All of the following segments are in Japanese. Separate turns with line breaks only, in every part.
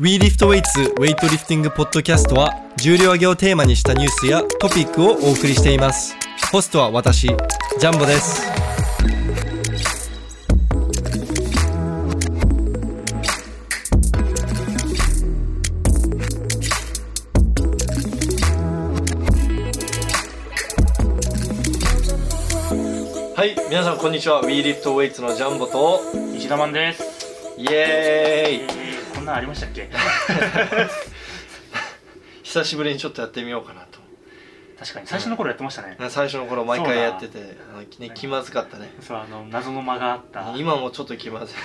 WeLiftWeights ウェイトリフティングポッドキャストは重量挙げをテーマにしたニュースやトピックをお送りしていますホストは私ジャンボですはい皆さんこんにちは WeLiftWeights のジャンボと
石田マンです、
イエー
え
イ
ー、こんなんありましたっ け
久しぶりにちょっとやってみようかなと
確かに最初の頃やってましたね
ね最初の頃毎回やってて、あのね、気まずかったね
そうあの謎の間があったや
今もちょっと気ま ずい
っ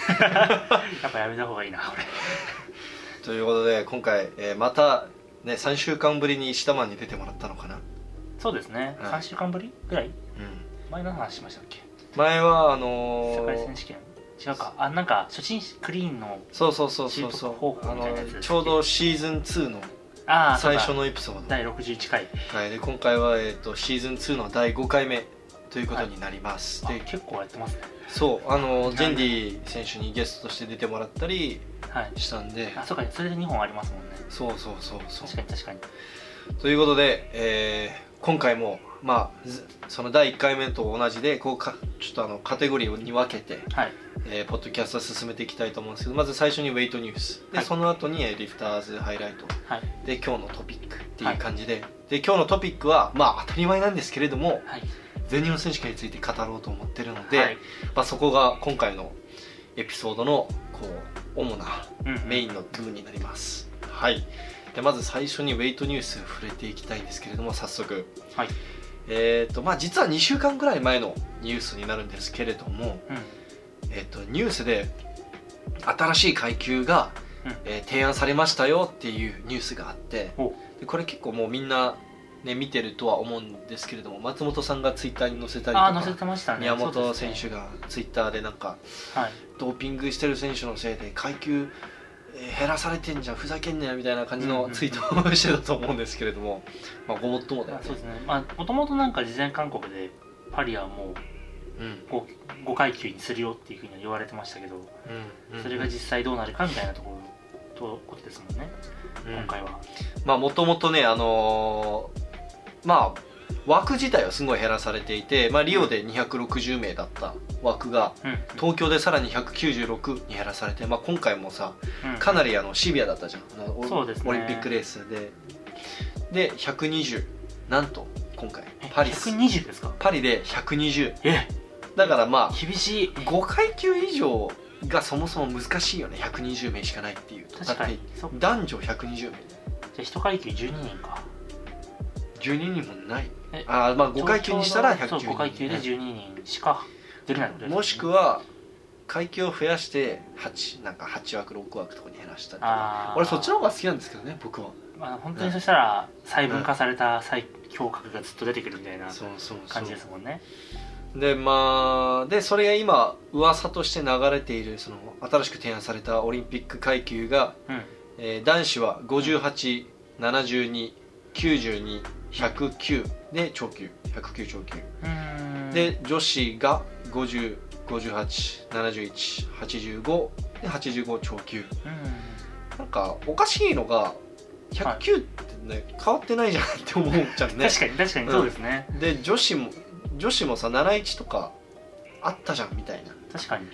ぱやめた方がいいな俺
ということで今回、えーまたね3週間ぶりに石田マンに出てもらったのかな、
そうですね、
はい
3週間ぶりぐらい
うん、
前の話しましたっけ
前はあのー
世界選手権違うかあなんか初心者クリーンの
そうそうそうそうそ
習得方
う
法
あ
み
の
たいなやつですっけ
ちょうどシーズン2の
ああ
最初のエピソード、
第61回
はい、で今回は、えー、とシーズン2の第5回目ということになります、
あ
で
結構やってますね
そうあのジェンディ選手にゲストとして出てもらったり
はい
したんで
あそうかそれで2本ありますもんね
そうそうそうそう
確かに確かに
ということで、えー今回も、まあ、ずその第1回目と同じでこうかちょっとあのカテゴリーに分けて、
はい
えーポッドキャストを進めていきたいと思うんですけどまず最初にウェイトニュースで、
はい
その後にえーリフターズハイライト
はい
で今日のトピックっていう感じで,、で今日のトピックは、まあ、当たり前なんですけれども
はい
全日本選手権について語ろうと思ってるので、
はい
まあ、そこが今回のエピソードのこう主な
うん
メインの部分になりますはいでまず最初にウェイトニュース触れていきたいんですけれども早速
はい
えーとまあ実は2週間ぐらい前のニュースになるんですけれども、
うん
えっとニュースで新しい階級が、
うん
えー提案されましたよっていうニュースがあって
お
でこれ結構もうみんな、ね、見てるとは思うんですけれども松本さんがツイッターに載せたりと
あ
か
あ載せてましたね
宮
そう
本
ですね
選手がツイッターでなんか
はい
ドーピングしてる選手のせいで階級えー減らされてんじゃんふざけんなよみたいな感じ
うんうん
の
うん
ツイートをしてたと思うんですけれども、まあ、ごもっともだよ
あ
ね
そうですねまあもともとなんか事前勧告でパリはも
うん
う 5, 5階級にするよっていうふうには言われてましたけど
うん
それが実際どうなるかみたいなところとことですもんね、
うん
今回は
まあもともとねあのーまあ枠自体はすごい減らされていて、まあ、リオで260名だった枠が
うん
東京でさらに196に減らされて、まあ、今回もさ
うん
かなりあのシビアだったじゃんあのオ
そうですね
オリンピックレースでで120なんと今回
え
パリス
120ですか
パリで120
え
だからま
厳しい
あ5階級以上がそもそも難しいよね120名しかないっていうと
確かに
だって
そっか
男女120名
じゃあ1階級12人か
12人もない
え
あーまあ5階級にしたら110
そう
人
5階級で12人しかできないことですね
もしくは階級を増やして8なんか8枠6枠とかに減らしたりとか
あー
俺そっちの方が好きなんですけどね僕は
まあ本当にそしたら細分化された最強格がずっと出てくるみたいな
そうそうそ
感
う
じですもんね
でまあでそれが今噂として流れているその新しく提案されたオリンピック階級が
うん
えー男子は5872920109で超級109超級、
うーん
で女子が50587185で85超級
うん
なんかおかしいのが109ってね、変わってないじゃんって思うじゃんね
確かに確かにそうですね、
で女子も女子もさ71とかあったじゃんみたいな
確かに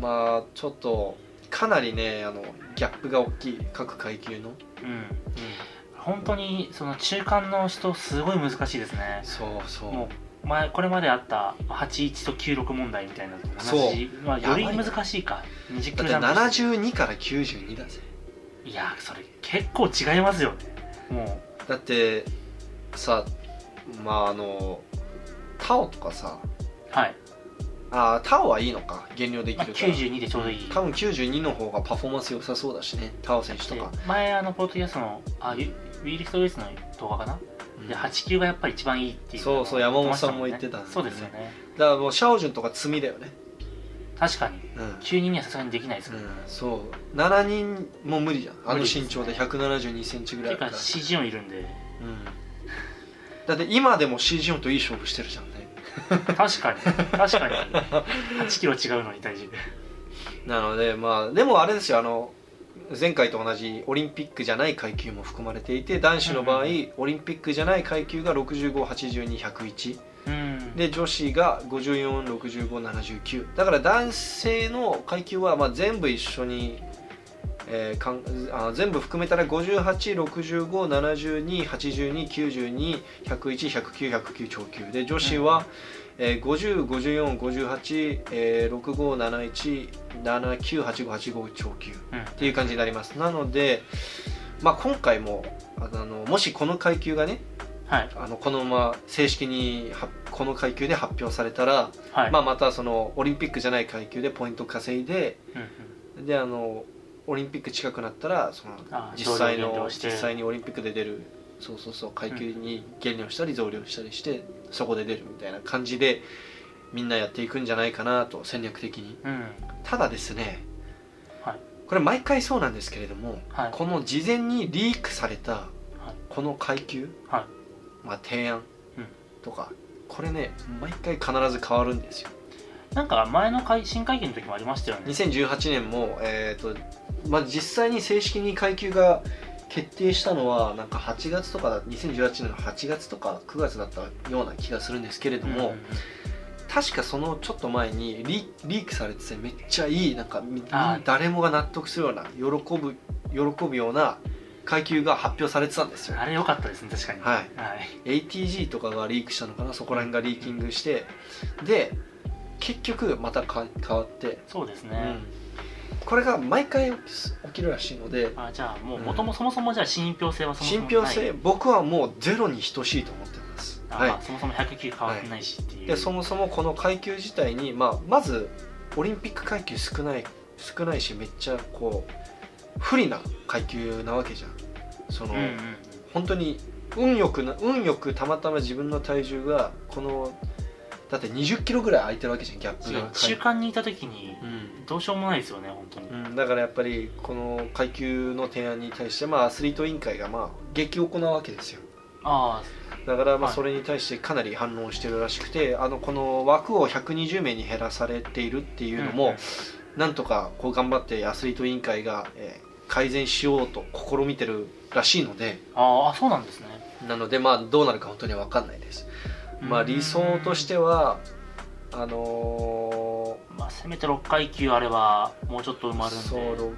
まあちょっとかなりねあのギャップが大きい各階級の、
うん本当にその中間の人すごい難しいですね
そうそう
もう前これまであった81と96問題みたいなのと同じ、まあ、
やば
よ
い
り難しいか20
だ
級
って
ダンプして
72から92だぜ
いやそれ結構違いますよねも
だってさまああのタオとかさ
うはい、
あータオはいいのか減量でき
まあ、
るから、
92でちょうどいい、
多分92の方がパフォーマンス良さそうだしねタオ選手とか、
で前あのポートキャストのあウィウィーリフトウェイスの動画かな、
うん
で
だか
8級がやっぱり一番いいっていう
そうそう山本さんも言ってた
ねそうですよね
らもうシャオジュンとか罪だよね
確かに
うん、うん、
9人にはさすがにできないですから、
そう7人も無理じゃんあの
無理ですね
身長で1 7 2センチぐ
て
らい
い
うだ
か
から、
CG もいるんで
うん、だって今でも c g ンといい勝負してるじゃんね
確かに確かに8キロ違うのに体重
なのでまあでもあれですよあの前回と同じオリンピックじゃない階級も含まれていて男子の場合、
うんう
オリンピックじゃない階級が65820101
うん
で女子が546579だから男性の階級はまあ全部一緒に、えーかんあ全部含めたら5865728292210109超級で女子は、えー505458、えー、6571798585超級
うん
っていう感じになりますなので、まあ、今回もあのもしこの階級がね
はい
あのこのまま正式にはこの階級で発表されたら、
はい
まあ、またそのオリンピックじゃない階級でポイント稼いで
うんうん
であのオリンピック近くなったらその
あ
実際
増
の
量して
実際にオリンピックで出るそうそうそう階級に減量したり増量したりしてそこで出るみたいな感じでみんなやっていくんじゃないかなと戦略的に
うん
ただですね、
はい
これ毎回そうなんですけれども、
はい
この事前にリークされた
はい
この階級、
は
まあ、提案
うん
とか、これね毎回必ず変わるんですよ
なんか前の会新会見の時もありましたよね
2018年も、えーとまあ、実際に正式に階級が決定したのはなんか8月とか2018年の8月とか9月だったような気がするんですけれども、
うんうん
確かそのちょっと前にリリークされててめっちゃいいなんかみ
はい
誰もが納得するような喜ぶ喜ぶような階級が発表されてたんです
うん
よ
あれ良かったですね確かに
はい
はい、
ATG とかがリークしたのかなそこら辺がリーキングしてで結局またか変わって、
そうです
う
ね
ん、これが毎回起きるらしいので
あじゃあもう
うん
元もそもそもじゃあ信憑性はそもそ
信
もない
憑性僕はもうゼロに等しいと思ってます
あ、
はい
まあ、そもそも109変わってないしっていう、
でそもそもこの階級自体に、まあ、まずオリンピック階級少ない少ないしめっちゃこう不利な階級なわけじゃんその、
うんうん
本当に運よくな運よくたまたま自分の体重がこのだって2 0キロぐらい空いてるわけじゃんギャップ
そう
が
中間にいた時に
うん
どうしようもないですよね本当に、
うん、だからやっぱりこの階級の提案に対して、まあ、アスリート委員会がまあ激おこなわけですよ
あ
だからまあ
はい
それに対してかなり反応してるらしくて、あのこの枠を120名に減らされているって
あ
いうのも、なんとかこう頑張ってアスリート委員会が、えー改善しようと試みてるらしいので
ああそうなんですね
なのでまあどうなるか本当に分かんないです、まあ、
うん
理想としてはあの
まあ、せめて6階級あればもうちょっと埋
ー
まるんで
そうろ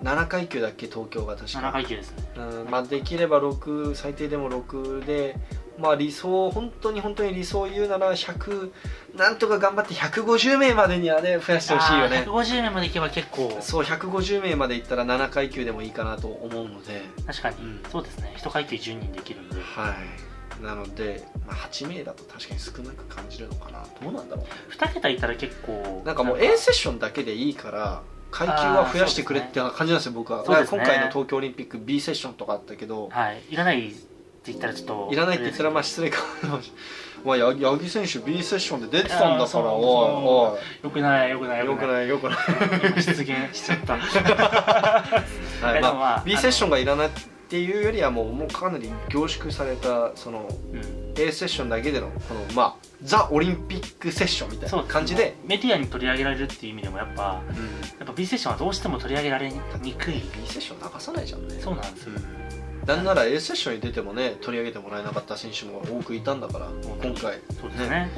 うん7階級だっけ東京が確か
7階級ですね
うんまあ、できれば6最低でも6で、まあ、理想本当に本当に理想を言うなら100なんとか頑張って150名までにはね増やしてほしいよね
あー150名までいけば結構
そう150名までいったら7階級でもいいかなと思うので、
確かに、
うん
そうですね1階級10人できるんで
はいなので、まあ、8名だと確かに少なく感じるのかなどうなんだろう
2桁いたら結構
なんかもう A セッションだけでいいから階級は増やしてくれって感じなんですよ僕は、
そうですね
だから今回の東京オリンピック B セッションとかあったけど、
はいいらないって言ったらちょっと
いらないって言ったらまあ失礼かもしれない。まあ、 八木選手 B セッションで出てたん
あ
だ
ーそ
か
う
ら、
そ
おい
よくないよくない
おい。よくないよくない。
今出現しちゃったい
は
や
い
でもま
ま
あ
あ、B セッションがいらないっていうよりはもうもうかなり凝縮されたその
うん、
A セッションだけでのこのまあザオリンピックセッションみたい
そ
な
う
感じで、
メディアに取り上げられるっていう意味でもやっぱ
うん、
やっぱ B セッションはどうしても取り上げられにくい
B セッション流さないじゃんね。
そうなんですよ、
なんなら A セッションに出てもね取り上げてもらえなかった選手も多くいたんだから今回
そうですね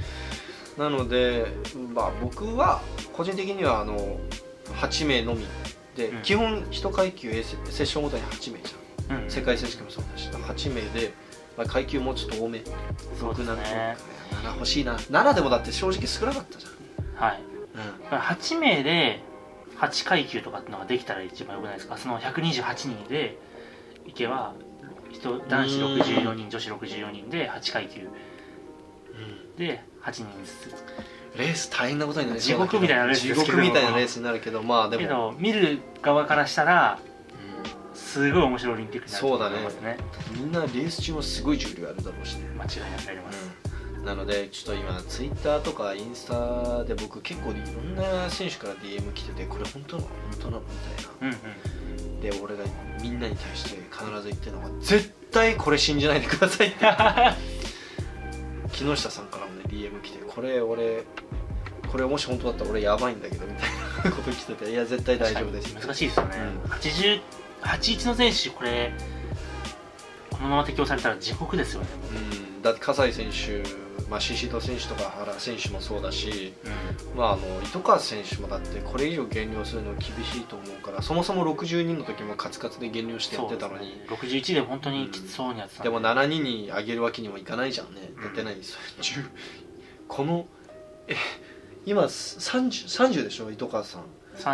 なので、まあ、僕は個人的にはあの8名のみで、
うん
基本1階級 A セセッションごとに8名じ
うん
ゃん世界選手権もそうだし8名で、まあ、階級もうちょっと多め
そうです
6
ね
7欲しいな7でもだって正直少なかったじ
はい
ゃん、
だから8名で8階級とかってのができたら一番よくないですかその128人でいけば人男子64人女子64人で8階級で8人ずつ
レース大変なことになりそうだけど
地獄みたいなレースですけど
地獄みたいなレースになるけどまあで
け
も、
ど見る側からしたら
う
すごい面白いオリンピックになると思いますね
んみんなレース中もすごい重量あるだろうしね
間違いなくなります、
なのでちょっと今ツイッターとかインスタで僕結構いろんな選手から DM 来ててこれ本当なの本当なのみたいな
うん、うん
で俺がみんなに対して必ず言ってるのが絶対これ信じないでくださいって 木下さんからもね DM 来てこれ俺これもし本当だったら俺やばいんだけどみたいこと聞いてていや絶対大丈夫です
難しいですよね、
う
80 81の選手これこのまま適用されたら地獄ですよね、
うん、だって葛西選手、まあ、シシド選手とか原選手もそうだし、まあ、あの糸川選手もだってこれ以上減量するの厳しいと思うからそもそも62の時もカツカツで減量してや
そ
っ
う
て
です
たの
ね
に、
61で本当にきつそうにやってたん
でも7人に上げるわけにもいかないじゃんね
うん
だって何それ10このえ今 30, 30でしょ糸川さん、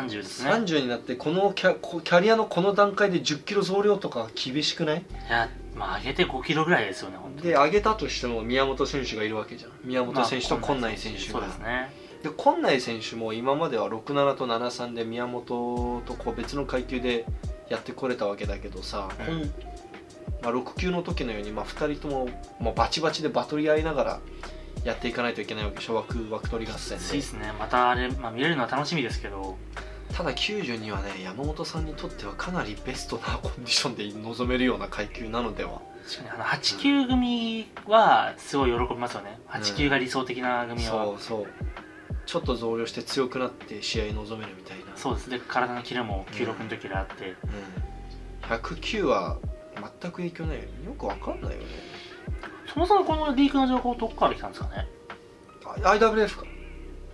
30ですね
30になってこのキャこキャリアのこの段階で1 0キロ増量とか厳しくない
いやまあ上げて5キロぐらいですよね本当に
で上げたとしても宮本選手がいるわけじゃん宮本選手と
まあ
今内選手
そう
が、
ですね
で今内選手も今までは67と73で宮本とこう別の階級でやってこれたわけだけどさ、
うん
こんまあ、6級の時のように、まあ、2人とも、まあ、バチバチでバトル合いながらやっていかないといけないわけ小枠枠取り合戦
きついで
です
ねまたあれ、まあ、見れるのは楽しみですけど
ただ92はね山本さんにとってはかなりベストなコンディションで臨めるような階級なのでは
確かにあの8級組はすごい喜びますよね8級が理想的な組は、
そうそうちょっと増量して強くなって試合に臨めるみたいな
そうですね体のキレも96の時よりあって、
うん、109は全く影響ないよねよくわかんないよね
そもそもこのリークの情報どこから来たんですかね
あ IWF か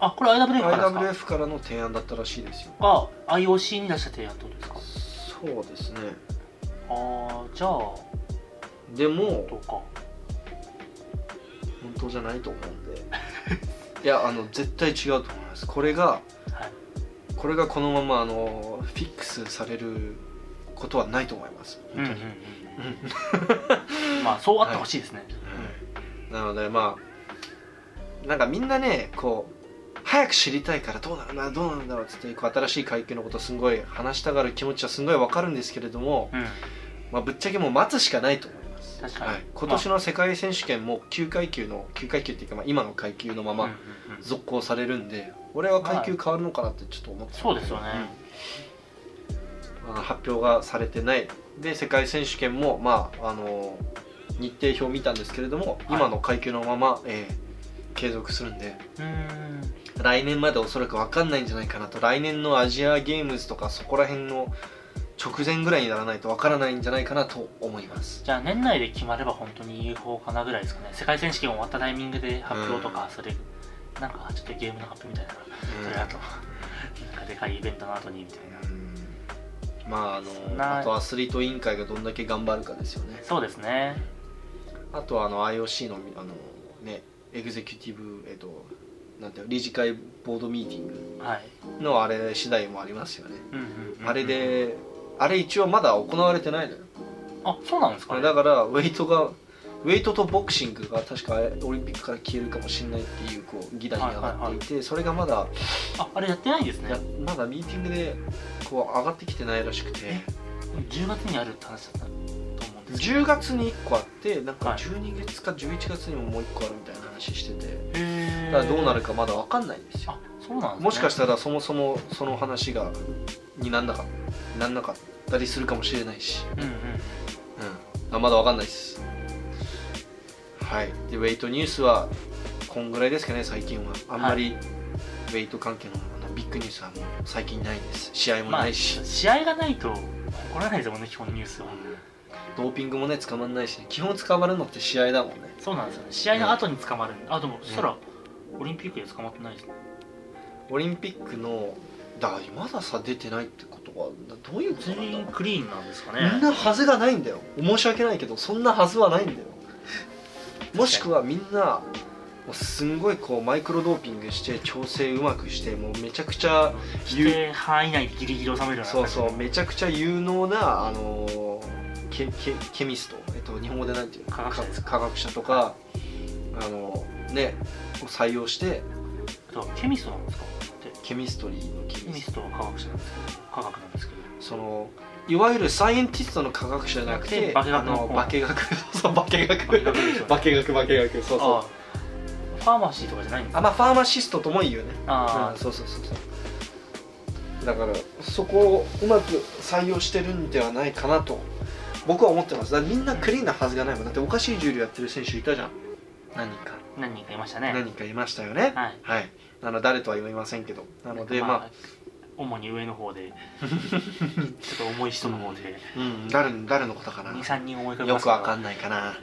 あこれ IWF からで
IWF
すか
からの提案だったらしいですよ
が IOC に出した提案ってことですか
そうですね
ああじゃあど
でも
うか
本当じゃないと思うんで いやあの絶対違うと思いますこれが
はい
これがこのままあのフィックスされることはないと思います
うん
本
うん
当
う
に、
んまあそうあってほしいですね、
うんなのでまあなんかみんなねこう早く知りたいからどうなるなどうなるんだろうっつってこう新しい階級のことすごい話したがる気持ちはすごいわかるんですけれども、
うん
まあ、ぶっちゃけもう待つしかないと思います
確かに
はい、今年の世界選手権も9階級の9階級っていうか、まあ、今の階級のま
うん
ま
うんうん
続行されるんで俺は階級変わるのかなってちょっと思ってた
そうですよね、
あの発表がされてないで世界選手権も、まあ、あの日程表を見たんですけれども、
はい
今の階級のまま、えー継続するんで
うーん
来年までおそらく分かんないんじゃないかなと来年のアジアゲームズとかそこら辺の直前ぐらいにならないと分からないんじゃないかなと思います
じゃあ年内で決まれば本当に有効かなぐらいですかね世界選手権終わったタイミングで発表とか、それなんかちょっとゲームの発表みたいな、それあとなんかでかいイベントの後にみたいな、
うんまああ
そんな
のあとアスリート委員会がどんだけ頑張るかですよね
そうですね
あとはあの IOC のあのねエグゼキュティブえっとなんていうの理事会ボードミーティング
はい、
のあれ次第もありますよね、
うんうんうん
あれであれ一応まだ行われてないのよ、
あそうなんですかね
だからウェイトがウェイトとボクシングが確かオリンピックから消えるかもしれないっていうこう議題に上がっていて、それがまだ
ああれやってないんですね
やまだミーティングでこう上がってきてないらしくて
10月にあるって話だったと思うんですけど
10月に1個あってなんか
はい
12月か11月にももう1個あるみたいな話してて、
へ
だからどうなる
か
かまだ分かんないんですよ
あそうなんですね
もしかした
ら
らそもそもその話がになんなかなんなかったりするかもしれないし
うんうん
うん、あまだわかんないですはいでウェイトニュースはこんぐらいですかね最近はあんまりウェイト関係のあのビッグニュースはもう最近ないです試合も
ま
な
あ
いし、
試合がないと起こらないですもんね基本のニュースは、
ドーピングもね捕まんないし基本捕まるのって試合だもんね
そうなんですよね試合の後に捕まるんであでもそしたら、オリンピックで捕まってないですね
オリンピックのだまださ出てないってことはだどういうことなんだ
全員クリーンなんですか
みん
ね
なはずがないんだよ申し訳ないけどそんなはずはないんだよもしくはみんなもうすんごいこうマイクロドーピングして調整うまくしてもうめちゃくちゃ
規定範囲内でギリギリ収めるような
そうそうめちゃくちゃ有能なあのーケケケミスト、えっと、日本語でなんていうの
科学者です
科学者とかあのねを採用して
あとケミストなんですかって
ケミストリーのケ
ケミ
ミス
ス
ト
トは科学者なんですけど科学なんですけど
そのいわゆるサイエンティストの科学者じゃなくて
化学の
あ
方
化学 そう化学
化学で すよね
化学化学そうそう
あファーマシーとかじゃないんで
あ
すか
まあファーマシストとも言うね
あ
うんそうそうそうそうだからそこをうまく採用してるんではないかなと僕は思ってますだからみんなクリーンなはずがないもんだっておかしい重量やってる選手いたじゃん何人か、
あ何人かいましたね
何人かいましたよね
はい
はいあの誰とは言いませんけどなのでまあ、
あ主に上の 方でちょっと重い人の方で
うん誰の誰のことかなよ
23人思い浮かべます
くわか
ん
んないかな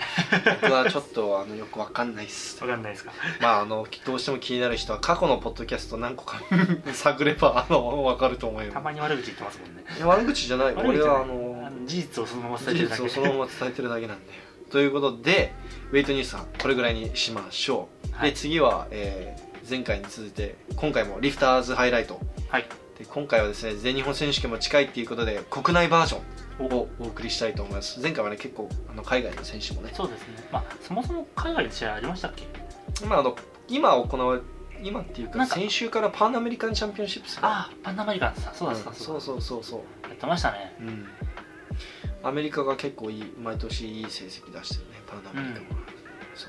僕はちょっとあのよくわかんないっす
わかんないですか
まああのどうしても気になる人は過去のポッドキャスト何個か 探ればあのわかると思い
た
ま
まに悪口言ってますもんね
すいや悪口じゃない
悪口
俺
じゃない
はあの
事実をそのまま伝
事
えてるだ
実
け
をそのまま伝えてるだけなんで ということでウェイトニュースさんこれぐらいにしましょう、
はい
で次は、えー前回に続いて今回もリフターズハイライト
はい
で今回はですね全日本選手権も近いっていうことで国内バージョンをお送りしたいと思います前回はね結構あの海外の選手もね、
そうですねまあそもそも海外で試合ありましたっけ
まあ、あの今行われ今っていうか
なんか
先週からパンアメリカンチャンピオンシップスが
ああパンアメリカンさんそうだ
うん
そ
そうう
だ
そうそうそう、
やってましたね
うん、アメリカが結構いい毎年いい成績出してるねパンアメリカも、そ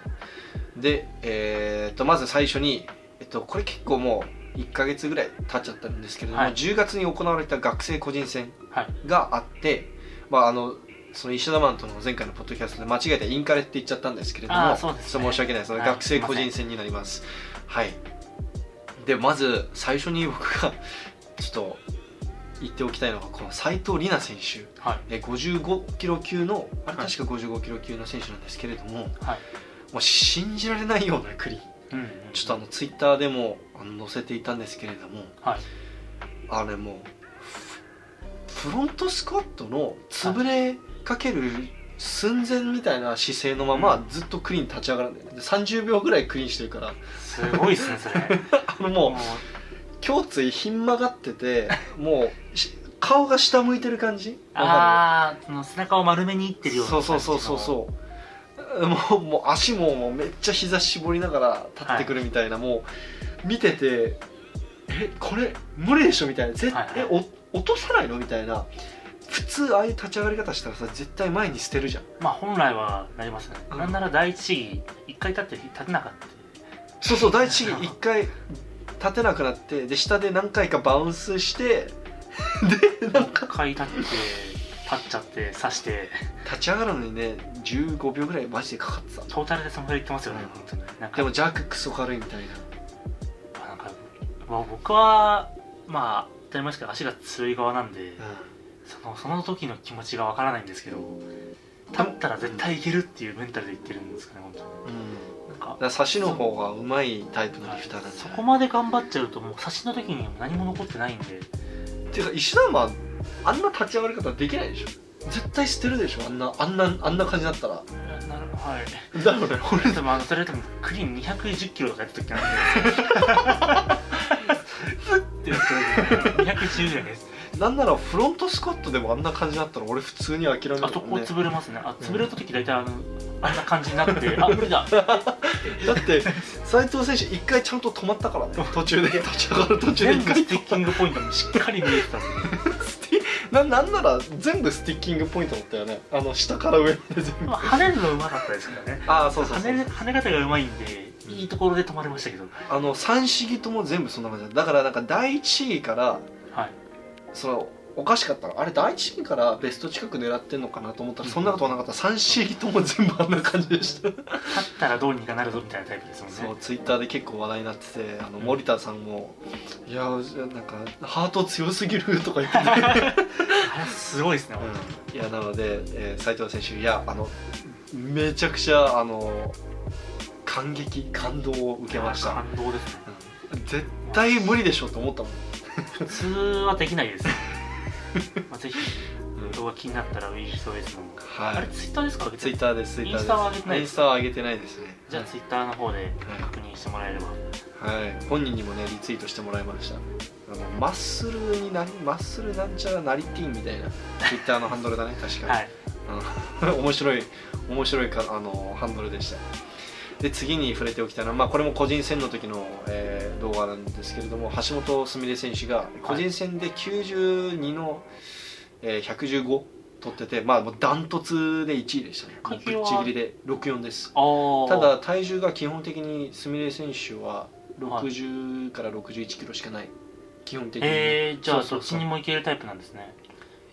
うで、えーっとまず最初に、えっと、これ結構もう1か月ぐらい経っちゃってるんですけれども、
はい
10月に行われた学生個人戦
はい
があって、まあ、あのその石田マンとの前回のポッドキャストで間違えてインカレって言っちゃったんですけれど
あ
も
ーそうですね
ちょっと申し訳ないその
はい
学生個人戦になりますはいでまず最初に僕がちょっと言っておきたいのがこの斉藤里奈選手
はい
え55キロ級のあれ
はい
確か55キロ級の選手なんですけれども、
はい
もう信じられないようなクリーン
うんうん
ちょっとあのツイッターでもあの載せていたんですけれども
はい
あれもうフフロントスクワットの潰れかける寸前みたいな姿勢のま
う
ま
ん
ずっとクリーン立ち上がるんだよねで30秒ぐらいクリーンしてるから
すごいですねそれ
あのもう胸椎ひん曲がっててもうし顔が下向いてる感じわか
ああその背中を丸めにいって
る
るような
そうそうそうそう
う
そうもうもう足ももうめっちゃ膝絞りながら立ってくるみたいな、もう見ててえこれ無理でしょみたいな絶
はい
対、
はい
えお落とさないのみたいな普通ああいう立ち上がり方したらさ絶対前に捨てるじゃん
まあ本来はなりますね、
うん
なんなら第一試技一回立って立てなかった
そうそう第一試技一回立てなくなってで下で何回かバウンスしてでなんか
一回立って立っちゃって刺して
立ち上がるのにね15秒ぐらいマジでかかってた
トータルでそのぐらいいってますよね、
うん
本当になんか
でもジャーククソ軽いみたいな
あなんかまあ僕はまあ当たり前ですけど足が強い側なんで、そのその時の気持ちがわからないんですけど立ったら絶対いけるっていうメンタルでいってるんですかね本当に
うん、
なんか
だから差しの方がうまいタイプのリフターなんじゃ
そ
ない
こまで頑張っちゃうともう差しの時に何も残ってないんで
っていうか石段はあんな立ち上がり方できないでしょ絶対捨てるでしょあんなあんなあんな感じだったら
なるはい
だろうね俺
でもあのそれでもクリーン210キロとかやった時なんでふってやった時210じゃないです
なんならフロントスカットでもあんな感じだったら俺普通に諦めるもん
あ
ね
そこ潰れますねあ潰れた時大体あのあんな感じになってあ無理
だ
だ
って斉藤選手一回ちゃんと止まったからね 途中で立ち上がる途中で
全
一
部
回
スティッキングポイントもしっかり見えてたんで
ななんなら全部スティッキングポイントだったよねあの下から上まで全部
まあ跳ねるのうまかったですからね
ああそうそうそう
跳ね跳ね方がうまいんで
うん
いいところで止まりましたけど
あの三試技とも全部そんな感じだっただからなんか第一試技から
はい
そのおかしかったのあれ第一試技からベスト近く狙ってんのかなと思ったら
うん
そんなことはなかった3試技とも全部あんな感じでした
立ったらどうにかなるぞみたいなタイプですもん
そう
ね
ツイッターで結構話題になっててあの森田さんも「いやーなんかハート強すぎる」とか言ってて、
あれすごいですね 本
いやなので、えー斉藤選手いやあのめちゃくちゃあの感激感動を受
当
け
に
ました、
感動ですね
うん絶対無理でしょと思ったもん
普通はできない ですねまあぜひ動画気になったらウィジトですの
は
あれツイッターですか
ツイッターですツイッターです
インスタは上げてない
インスタは上げてないですね
じゃあツイッターの方で確認してもらえれば
はい、本人にもねリツイートしてもらいましたあのマッスルになりマッスルなんちゃらなりティーンみたいなツイッターのハンドル だね確かに、
はい
あの 面白い面白いかあのハンドルでしたで次に触れておきたいのは、まあ、これも個人戦の時の、えー動画なんですけれども橋本すみれ選手が個人戦で92の、えー115取ってて、まあ、もうダントツで1位でしたねもうぶっちぎりで64です
ああ
ただ体重が基本的にすみれ選手は60から61キロしかない基本的に、
えー、じゃあ
そ
そうっ
そうそう
ちにもいけるタイプなんですね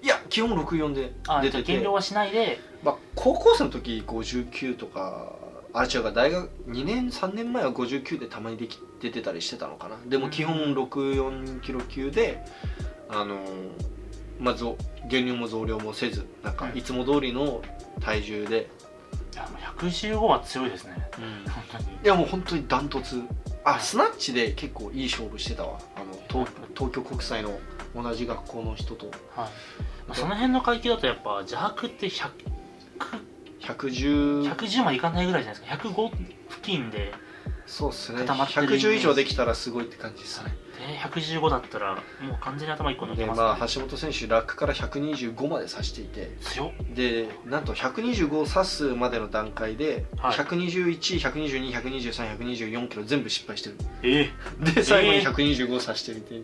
いや基本64で
あ
出
じゃあ
て
減
て
量はしないで
まあ、高校生の時59とかあれ違うか大学2年3年前は59でたまにでき出てたりしてたのかなでも基本64キロ級であのーまあ増減量も増量もせずなんか
うん
いつも通りの体重で、
いやもう115は強いですね本当に
いやもう本当にダントツ
は
あ
い
スナッチで結構いい勝負してたわあの東東京国際の同じ学校の人と
はい、まあ、その辺の階級だとやっぱ邪白って100
110
110までいかないぐらいじゃないですか105付近で
そうっすね
固まってるイメージ
110以上できたらすごいって感じですね
で115だったらもう完全に頭1個抜け
で
ます
ま
ね
あ橋本選手ラックから125まで指していて
強っ
でなんと125を指すまでの段階で、
はい
121122123124キロ全部失敗してる
ええ
で最後に125を指してみて、
ちょ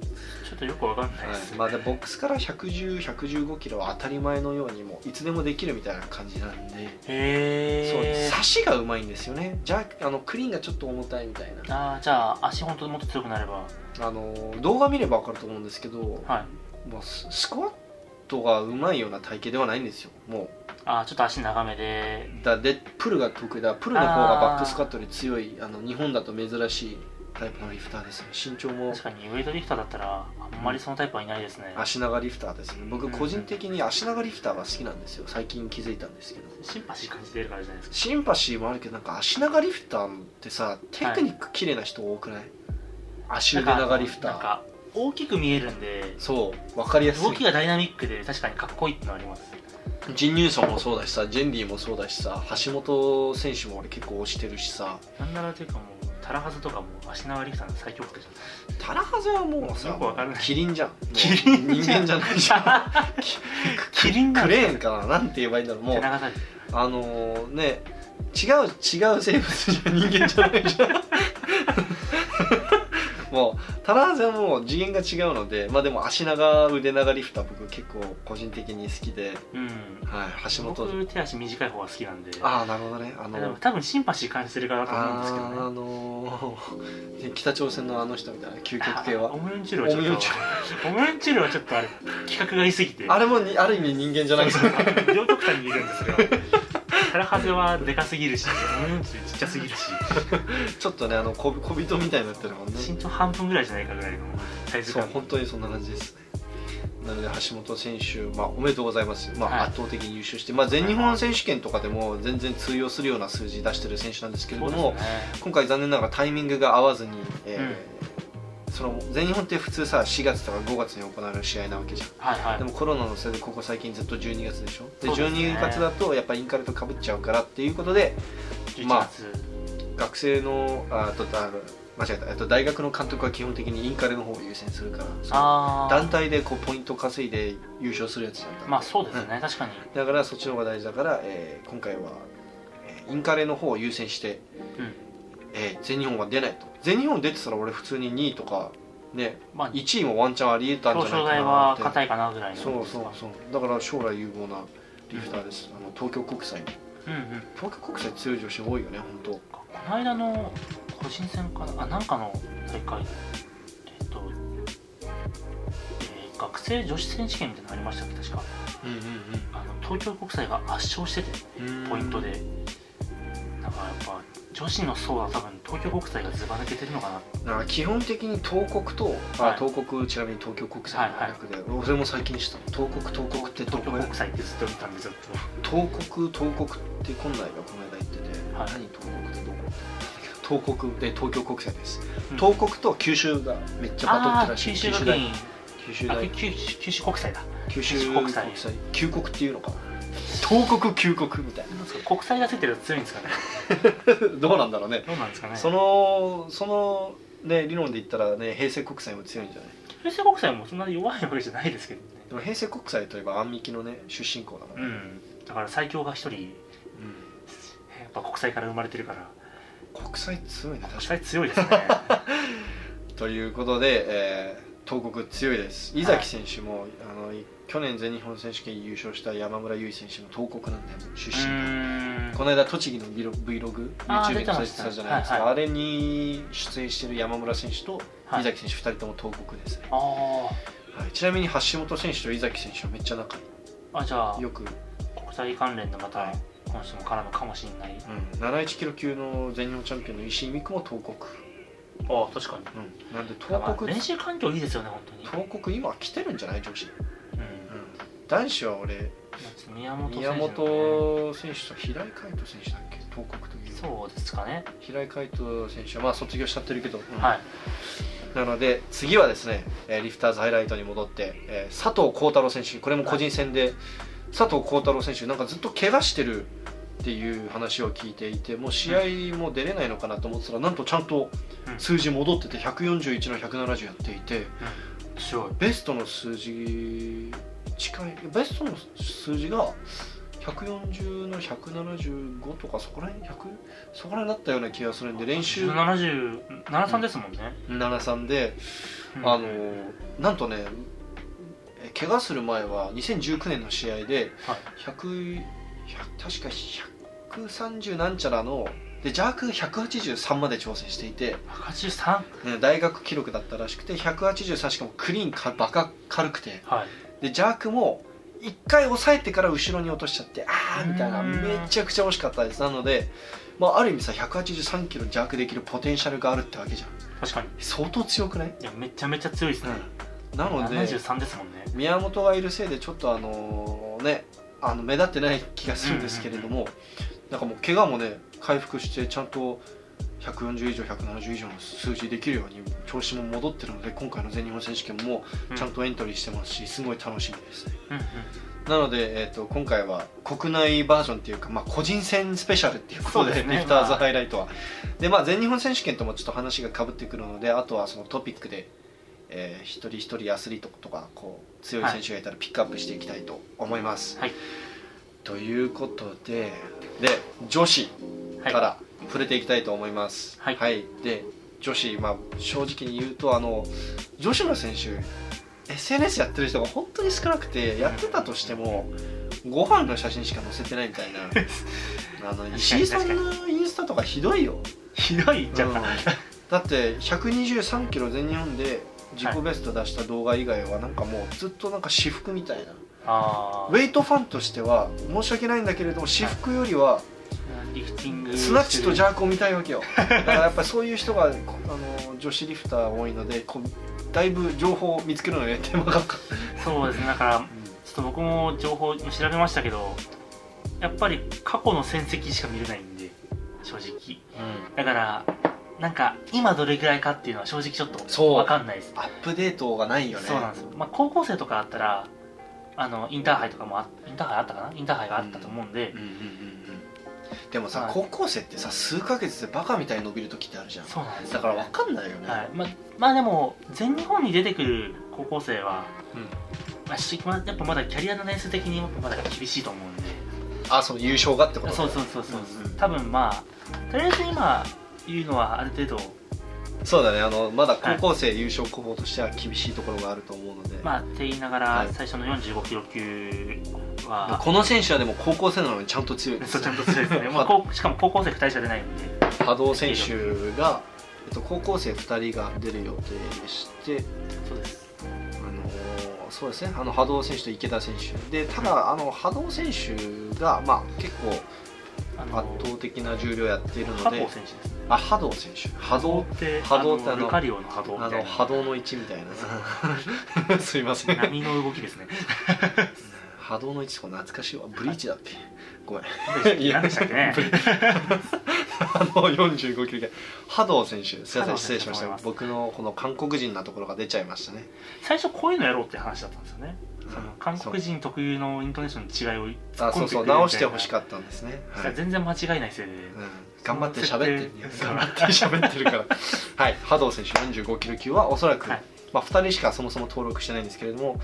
っとよくわかんないで
は
す、
いまあ、でボックスから110115キロは当たり前のようにもういつでもできるみたいな感じなんで、そう
へえ
差しがうまいんですよねじゃああのクリーンがちょっと重たいみたいな
あーじゃあ足本当もっと強くなれば
あの動画見れば分かると思うんですけど、
はい
まあ、ススクワットがうまいような体型ではないんですよもう
あーちょっと足長めで
だでプルが得意だプルの方がバックスカットで強いあの日本だと珍しいタイプのリフターですね身長も
確かにウェイトリフターだったらあんまりそのタイプはいないですね
足長リフターですね
う
僕
んうん
個人的に足長リフターが好きなんですよ最近気づいたんですけど
シンパシー感じてるからじゃないですか
シンパシーもあるけどなんか足長リフターってさテクニック綺麗な人多くない、足腕長リフタ
なん
ー
か大きく見えるんで
そう分かりやすい
動きがダイナミックで確かにかっこいいってのはあります
ジン・ニューソンもそうだしさジェンディもそうだしさ橋本選手も俺結構推してるしさ
なんならというかもうタラハズとかも足長リフターの最強格じゃない
タラハゼはもうさ
よくわからない
キリンじゃんもう
キリン
人
じゃん
間じゃないじゃん
キリンな
ク
んで
レーンかななんて言えばいいんだろうも
す
う
背中だり
あのーね違う違う生物じゃん 人間じゃないじゃんもうタラーゼはもう次元が違うのでまあでも足長腕長リフター僕結構個人的に好きで、
うん
はい、橋本
僕手足短い方が好きなんで
ああなるほどねあの
でも多分シンパシー感じてるかなと思うんですけど
あ
ね
ーあのー北朝鮮のあの人みたいな究極系
オ
は
ムランチュールはちょっ
オムランチ
とオムランチュールはちょっとあれ企画が言い過ぎて
あ れもにある意味人間じゃないですか
両極端にいるんですがタラハゼはでかすぎるしオムランチュールちっちゃすぎるし
ちょっとねあの小小人みたいになってるもんね
身長半分ぐらいじゃないかぐらいのサイズ
そう
感
本当にそんな感じですねなので橋本選手、まあ、おめでとうございます、まあ
はい
圧倒的に優勝して、まあ、全日本選手権とかでも全然通用するような数字出してる選手なんですけれ
そ
ど
うです
も、
ね
今回残念ながらタイミングが合わずに、えーその全日本って普通さ4月とか5月に行われる試合なわけじゃん
はいはい
でもコロナのせいでここ最近ずっと12月でしょで
そうですね
12月だとやっぱインカレとかぶっちゃうからっていうことで
11
まあ
月
学生のああとあ間違えたえっと大学の監督は基本的にインカレの方を優先するからその
ああ
団体でこうポイント稼いで優勝するやつなんだ、
まあそうですね確かに
だからそっちの方が大事だから、えー今回は、えーインカレの方を優先して、
うん
えー全日本は出ないと全日本出てたら俺普通に2位とかね
まあ
1位もワンチャンありえたんじ
表
ゃな
彰
い
台
かな
は
って
硬いかなぐらいの
そうそうそうだから将来有望なリフターです、あの東京国際に
うんうん
東京国際強い女子多いよね本
この間の個人戦かなあなんかの大会えっと、えー学生女子選手権みたいなのありましたっけ確か
当う
あの東京国際が圧勝してて
んうんうん
ポイントでだからやっぱ女子の層は多分東京国際がずば抜けてるのかな
だから基本的に東国と、
はい
あ東国ちなみに東京国際の略で、俺も最近知った東国東国ってど
東京
こや
国際ってずっと見たんでずっと
東国東国ってこんないがこの間言ってて、
はい
何東国ってどこ東国で東京国際です、
うん
東国と九州がめっちゃバトって
あ
る
あ
らしい
九州学院
九州
あ
大
九州九州国際だ
九州
九州
国
国
際
際
九州九国っていうのかな東国九国みたい
なんですか国際がついてると強いんですかね
な どうなんだろうね、
どうなんですかね
そのそのね理論で言ったらね平成国際も強いんじゃない
九州国際もそんなに弱いわけじゃないですけどね
でも平成国際といえばアンミキのね出身校だから、
うんだから最強が一人
うん
やっぱ国際から生まれてるから
国際強いね
国
確か
際強い ですね
にということで、えー東国強いです井崎選手も、あのい去年全日本選手権優勝した山村優衣選手も東国なんだよ出
う
身が
ーん
この間栃木のビロ Vlog
あー
YouTube に載せてたじゃないですか、
出てましたねはいはい
あれに出演してる山村選手と
はい
井崎選手2人とも東国ですね、
あ
はいちなみに橋本選手と井崎選手はめっちゃ仲い
ーあじゃあ
いよく
国際関連のまた
はい
おこの人も絡むかもしれない
うん、71キロ級の全日本チャンピオンの石井美久も東国、
ああ確かに
うん、なんで
ま
東
あ
国
練習環境いいですよね本当に
東国今来てるんじゃない女子、
うん
うん、男子は俺
宮本選手
宮
のね
本選手と平井海斗選手だっけ東国という
そうですかね、
平井海斗選手はまあ卒業しちゃってるけど、うん
はい
なので次はですね、えーリフターズハイライトに戻って、えー佐藤幸太郎選手これも個人戦で、佐藤幸太郎選手なんかずっと怪我してるっていう話を聞いていてもう試合も出れないのかなと思ってたらなんとちゃんと
うん
数字戻ってて141の170やっていて
すごい
ベストの数字近いベストの数字が140の175とかそこら辺100そこら辺だったような気がするんで練習
73ですもんね、
73で
うん
あのなんとねえ怪我する前は2019年の試合で
はい
100 100確か130なんちゃらので弱183まで挑戦していて、
83
ね大学記録だったらしくて183しかもクリーンかバカ軽くて
はい
で弱も1回抑えてから後ろに落としちゃってああみたいな
うーん
めちゃくちゃ惜しかったですなので、まあ、ある意味さ183キロ弱できるポテンシャルがあるってわけじゃん
確かに
相当強くない、
いやめちゃめちゃ強いですね、
なので
73ですもんね
宮本がいるせいでちょっとあのねあの目立ってない気がするんですけれども、なんかもう怪我もね回復してちゃんと140以上170以上の数字できるように調子も戻ってるので今回の全日本選手権も
うん
ちゃんとエントリーしてますし、すごい楽しみですね
うんうん
なので、えー、と今回は国内バージョンっていうか、まあ、個人戦スペシャルっていうこと
そう
で
ですね
リフターズハイライトは、でまあ、全日本選手権ともちょっと話がかぶってくるのであとはそのトピックで、えー一人一人アスリートとかこう強い選手がいたらピックアップしていきたいと思います、
はい
ということでで女子
はい
から触れていきたいと思います
はい
で女子、まあ、正直に言うとあの女子の選手 SNS やってる人が本当に少なくてやってたとしてもご飯の写真しか載せてないみたい なあの
に
石井さんのインスタとかひどいよ、
ひどいじゃ
うん
ん、
だって123キロ全日本で自己ベスト出した動画以外はなんかもうずっとなんか私服みたいな
あ
ウェイトファンとしては申し訳ないんだけれども私服よりは
ーリフティング
スナッチとジャ
ン
ークを見たいわけよだからやっぱりそういう人がこあの女子リフター多いのでこうだいぶ情報を見つけるのに手間がかかる、
そうですねだからちょっと僕も情報調べましたけどやっぱり過去の戦績しか見れないんで正直だからなんか今どれぐらいかっていうのは正直ちょっ
そ
と
う
わかんないです
アップデートがないよね
そうなんですよ、まあ、高校生とかだったらあのインターハイとかもあインターハイあったかなインターハイがあったと思うんで、
うんうんうんうんでもさ、
はい
高校生ってさ数ヶ月でバカみたいに伸びる時ってあるじゃん
そうなんですよ
だから分かんないよね、
はいまあ、まあでも全日本に出てくる高校生は、
うん
まあしまあやっぱまだキャリアの年数的にまだ厳しいと思うんで
あその優勝がってこと
そうそうそうそう、
うんうん
多分まあとりあえず今言うのはある程度
そうだねあのまだ高校生優勝候補としては厳しいところがあると思うので、
まあって言いながら、
はい
最初の45キロ級
まあ
は
この選手はでも高校生なのにちゃんと強いです
そう
ね
ちゃんと強いですね、まあ、こうしかも高校生2人しか出ないんで
波動選手が、えっと、高校生2人が出る予定でして、
そうです
あのーそうですねあの波動選手と池田選手でただあの波動選手が、まあ、結構
あ
圧倒的な重量やっているの
波動
で
選手ですね
あ波動選手波動
って
波動って
あ
あの
のルカリオの波動みた
あ
いな
の波動の1みたいな すいません
波の動きで すね
波動の1とか懐かしいわブリーチだっけごめんいや
何でした っけね
あの45キロ級波動選手すいません
波動選手
失礼しまし
だと
た
思います
僕のこの韓国人なところが出ちゃいましたね
最初こういうのやろうって話だったんですよねその韓
そう
国人特有のイントネーションの違いを突
あ
っ込
そう
んでくれ
そ
る
う
みたいな
直してほしかったんですね、
そ
は
した
い
ら全然間違いないせいで、
うん頑張って喋ってる
そ
頑
の
張って喋ってるからはい波動選手45キロ級はおそらく、
はい
まあ、2人しかそもそも登録してないんですけれども、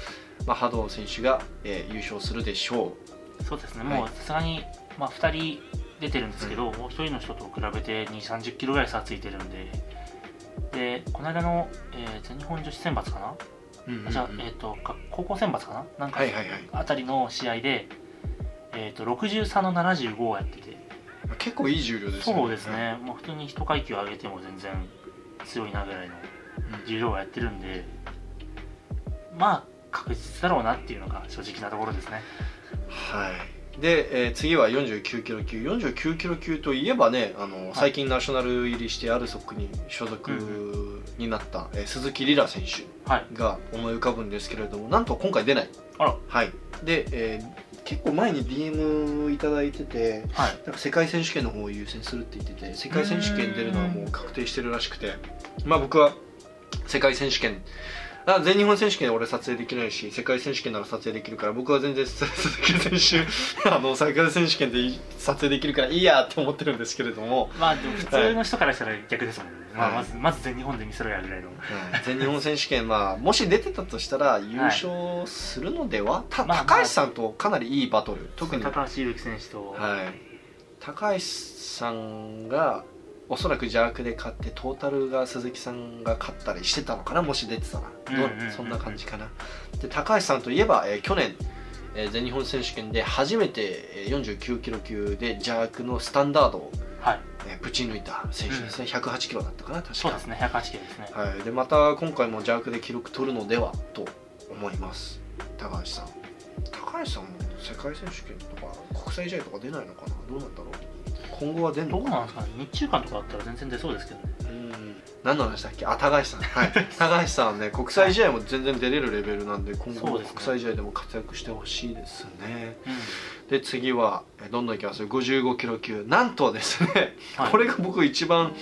まあ、波動選手が、えー優勝するでしょ
そうですね
はい
もうさすがに、まあ、2人出てるんですけど、もう1人の人と比べて2 3 0キロぐらい差ついてるんででこの間の、えー全日本女子選抜かな、
う、
じゃあ、えー、とか高校選抜かななんか
はいはいはい
あたりの試合で、えー、と63の75をやってて
結構いい重量ですよ
そうですね、もう普通に一階級上げても全然強いなぐらいの
うん
重量をやってるんで、まあ、確実だろうなっていうのが正直なところですね。
はいで、えー次は49キロ級49キロ級といえばねあの、
い
最近ナショナル入りして RSOC に所属になった、えー鈴木リラ選手
はい
が思い浮かぶんですけれどもなんと今回出ない
あら
はいで、えー結構前に DM いただいてて
はい
なんか世界選手権の方を優先するって言ってて世界選手権出るのはもう確定してるらしくてまあ僕は世界選手権あ全日本選手権俺撮影できないし世界選手権なら撮影できるから僕は全然鈴木選手 あの世界選手権で撮影できるからいいやって思ってるんですけれども、
まあでも普通の人からしたら逆ですもんね、ま
は
あ、
い
まずまず全日本で見せろやぐらいの
全日本選手権まあもし出てたとしたら優勝するのでは、た
まあ
高橋さんとかなりいいバトル特に
高橋優輝選手と、
はい高橋さんがおそらく邪悪で勝ってトータルが鈴木さんが勝ったりしてたのかなもし出てたらどう
うんうんうんうん
そんな感じかなで高橋さんといえば、えー去年、えー全日本選手権で初めて4 9キロ級で邪悪のスタンダードを、
はい
えーぶち抜いた選手ですね、1 0 8キロだったかな確
そう
か
ですね108キロですね、
はい、でまた今回も邪悪で記録取るのではと思います高橋さん高橋さんも世界選手権とか国際試合とか出ないのかなどうなんだろう今後は出ん
ど
の
う
か
なんですかね日中間とかあったら全然出そうですけどね
うん何の話だっけあ高橋さんはい 高橋さんはね国際試合も全然出れるレベルなんで今後
そ
も
うですね
国際試合でも活躍してほしいですね
うん、
で次はえどんどんいきますよ55キロ級なんとですね
はい、
これが僕一番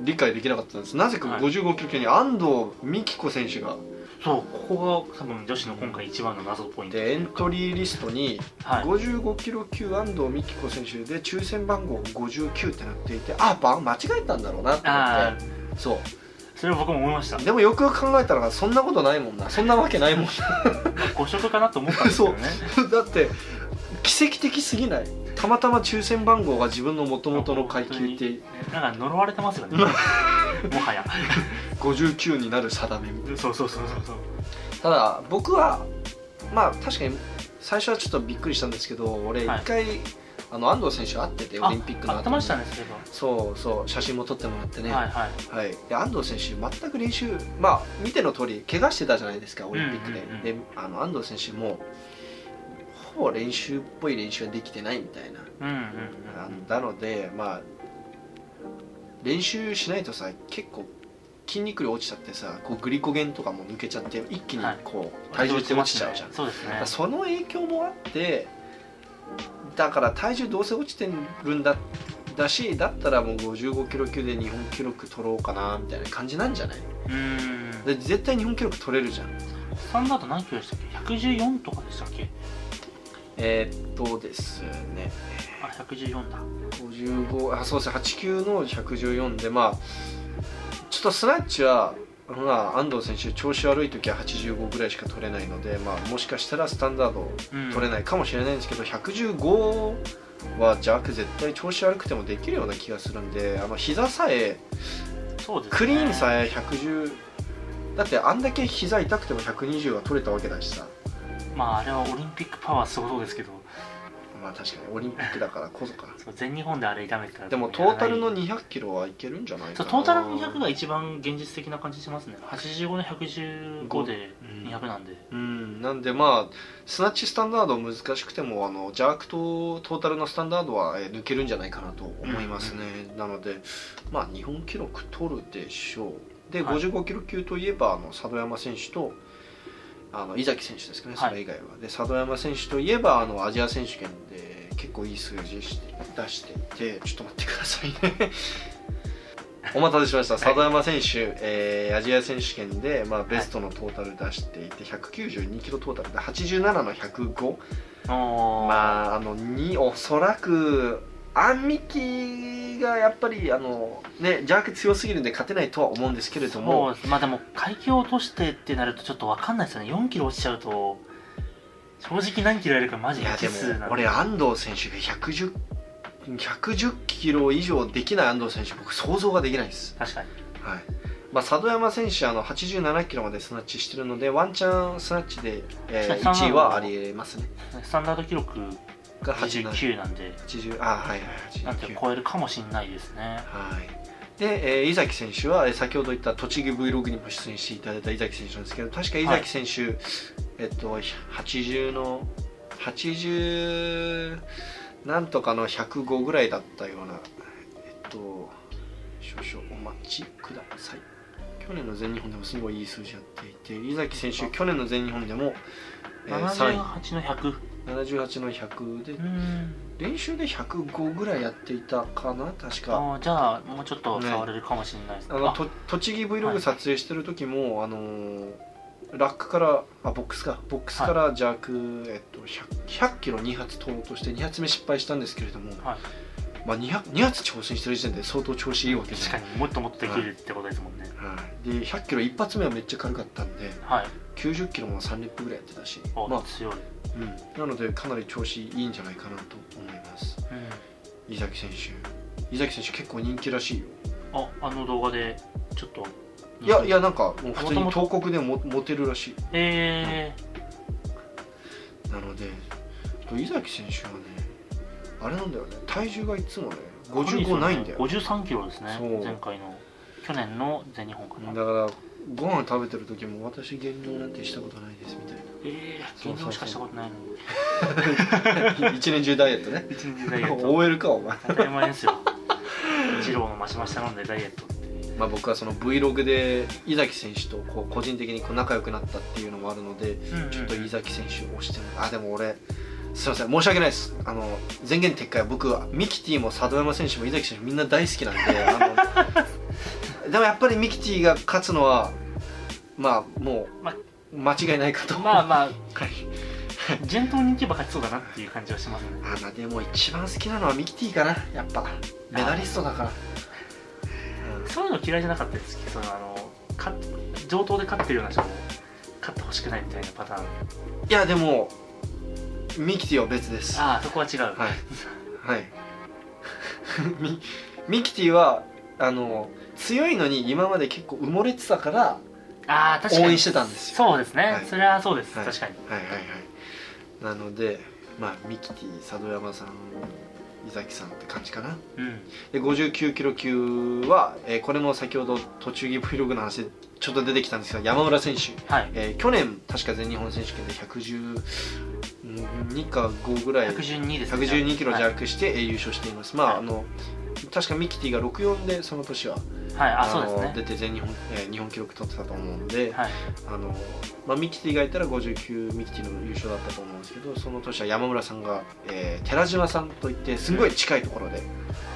理解できなかったんですなぜか
はい
55キロ級に安藤美希子選手が
そうここが多分女子の今回一番の謎ポイント
でエントリーリストに
はい
55キロ級安藤美希子選手で抽選番号59ってなっていてあば間違えたんだろうなって
ああ
思ってそ
それは僕も思いました
うでもよくよく考えたらそんなことないもんなそんなわけないもん
誤色かなと思ったんですけどね
なだって奇跡的すぎないたまたま抽選番号が自分のもともとの階級って
なんか呪われてますよ ねもはや
59になる定めみたいな
そうそうそうそうそう
ただ僕はまあ確かに最初はちょっとびっくりしたんですけど俺一
はい
回、あの安藤選手会っててオリンピックの
あ
後に
あってましたねそうい
そうそう写真も撮ってもらって
え
ね、
ばは
はいい
はい
で安藤選手、全く練習、まあ、見ての通り怪我してたじゃないですか、オリンピックで、
うんうんうん
であの安藤選手もほぼ練習っぽい練習はできてないみたいな、
うんうん
あのなので、まあ、練習しないとさ結構筋肉量落ちちゃってさこうグリコゲンとかも抜けちゃって一気にこう、
うん
体重って落ちちゃうじゃん、
そうです
だ
ね
からその影響もあってだから体重どうせ落ちてるんだだしだったらもう55キロ級で日本記録取ろうかなみたいな感じなんじゃない
うん
で絶対日本記録取れるじゃん
スタンダード何キロでしたっけ114とかでしたっけ
えーっとですね
あ114だ
55あそうですね8級の114でまあちょっとスナッチはまあ安藤選手調子悪い時は85ぐらいしか取れないので、まあ、もしかしたらスタンダード
うん
取れないかもしれないんですけど115は弱絶対調子悪くてもできるような気がするんであの膝さえ
そうですね
クリーンさえ110だってあんだけ膝痛くても120は取れたわけだしさ
まああれはオリンピックパワーすごそうですけど
まあ確かにオリンピックだからこそか
そう全日本であれ痛めてたら
でもトータルの
やらない
2 0 0キロはいけるんじゃないか
そう
な
トータルの200が一番現実的な感じしますね85の115で
うん
200なんで
うんなんでまあスナッチスタンダード難しくてもあのジャークとトータルのスタンダードはえー抜けるんじゃないかなと思いますね、なのでまあ日本記録取るでしょうで、
はい
55キロ級といえばあの佐渡山選手とあの井崎選手ですかね
はい
それ以外は、で佐渡山選手といえばあのアジア選手権で結構いい数字して出していてちょっと待ってくださいねお待たせしました佐渡山選手、えーアジア選手権で、まあ、ベストのトータル出していて、192キロトータルで87の105、
あ
まああのにおそらくアンミキがやっぱりあのね邪悪強すぎるんで勝てないとは思うんですけれど
そう
も
ですまあでも階級を落としてってなるとちょっと分かんないですよね4キロ落ちちゃうと正直何キロやるかマジ
い
で
やで
未知数なん
も俺安藤選手が110 110キロ以上できない安藤選手僕想像ができないです
確かに
はいまあ、佐渡山選手あの87キロまでスナッチしてるのでワンチャンスナッチで、えー
確かに
1位はありえますね
スタンダード記録
が89
89なんで
あはい
な
はい
んて
89
超えるかもしんないですね
はいで、えー井崎選手はえー先ほど言った栃木 Vlog にも出演していただいた井崎選手なんですけど確か井崎選手、えっと80の80なんとかの105ぐらいだったようなえっと少々お待ちください去年の全日本でもすごいいい数字やっていて井崎選手去年の全日本でも、えー3位
78の100
78の100で
うん
練習で105ぐらいやっていたかな確か
あーじゃあもうちょっと触れるかもしれないです
あ
ね
の
あ
と栃木 Vlog 撮影してる時も、あのーラックからあボックスかボックスからジャーク、えっと、100, 100キロ2発通ろうとして2発目失敗したんですけれども、
はい
まあ、200, 2発挑戦してる時点で相当調子いいわけで
確かにもっともっとできるってことですもんね
はい、で100キロ一発目はめっちゃ軽かったんで
はい
90キロも3レップぐらいやってたし
お、
まあ
強い、うん、
うん、なのでかなり調子いいんじゃないかなと思います井崎選手井崎選手結構人気らしいよ
ああの動画でちょっと
いやいやなんかもう普通に
もと
東国でもモテるらしい
え
なのであと井崎選手はねあれなんだよね体重がいつもね55ないんだよ
5 3キロですね
そう
前回の去年の全日本か
だか
な
らご飯食べてる時も私減量なんてしたことないですみた
ええ
そうそうそう
減量しかしたことないのに
いな 一年中ダイエットね
一日ダイエット
OL かお前
当たり前ですよ二郎のマシマシ頼んでダイエットって
まあ僕はその Vlog で井崎選手とこう個人的にこう仲良くなったっていうのもあるのでちょっと井崎選手を推してもあでも俺すいません申し訳ないですあの前言撤回僕はミキティも佐渡山選手も井崎選手もみんな大好きなんであのでもやっぱりミキティが勝つのはまあも
ま
う間違いないかと、
まあまあ
はい
順当にいけば勝ちそうだなっていう感じはしますね
あまあでも一番好きなのはミキティかなやっぱメダリストだから
そういうの嫌いじゃなかったですけどそのあの勝っ上等で勝ってるような人も勝ってほしくないみたいなパターン
いやでもミキティは別です
ああそこは違う、
はいはい ミミキティはあの強いのに今まで結構埋もれてたから
ああ確かに
応援してたんですよ
そうですね、
はい
それはそうです、
はい
確かに
はいはいはいなのでまあミキティ佐渡山さん井崎さんって感じかな
うん
で59キロ級は、えーこれも先ほど栃木 Vlog の話でちょっと出てきたんですが山村選手、
はい
えー去年確か全日本選手権で112か5ぐらい
112ですね
112キロ
はい、
弱して、えー優勝していますまあ、
はい
あの確かミキティが64でその年は
はい、あそう
の
です
出
ね
て全日本、えー日本記録取ってたと思うんで、
はい
あのまあ、ミキティがいたら59ミキティの優勝だったと思うんですけどその年は山村さんが、えー寺島さんといってすごい近いところで、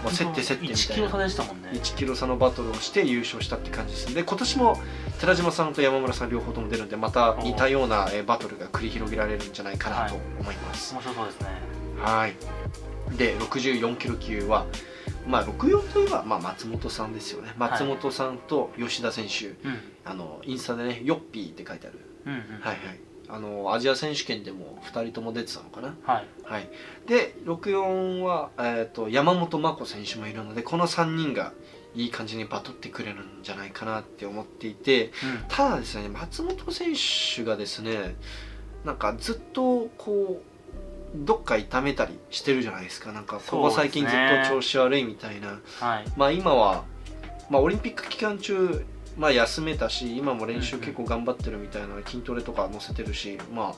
まあ、競って競ってみ
1
た
キ
い
ロ差
な
でしたもんね
1キロ差のバトルをして優勝したって感じですで今年も寺島さんと山村さん両方とも出るんでまた似たような、えーバトルが繰り広げられるんじゃないかなと思います。
面白そうですね
はいで64キロ級は、まあ、64といえば、まあ、松本さんですよね松本さんと吉田選手、
うん
あのインスタでねヨッピーって書いてある
うんうん
はいいはい、あのアジア選手権でも2人とも出てたのかな、
はい、
はい、で64は、えー、と山本真子選手もいるのでこの3人がいい感じにバトってくれるんじゃないかなって思っていて
うん
ただですね松本選手がですねなんかずっとこうどっか痛めたりしてるじゃないですかなんかここ最近ず
そうですね
っと調子悪いみたいな、
はい
まあ今は、まあ、オリンピック期間中、まあ、休めたし今も練習結構頑張ってるみたいな筋トレとか載せてるし、ま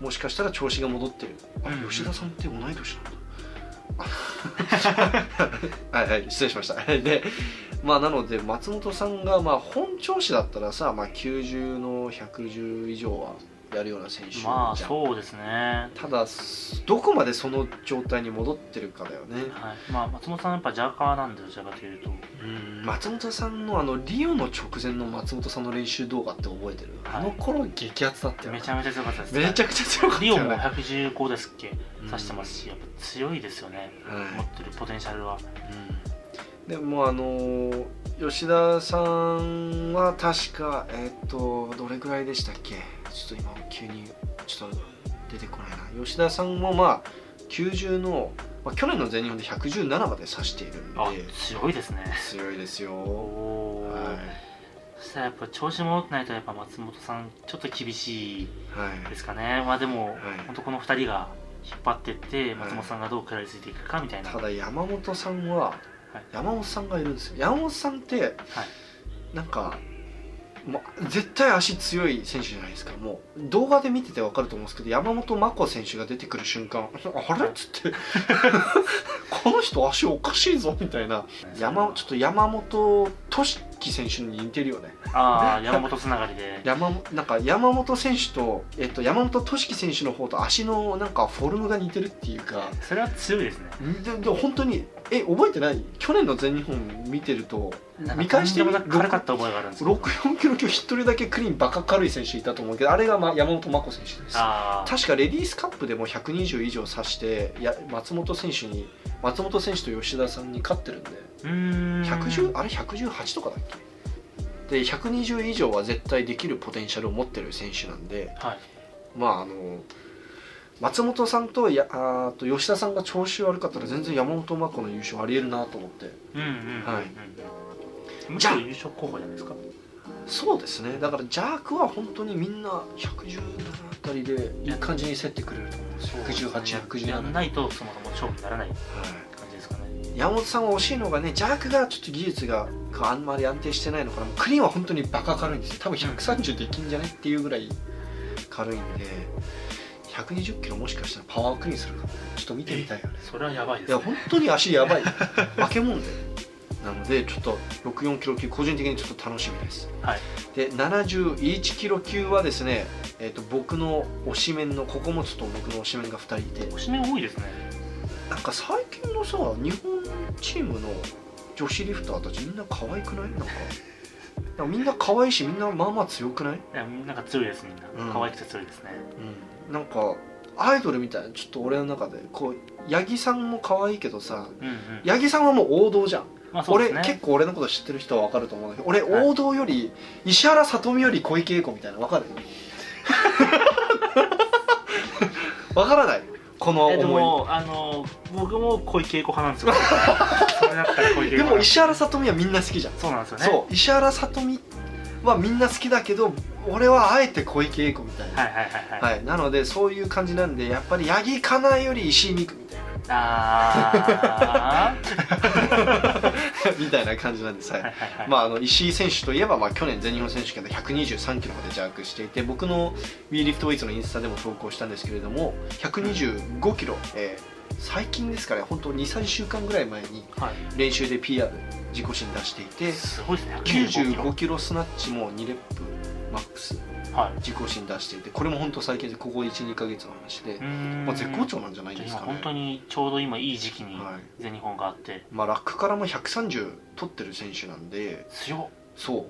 あ、もしかしたら調子が戻ってるあ
うんうん
吉田さんって同い年なんだ あはいはい失礼しました でまあなので松本さんがまあ本調子だったらさ、まあ、90の110以上はやるような選手じゃん、
まあそうですね
ただどこまでその状態に戻ってるかだよね、
はいまあ松本さんやっぱジャーカーなんでどちらかというと
うん松本さんのあのリオの直前の松本さんの練習動画って覚えてる、
はい
あの頃激アツだったよね
めちゃめちゃ強かったです
めちゃくちゃ強かった
リオ
よ
も
ね
115ですっけ
うん
指してますしやっぱ強いですよね持
は、
ってるポテンシャルはい
でもあのー吉田さんは確かえっ、とどれぐらいでしたっけちょっと今急にちょっと出てこないな吉田さんもまあ90の、まあ、去年の全日本で117まで指しているんで
あ強いですね
強いです
お
よ、
お
はい
ーそしたらやっぱ調子戻ってないとやっぱ松本さんちょっと厳しい
はい、
ですかねまあで
は
も、
い
本当この2人が引っ張ってって松本さんがどう食らいついていくかみたいな、
ただ山本さんは、山本さんがいるんですよ山本さんって、なんかもう絶対足強い選手じゃないですかもう動画で見てて分かると思うんですけど山本真子選手が出てくる瞬間あれっつって この人足おかしいぞみたいな山ちょっと山本俊樹選手に似てるよね
ああ山本つなが りで
山本なんか山本選手と、えっと、山本俊樹選手の方と足のなんかフォルムが似てるっていうか
それは強いですね
でで本当にえ覚えてない去年の全日本見てると
なんか
見返してみ
とんでもなく軽かった覚えがあるんですけど
64キロ級一人だけクリーンバカ軽い選手いたと思うけどあれが、ま、山本真子選手です
ああ
確かレディースカップでも120以上指していや松本選手に松本選手と吉田さんに勝ってるんで
うーん
110あれ118とかだっけで120以上は絶対できるポテンシャルを持ってる選手なんで
はい
まああの松本さんとやあーと吉田さんが調子悪かったら全然山本真子の優勝ありえるなと思って
うんうんうんうん
はい
むし
じゃあ
ろ優勝候補じゃないですか
そうですねだからジャークは本当にみんな117あたりでいい感じに競ってくれると思うんですよ118、
や
117、
ん
は
ないとそもそも勝負にならない
い
感じですかね
山本さんは惜しいのがねジャークがちょっと技術があんまり安定してないのかなクリーンは本当にバカ軽いんですよ多分130できんじゃないっていうぐらい軽いんで120キロもしかしたらパワークリーンするかもちょっと見てみたいよね
それはやばいで
い
す
や
ね
本当に足やばい 化け物でなのでちょっと64キロ級個人的にちょっと楽しみです、
はい
で71キロ級はですね、えー、と僕の推しメンのココモツと僕の推しメンが2人いて
推し目多いですね
なんか最近のさ日本チームの女子リフターたちみんな可愛くないなんかなんかみんな可愛いしみんなまあまあ強くない、
いやなんか強いですみんな、
うん
可愛くて強いですね
うん、なんかアイドルみたいなちょっと俺の中でこう八木さんも可愛いけどさ
うんうん
八木さんはもう王道じゃん、
まあそうで
俺
すね
結構俺のこと知ってる人は分かると思うんだけど俺
はい
王道より石原さとみより小池栄子みたいな分 かる分からないこの
えで
思い
もあの僕も小池栄子派な んですよそれだったら小池栄子
でも
派
石原さとみはみんな好きじゃん
そうなんですよね
そう石原さとみはみんな好きだけど俺はあえて小池栄子みたいな、
は
はいい
はいはいはい、
なのでそういう感じなんでやっぱり八木かなえより石井美久みたいな
あー
みたいな感じなんです、はい
はいはいはい
まあ、あの石井選手といえば、まあ、去年全日本選手権で123キロまで弱していて僕の w e リフトウェイツのインスタでも投稿したんですけれども125キロ、えー最近ですから本当23週間ぐらい前に
は
練習で PR 自己新出していて
い、すごいですね95キロ
95キロスナッチも2レップマックス
はい
自己診断していてこれも本当最近でここ12か月の話で
う、ーん
まあ、絶好調なんじゃない
じゃあ
です
今
かね
本当にちょうど今いい時期に
はい
全日本があって
まあ、ラックからも130取ってる選手なんで
強っ
そう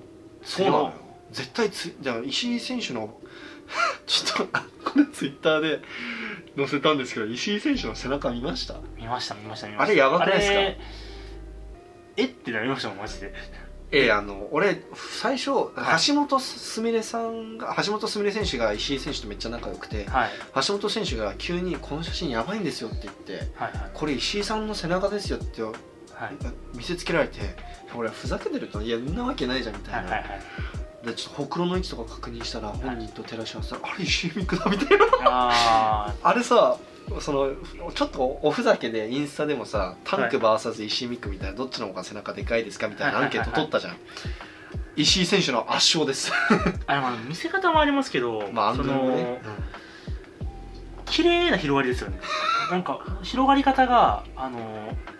そう
強
な
っ
のよ絶対つじゃあ石井選手の ちょっとあこれツイッターで載せたんですけど石井選手の背中見ました
見ました見ました見ました
あれやばくないですか
あれえってなりましたもん マジで
ええあの俺最初橋本すみれさんが橋本すみれ選手が石井選手とめっちゃ仲良くて
はい
橋本選手が急に「この写真やばいんですよ」って言って
はい
「これ石井さんの背中ですよ」って
はい
見せつけられて俺はふざけてるといやんなわけないじゃんみたい
は
な、
いはいはいはい
でちょっとほくろの位置とか確認したら本人と照らし合わせたら、あれ石井美久だみたいな
あ
あれさそのちょっとおふざけでインスタでもさタンク VS 石井美久みたいなどっちの方が背中でかいですかみたいなアンケート取ったじゃん石井選手の圧勝です
ーあれまあ見せ方もありますけど、
まあアン
そ
ドルもね
の、綺麗な広がりですよねなんか広がり方があの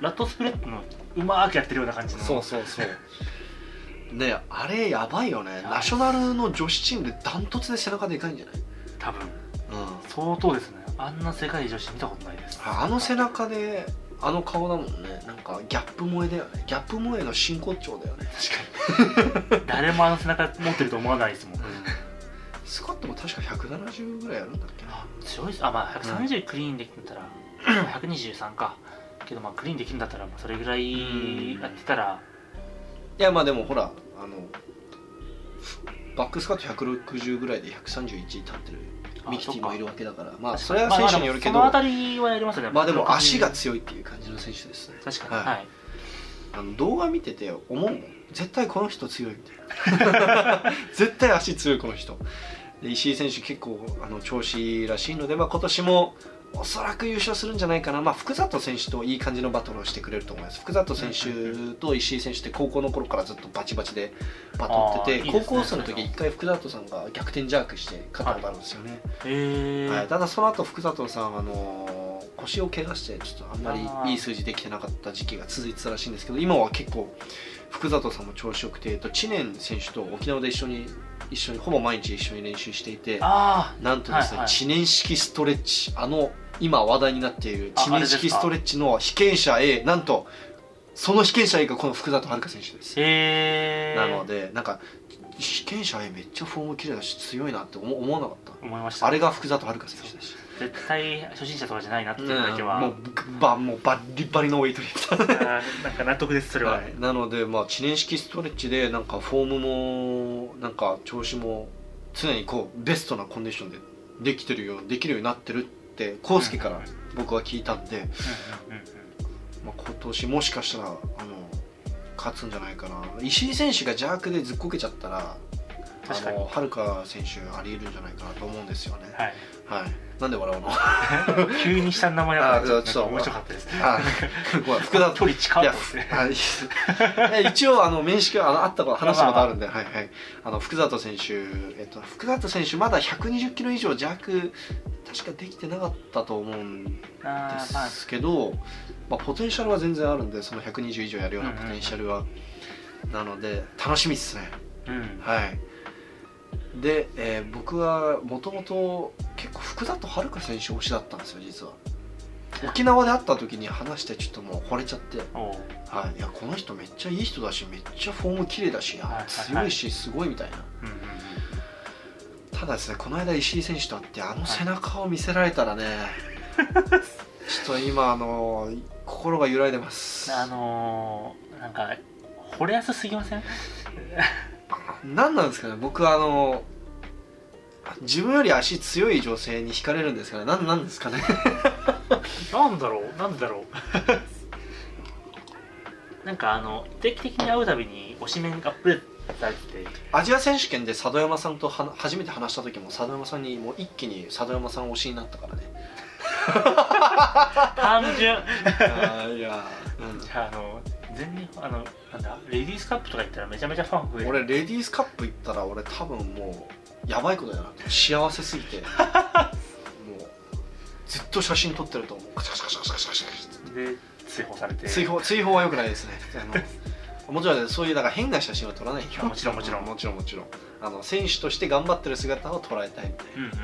ラットスプレッドのうまーくやってるような感じ
うん
の
そうそうそうねえあれやばいよね
やばい
ナショナルの女子チームでダントツで背中でかいんじゃない、
多分
うん、
相当ですねあんな世界女子見たことないです
あの背中であの顔だもんねなんかギャップ萌えだよねギャップ萌えの真骨頂だよね
誰もあの背中持ってると思わないですもん
スコットも確か170ぐらいあるんだっけな
強いですあまあ130クリーンできるんだったら、123かけどまあクリーンできるんだったらまあそれぐらいやってたら
いやまあでもほらあのバックスカット160ぐらいで131立ってる
あ
ミキティもいるわけだからまあ
そ
そ
っ
れ
か
は選手によるけど
まあまあその辺りはやりますよね
まあでも足が
60
強いっていう感じの選手ですね
確かに
は
はいい、
あの動画見てて思うもん絶対この人強い みたいな絶対足強いこの人で石井選手結構あの調子いいらしいので、まあ、今年もおそらく優勝するんじゃないかな、まあ、福里選手といい感じのバトルをしてくれると思います福里選手と石井選手って高校の頃からずっとバチバチでバトってて
あーいいですね
高校生の時一回福里さんが逆転ジャークして勝ったことあるんですよね、
へえ、
はい、ただその後福里さんあのー腰を怪我してちょっとあんま
あー
りいい数字できてなかった時期が続いてたらしいんですけど今は結構福里さんも調子よくてえっと知念選手と沖縄で一緒に一緒にほぼ毎日一緒に練習していて
あ
なんとですね、
はいはい
知念式ストレッチあの今話題になっている
あ
知念式ストレッチの被験者 A なんとその被験者 A がこの福里遥選手です
ーへえ
なのでなんか被験者 A めっちゃフォーム綺麗だし強いなって思思わなかっ
思いました
たあれが福里遥選手でし
絶対初心者とかじゃないなって
た、
いうのだけは、
もうばもうバリバリのウェイトリフト
あーなんか納得ですそれは、
はい、 なので、まあ、知念式ストレッチでなんかフォームもなんか調子も常にこうベストなコンディションでできてるようできるようになってるって康介から僕は聞いたんで、
うんうんうんうん
まあ、今年もしかしたらあの勝つんじゃないかな石井選手が邪悪でずっこけちゃったら
確か
あ
に
の遥か選手ありえるんじゃないかなと思うんですよね、
はい
はい、なんで 笑うの
急に下の名前が
あそうそう
面白かったです
あごめん福田
距離近
い
い
や、
で
ふ
すね
あいいっ すえ一応あの面識はあの会ったこと話したことあるんで、はいはい。あの福里選手、えっと福里選手まだ120キロ以上弱確かできてなかったと思うんで
あーまあ
すけど、まあポテンシャルは全然あるんで、その120以上やるようなポテンシャルは、なので楽しみですね。
うん
はい。で、えー僕はもともと結構福里遥選手推しだったんですよ実は。沖縄で会った時に話してちょっともう惚れちゃって。
おう
はい、いやこの人めっちゃいい人だしめっちゃフォーム綺麗だし、あ
はいはいはい
強いしすごいみたいな
うんうんうん
ただですねこの間石井選手と会ってあの背中を見せられた らね、ちょっと今あの心が揺らいでます
あのー、なんか惚れやすすぎません
何なんですかね僕はあの自分より足強い女性に惹かれるんですかね何なんですかね
なんだろうなんでだろう なんかあの定期的に会うたびに推しメンが増えたりって
アジア選手権で佐渡山さんとは初めて話した時も佐渡山さんにもう一気に佐渡山さん推しになったからね
単純
あ ーいやーうん
じゃああの全日本あのなんだレディースカップとか行ったらめちゃめちゃファン増える
俺レディースカップ行ったら俺多分もうやばいことやな幸せすぎてもうずっと写真撮ってると思うカシャカシャカシャカシャカシャカシャっ
で追放されて
て追放追放は良くないですねあのもちろんそういうなんか変な写真は撮らないよ
もちろんもちろん
もちろんもちろんあの選手として頑張ってる姿を捉えたいみたい
うんうん
な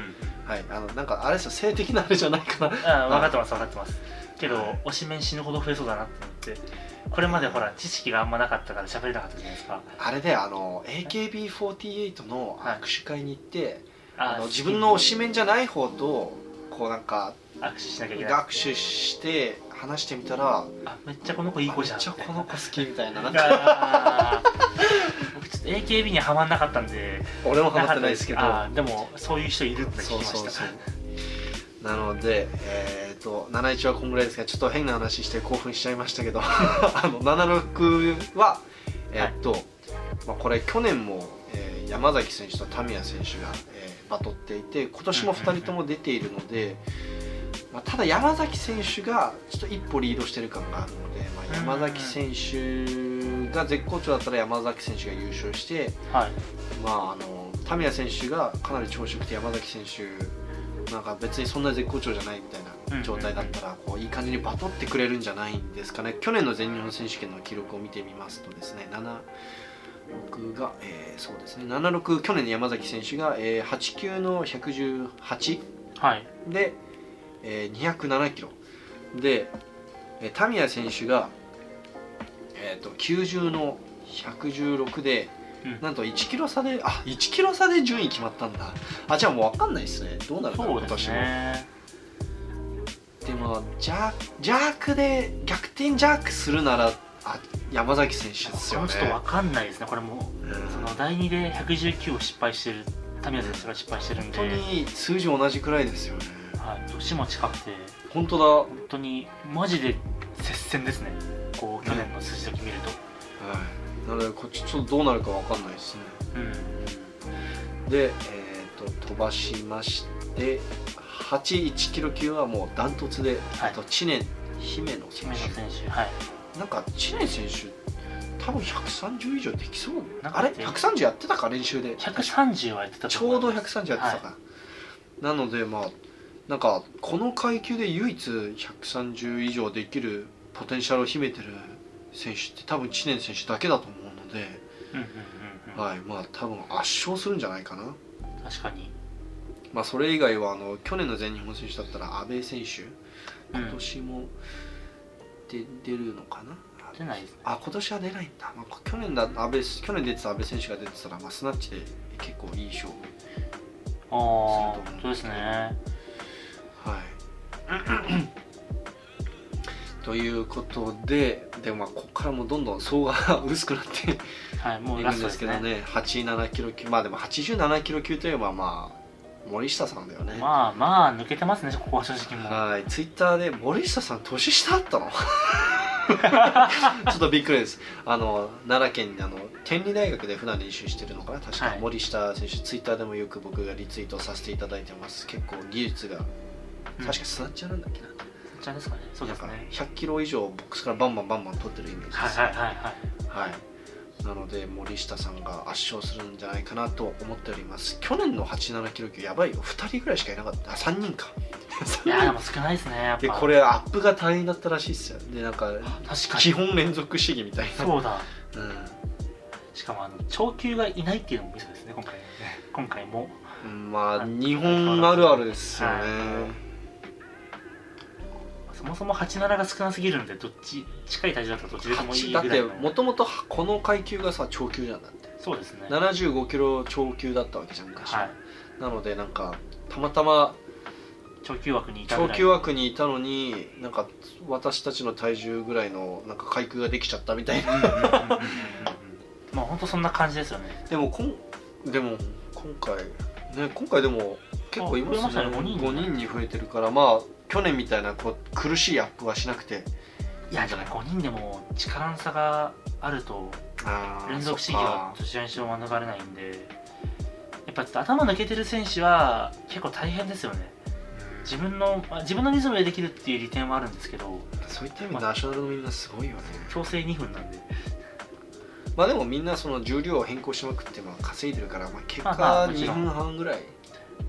はいあのなんかあれですよ性的なあれじゃないかな
あ分かってます分かってますけど
はい
推しメン死ぬほど増えそうだなって思ってこれまでほら知識があんまなかったから喋れなかったじゃないですか
あれであの AKB48 の握手会に行って、あの
ー
自分の推しメンじゃない方とこうなんか
握手しなきゃいけない
握手して話してみたら
あめっちゃこの子いい子じゃん
めっちゃこの子好きみたいななんか
あー僕ちょっと AKB にはまんなかったんで
俺もハマってないですけど
あーでもそういう人いるって聞き
そう
ました
そうそうなのでえっ、と71はこんぐらいですがちょっと変な話して興奮しちゃいましたけど あの76はえっ、と、まあ、これ去年も、えー山崎選手と田宮選手が、えーバトっていて今年も2人とも出ているので、まあ、ただ山崎選手がちょっと一歩リードしてる感があるので、まあ、山崎選手が絶好調だったら山崎選手が優勝して、
はい
まあ、あの田宮選手がかなり調子よくて山崎選手なんか別にそんな絶好調じゃないみたいな状態だったらこういい感じにバトってくれるんじゃないんですかね去年の全日本選手権の記録を見てみますとですね76が、えーそうですね76去年の山崎選手が、えー、89の118
はい
で、えー207キロで、えー田宮選手が、えー、と90の116で、
うん
なんと1キロ差であ1キロ差で順位決まったんだあじゃあもう分かんないですねどうなるかな
そう
今
です
年も
ね
でもジャジャークで逆転ジャークするならあ山崎選手です
こ
よ
の
ね
ちょっとわかんないですねこれも
うん
その第2で119を失敗してる田宮選手が失敗してるん
本
で、
当に数字同じくらいですよね
はい、年も近くて
本当
本当にマジで接戦ですねこう去年の数字だけ見ると、
だ、はい、なのでこっちちょっとどうなるか分かんないですね
うん
で、えー、と飛ばしまして81キロ級はもうダントツで、
はい
あと知念姫野選
姫野選手はい
手なんか知念選手多分130以上できそう
なんか
あれ
で
130やってたか練習で
130はやってた
ち
と思
ょうど
います
130やってたから、なのでまあなんかこの階級で唯一130以上できるポテンシャルを秘めてる選手って多分知念選手だけだと思うので、
うんうんうんうん
はいまあ多分圧勝するんじゃないかな
確かに
まあそれ以外はあの去年の全日本選手だったら阿部選手
うん
今年もで、出るのかな
出ないですね
あ今年は出ないんだ、まあ、去年だ安倍去年出てた阿部選手が出てたら、まあ、スナッチで結構いい勝負すると思
ああ
う
そうですね
はい ということでで、まあ、ここからもどんどん層が薄くなってい
はいもう
く
ラ
ん
スト
で
ですす
けど
ね
ね87キロ級まあでも87キロ級といえばまあ森下さんだよね、
まあまあ抜けてますねここは正直もう
はい、ツイッターで森下さん年下あったの ちょっとびっくりですあの奈良県にあの天理大学で普段練習してるのかな確か
はい
森下選手、ツイッターでもよく僕がリツイートさせていただいてます結構技術が
うん
確かスナッチャーなんだっけな、
そっちらですかねそうです
なん
ね
か100キロ以上ボックスからバンバンバンバン取ってるイメージです、
はいはいはいはい
はいなので森下さんが圧勝するんじゃないかなと思っております去年の87キロ級やばいよ2人ぐらいしかいなかったあ3人か
いやーでも少ないですねやっぱ
でこれアップが単位だったらしいっすよでなんか
確か
基
に
本連続主義みたいな
そうだ
うん、
しかもあの長球がいないっていうのもミソですね今回今回も
うんまあ日本あるあるですよね、
はそもそも87が少なすぎるんでどっち近い体重だったらどっちでもいい
八
ぐ
だ
ら
っ
い
て
の
もともとこの階級がさ超級なんだって
そうですねはい
75キロ超級だったわけじゃん昔は、なのでなんかたまたま
長球枠にいたぐ
超
らい
級枠にいたのになんか私たちの体重ぐらいのなんか階級ができちゃったみたいな
うんうんうんうんうんうんまあ本当そんな感じですよね
でもこんでも今回ね今回でも結構いますね
あ増えましたね五人
五人に増えてるからまあ去年みたいなこう苦しいアップはしなくて
いやでも5人でも力の差があると
あー
連続主義
そっ
は
か
どちらにしろ免れないんでやっぱちょっと頭抜けてる選手は結構大変ですよね自分のまあ自分のリズムでできるっていう利点はあるんですけど
そういった意味でナショナルのみんなすごいよね
強制2分なんで
まあでもみんなその重量を変更しまくってまあ稼いでるから、まあ、結
まあまあ
果
もち
2
ろん
分半ぐらい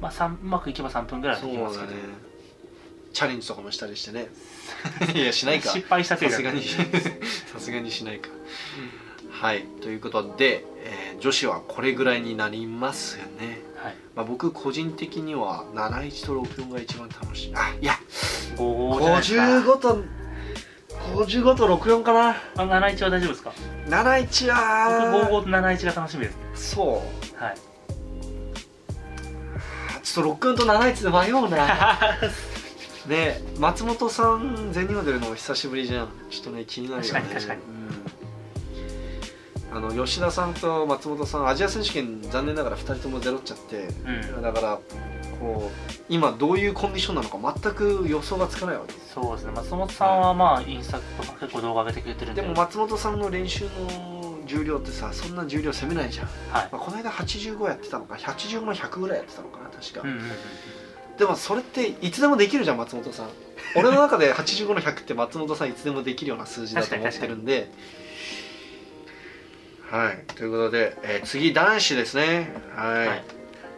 まあ、三うまくいけば3分ぐらいは
そ
で
う
きます
だ
けど
ね、チャレンジとかもしたりしてね いやしないか
失敗したせい
さ
だ
すがに
い
さすがにしないか、はいということで、えー女子はこれぐらいになりますよね、
はい
まあ、僕個人的には71と64が一番楽しいあいや
55じゃないで
55
すか
と55と64かな
あ71は大丈夫ですか
71
僕
は
55と71が楽しみですね
そう
はい
あちょっと64と71で迷うな ね松本さん全日本出るのも久しぶりじゃんちょっとね気になるよね
確かに確かに
うんあの吉田さんと松本さんアジア選手権残念ながら2人ともゼロっちゃって
うん
だからこう今どういうコンディションなのか全く予想がつかないわけです
そうですね松本さんはまあインスタとか結構動画上げてくれてるんで
でも松本さんの練習の重量ってさそんな重量攻めないじゃん、
はい
まあこの間85やってたのか85の100ぐらいやってたのかな確か、
うんうんうんうん
でもそれっていつでもできるじゃん松本さん俺の中で85の100って松本さんいつでもできるような数字だと思ってるんではいということで、えー次男子ですねはい
はい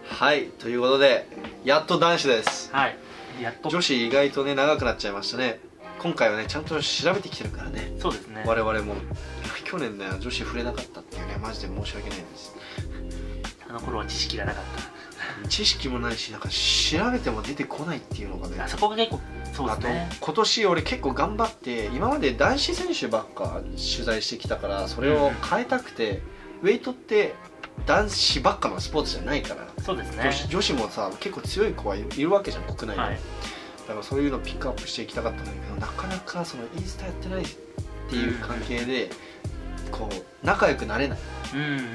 はい、ということでやっと男子です
はいやっと
女子意外とね長くなっちゃいましたね今回はねちゃんと調べてきてるからね
そうですね
我々も去年ね女子触れなかったっていうねマジで申し訳ないです
あの頃は知識がなかっ
知識もないしなんか調べても出てこないっていうのがね
たあそこが結構そうですね
あと今年俺結構頑張って今まで男子選手ばっか取材してきたからそれを変えたくて、ウェイトって男子ばっかのスポーツじゃないから、
そうですね
女子女子もさ結構強い子はいいるわけじゃん国内で、
はい
だからそういうのピックアップしていきたかったんだけどなかなかそのインスタやってないっていう関係で、こう仲良くなれない
うんうんうんうん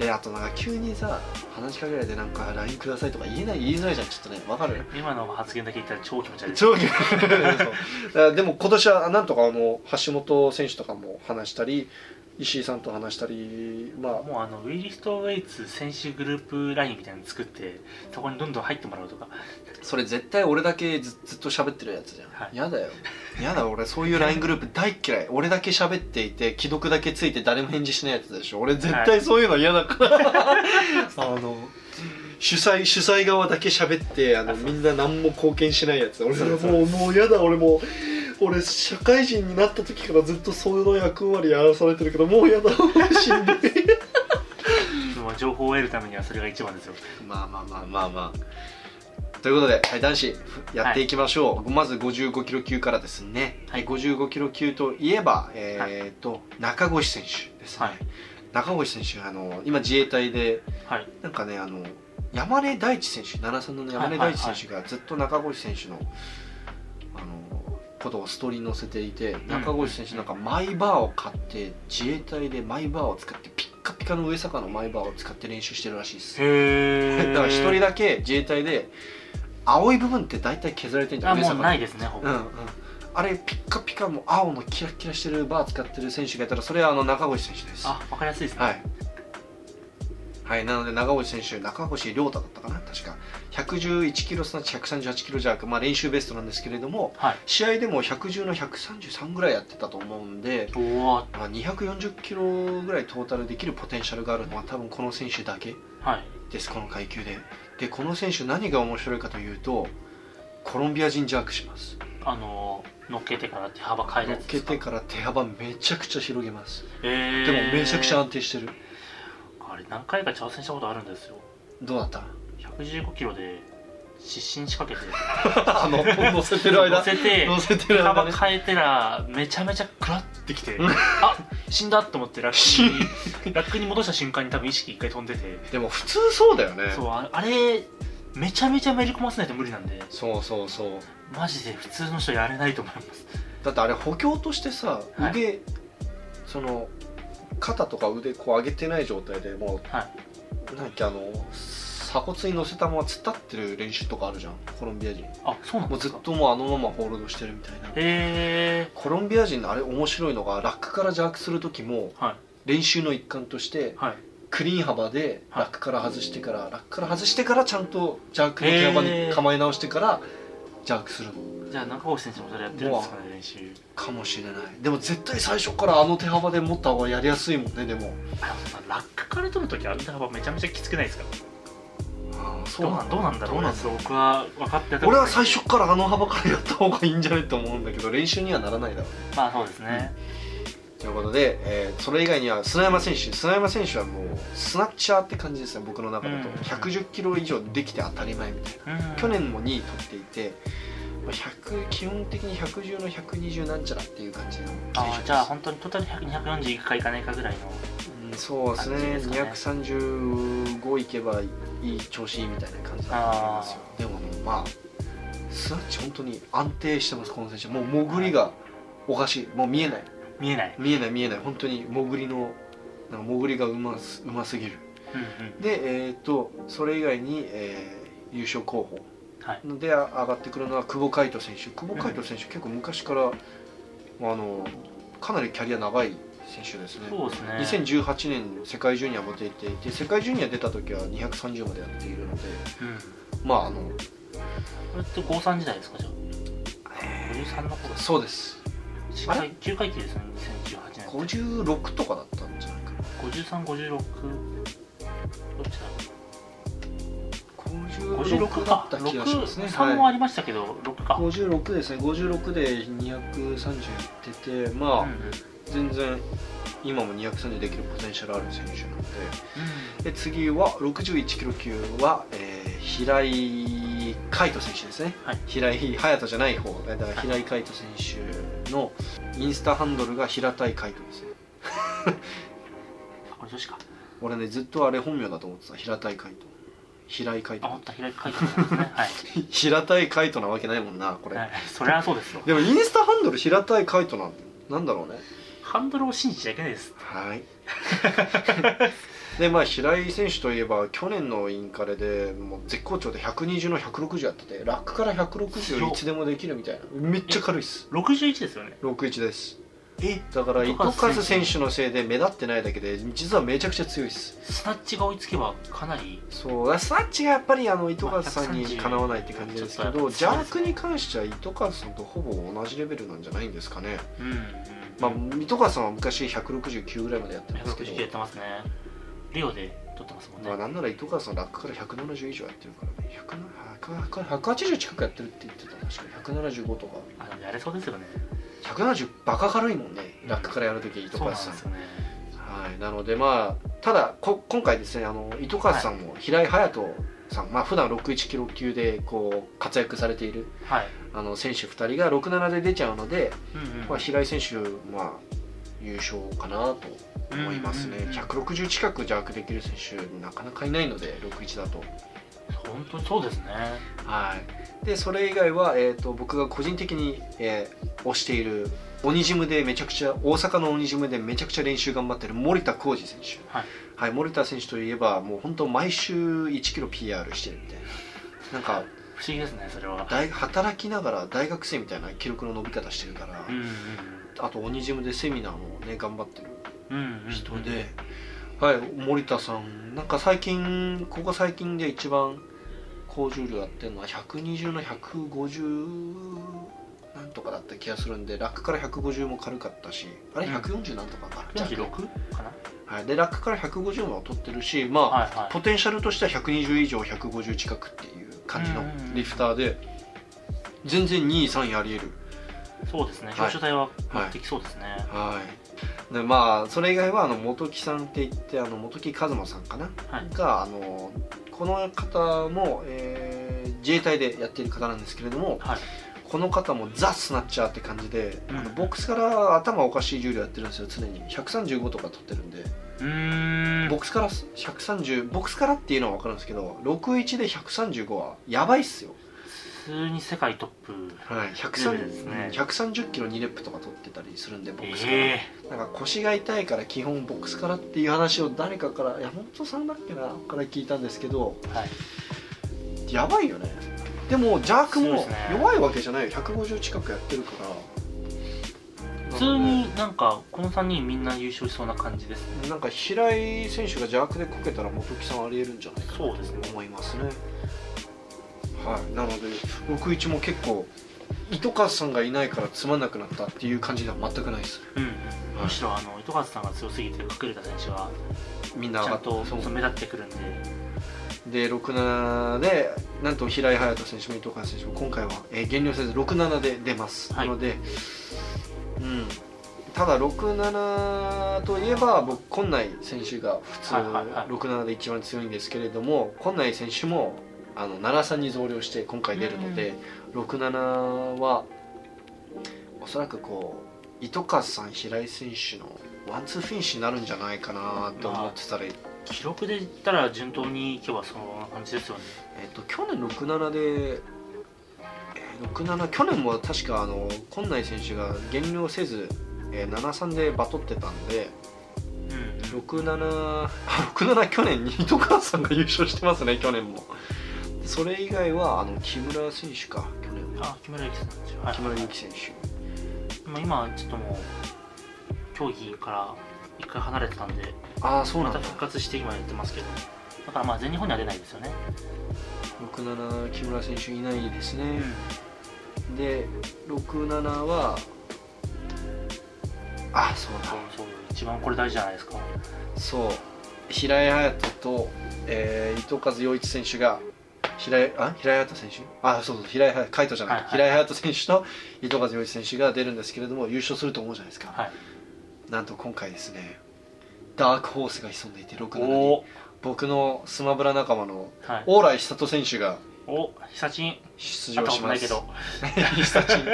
であとなんか急にさ話しかけられてなんか LINE くださいとか言えない言いづらいじゃんちょっとねわかる
今の発言だけ言ったら超気持ち悪いです
超級そうだからでも今年はなんとかあの橋本選手とかも話したり石井さんと話したりま
もうあのウェイリストウェイツ選手グループラインみたいなの作ってそこにどんどん入ってもらうとか
あそれ絶対俺だけずずっと喋ってるやつじゃん、
はい
やだよやだ俺そういう LINE グループ大っ嫌い俺だけ喋っていて既読だけついて誰も返事しないやつでしょ俺絶対そういうの嫌だから、あの主催主催側だけ喋ってあの
あそう
みんな何も貢献しないやつ俺
そうそう
もうもう嫌だ俺もう俺社会人になった時からずっとその役割やらされてるけどもう 嫌だ死んで
まあ情報を得るためにはそれが一番ですよ
まあまあまあまあまあということで、はい、男子やっていきましょう、まず55キロ級からですね、
はい
55キロ級といえば、えーと中越選手ですね、
はい
中越選手あの今自衛隊で
はい
なんかねあの山根大地選手73の山根大地選手がずっと中越選手のあのことをストーリーに載せていて中越選手なんかマイバーを買って自衛隊でマイバーを使ってピッカピカの上坂のマイバーを使って練習してるらしいです
へ
だから一人だけ自衛隊で青い部分って大体削られてるんじゃ
あ
ん
もうない
で
ですねほぼ、
うんうんあれピッカピカもう青のキラキラしてるバー使ってる選手がいたらそれはあの中越選手ですは
あわかりやすいですね、
いはいなので中越選手中越亮太だったかな確か111キロすなわち138キロ弱、まあ、練習ベストなんですけれども
はい
試合でも110の133ぐらいやってたと思うんで、
おおー
まあ、240キロぐらいトータルできるポテンシャルがあるのは多分この選手だけ
はい
ですこの階級ででこの選手何が面白いかというとコロンビア人ジャークします
あのー乗っけてから手幅変える
乗
や
っ
つで
け
すか
てから手幅めちゃくちゃ広げます
えー、
でもめちゃくちゃ安定してる
あれ何回か挑戦したことあるんですよ
どうだった
115キロで失神しか けて
あの乗せてる間
乗せて
乗せて
手
る間
幅
ね
変えたらめちゃめちゃクラッてきて
うん
あ死んだと思ってラック にラックに戻した瞬間に多分意識一回飛んでて
でも普通そうだよね
そうああれめちゃめちゃめり込ませないと無理なんで
そうそうそう
マジで普通の人やれないと思います
だってあれ補強としてさ
はい
腕、その肩とか腕こう上げてない状態でも
は
うなんかあの鎖骨に乗せたまま突っ立ってる練習とかあるじゃんコロンビア人
あそうなん
も
で
うず
す
っ
か
ともうあのままホールドしてるみたいな
へえ
コロンビア人のあれ面白いのがラックからジャークする時も
はい
練習の一環として
はい
クリーン幅で
はい
ラックから外してからラックから外してからちゃんとジャークの手幅に構え直してからジャークするの
じゃあ中越選手もそれやってるんですかね練習
かもしれないでも絶対最初からあの手幅で持った方がやりやすいもんねでも
あのラックから取るときあの手幅めちゃめちゃきつくないですか
ああ
どうなんどうなんだろうねそう僕は分かってやったこと
俺
ない
は最初からあの幅からやった方がいいんじゃないと思うんだけど練習にはならないだろうね
まあそうですね、
ということで、えーそれ以外には砂山選手砂山選手はもうスナッチャーって感じですね僕の中だと、
うん
110キロ以上できて当たり前みたいな
うん
去年も2位取っていてまあ100基本的に110の120なんちゃらっていう感じの選手
あ
です
じゃあ本当にトータル100 240いくかいかないかぐらいの
うんそうですね
感じですかね
235いけばいい調子いいみたいな感じだと思いますよでもまあスナッチ本当に安定してますこの選手もう潜りがおかしいもう見えない
見えない、
見えない見えない本当に潜りのなんか潜りがうますうますぎる
うんうん、
でえっとそれ以外に、えー優勝候補
はい
であ上がってくるのは久保海斗選手久保海斗選手、結構昔から、まあ、あのかなりキャリア長い選手ですね
そうですね
2018年世界ジュニアも出ていて世界ジュニア出た時は230までやっているので
うん
まああの
これって高三時代ですかじゃあ53の頃
そうです
9
あれ
階9階級ですね2018年
56とかだったんじゃないかな
5356どっちだ
56
56
だ
か
った気がしますね
63もありましたけど、6か、うん
56ですね56で230出てまあ、
うんうん
全然今も230できるポテンシャルある選手なのでで次は61キロ級は、えー平井海斗選手ですね、
はい
平井隼人じゃない方だから平井海斗選手のインスタハンドルが平たい海斗ですね
あこれ女子か
俺ねずっとあれ本名だと思ってた平たい海斗平井海
あ本
斗
当開く書いてあるんですねはい、
平たい海斗なわけないもんなこれ、
はい、それはそうですよ
でもインスタハンドル平たい海斗なんなんだろうね
ハンドルを信じちゃいけないです
はいでまあ平井選手といえば去年のインカレでもう絶好調で120の160やっててラックから160いつでもできるみたいなめっちゃ軽いっす
61ですよね
61です
え
だから
糸
糸
数選手
数選手のせいで目立ってないだけで実はめちゃくちゃ強いです
スナッチが追いつけばかなり
そうスナッチがやっぱりあの糸数さんにかなわないって感じですけ
ちょっとや
ど
っぱそうですね
邪悪に関しては糸数さんとほぼ同じレベルなんじゃないんですかね
うん、うん、
まあ糸数さんは昔169ぐらいまでやってますけど
169やってますねリオで取ってますもんね、
まあなんなら糸川さんラックから170以上やってるからね100 100 180近くやってるって言ってた確か175とか
あでもやれそうですよね
170バカ軽いもんねラックからやるとき糸
そう
川
なん
さん
ですよね
はい、なのでまあただこ今回ですねあの糸川さんも平井隼人さん、まあ普段61キロ級でこう活躍されている
はい、
あの選手2人が67で出ちゃうので、
うんうん
まあ、平井選手、まあ、優勝かなと思いますね、
うんうんうん
160近く弱できる選手なかなかいないので61だと。
本当にそうですね
はい、でそれ以外は、えー、と僕が個人的に、えー推している鬼ジムでめちゃくちゃ大阪の鬼ジムでめちゃくちゃ練習頑張ってる森田浩二選手、
はい
はい森田選手といえばもう本当毎週1キロ PR してるみたいななんか
不思議ですねそれは
大働きながら大学生みたいな記録の伸び方してるから、
うん
あと鬼ジムでセミナーもね頑張ってる
うんうんうん
人で、はい、森田さんなんか最近ここ最近で一番高重量やってるのは120の150なんとかだった気がするんでラックから150も軽かったしあれ
うん
140なんとかかな、
46かな
はい、でラックから150も取ってるしまあ、
はいはい
ポテンシャルとしては120以上150近くっていう感じのリフターで全然2位3位ありえる
そうですね
い
表彰台は持ってきそうですね、
はい、でまあそれ以外はあの元木さんって言ってあの元木一馬さんかな、
はい
があのこの方も、えー自衛隊でやっている方なんですけれども
はい
この方もザ・スナッチャーって感じで、
うん
あのボックスから頭おかしい重量やってるんですよ常に135とか取ってるんで、
うーん
ボックスから130ボックスからっていうのは分かるんですけど61で135はやばいっすよ、
普通に世界トップ
はい、
レベルですね
130 130キロ2レップとか取ってたりするんでボックスから。
え
なんか腰が痛いから基本ボックスからっていう話を誰かから山本さんだっけなから聞いたんですけど
えはい
やばいよねでもジャーク
そうで
も
すね
弱いわけじゃないよ150近くやってるから
普通になんかこの3人みんな優勝しそうな感じですね
なんか平井選手がジャークでこけたら元木さんありえるんじゃないかな
そうですね
と思いますねはいなので61も結構糸数さんがいないからつまんなくなったっていう感じでは全くないです
うん、
はい
むしろあの糸数さんが強すぎて隠れた選手は
みん
ち
な上
ゃ
が
んと
そう
目立ってくるんで
で67でなんと平井隼人選手も伊藤選手も今回は、えー減量せず67で出ます、
はい
なので、うん、ただ67といえば僕金内選手が普通
はいはいはい
67で一番強いんですけれども金内選手もあの73に増量して今回出るので、67はおそらくこう糸数さん平井選手のワンツーフィニッシュになるんじゃないかなと思ってたら
記録で言ったら順当にいけばそんな感じですよね
えっと去年67で、えー67去年も確かあの今内選手が減量せず、えー73でバトってたんで
うん
67あ67去年に糸川さんが優勝してますね去年もそれ以外はあの木村選手か去年は
あ木村ゆきさんですよ、はい、
木村祐希選
まあ今ちょっともう競技から一回離れてたんで
手ああそうな
ま
んだ
た復活して今やってますけどだからまあ全日本には出ないですよね、
67木村選手いないですね、
うん
で67はあそうだ
そうそう一番これ大事じゃないですか
そう平井隼人と、えー伊藤和洋一選手が平井あ平井隼人選手あそうそう平井隼海人じゃない、
はいはい
平井隼人選手と伊藤和洋一選手が出るんですけれども優勝すると思うじゃないですか、
はい
なんと今回ですねダークホースが潜んでいて6
お
7に
お
僕のスマブラ仲間の
はい
往来久人選手が
お久しん
出
会
場
ったこ
し
とな
ま
いけ
す
ど
久珍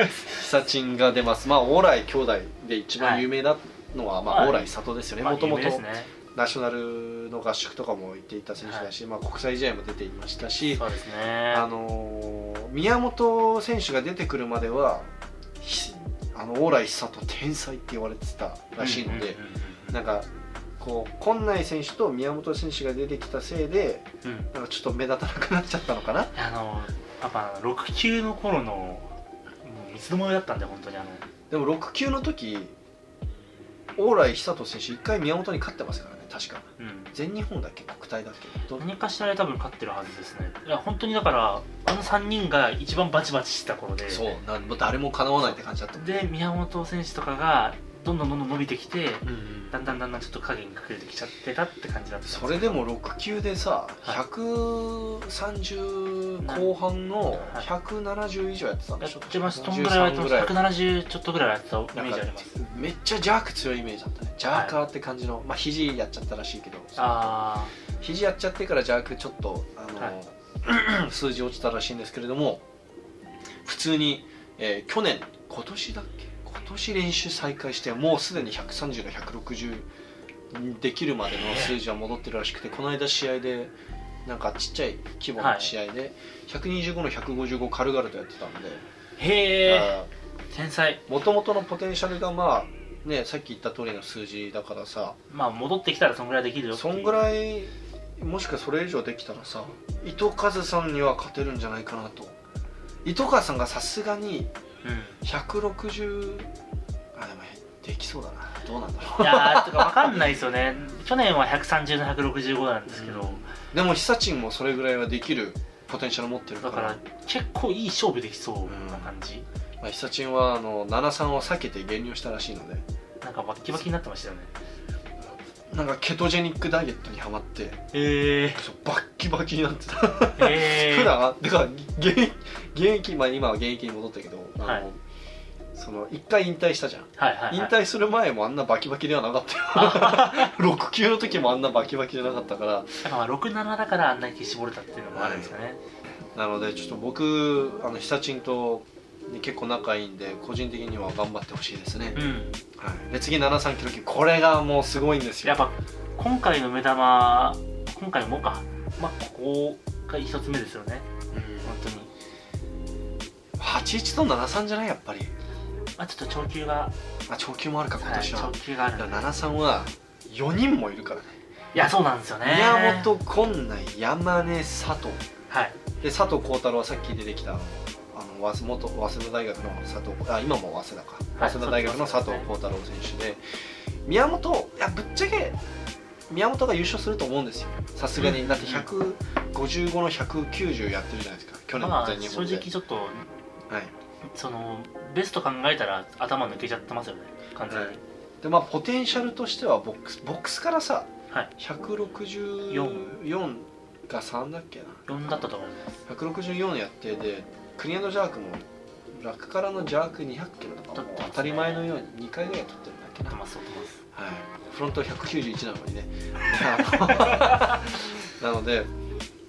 久珍が出ますまあ往来兄弟で一番有名なのは、ま
は
あ、
い
往来久人ですよね
まあ
もとも
有名で
と
すね
ナショナルの合宿とかも行っていた選手だし、まあ、国際試合も出ていましたし、
そうですね
あのー宮本選手が出てくるまではひあの往来久と天才って言われてたらしいので、
うんうんうんうん
なんかこう今内選手と宮本選手が出てきたせいで
うん、
なんかちょっと目立たなくなっちゃったのかな
あのやっぱ6級の頃のもう三つどもえだったんで本当にあの
でも6級の時往来久人選手一回宮本に勝ってますからね確か
うん
全日本だっけ国体だっけど
何かしらで多分勝ってるはずですねいや本当にだからあの3人が一番バチバチしてた頃で
そうなんもう誰もかなわないって感じだったもん
で宮本選手とかがどんどんどんどん伸びてきて
うんうん
だんだんだんだんちょっと影に隠れてきちゃってたって感じだったんですけ
そ
ど
れでも6級でさ
はい
130後半の
はい
170以上やってたん
や
で
っ
しょ
てます。とんぐらいはやってます。
173ぐらい
170ちょっとぐらいはやってたイメージあります。
めっちゃジャーク強いイメージだったねジャーカーって感じの、まあ肘やっちゃったらしいけど
あ
肘やっちゃってからジャークちょっとあの、
は
数字落ちたらしいんですけれども普通に、えー去年今年だっけ今年練習再開してもうすでに130が160できるまでの数字は戻ってるらしくてこの間試合でなんかちっちゃい規模の試合で、125の155軽々とやってたん
ー。へえ。
で
天才。
もともとのポテンシャルがまあねさっき言った通りの数字だからさ、
まあ戻ってきたらそんぐらいできるよって
そ
いうん
ぐらいもしくはそれ以上できたらさ糸数さんには勝てるんじゃないかなと糸数さんがさすがに
うん。
160あでもできそうだなどうなんだろ
いやーとかわかんないですよね。去年は130の165なんですけど、
うでも久珍もそれぐらいはできるポテンシャル持ってるか
だ
ら
から結構いい勝負できそうな感じ。
まあ、久珍はあの73を避けて減量したらしいので
なんかバッキバキになってましたよね。
なんかケトジェニックダイエットにはまって
へえ。
そうバッキバキになってた
へえ。
普段はだから現役現役まあ今は現役に戻ったけどあの、
はい
その一回引退したじゃん
はいはい、はい。
引退する前もあんなバキバキではなかっ たよ6級の時もあんなバキバキじゃなかったから
だから67だからあんなに絞れたっていうのもあるんですかね。
なのでちょっと僕あの久珍とね結構仲いいんで個人的には頑張ってほしいですね
う、ん。
はい、で次7 3キロ級これがもうすごいんですよ
やっぱ今回の目玉、今回もか、まあ、ここが一つ目ですよね、
うん
本当に。
81と73じゃないやっぱり
まあ、ちょっと長級が、
あ長級もあるか今
はい、
年は、
長級があるん
だ
で
から73は4人もいるからね
いや、そうなんですよね。
宮本近内山根佐藤
はい。
で佐藤幸太郎はさっき出てきたあの早稲元早稲田大学の佐藤あ今も早稲田か
はい
早稲田大学の
そう
佐
です
藤
ね
幸太郎選手で宮本いやぶっちゃけ宮本が優勝すると思うんですよさすが
う
に
ん
だって155の190やってるじゃないですか去年
ま
の
あ、
全日
正
本で、
直ちょっと、
はい、
その、ベスト考えたら頭抜けちゃってますよね、完全に。
はいでまあポテンシャルとしてはボックスボックスからさ、
はい
164が3だっけな
4だったと思います。
164のやってでクリアンドジャークもラックからのジャーク200キロとかもう当たり前のように2回ぐらい取ってるんだっけ
取
な、はい、
ってます、取ってます。
フロント191なのに ねなので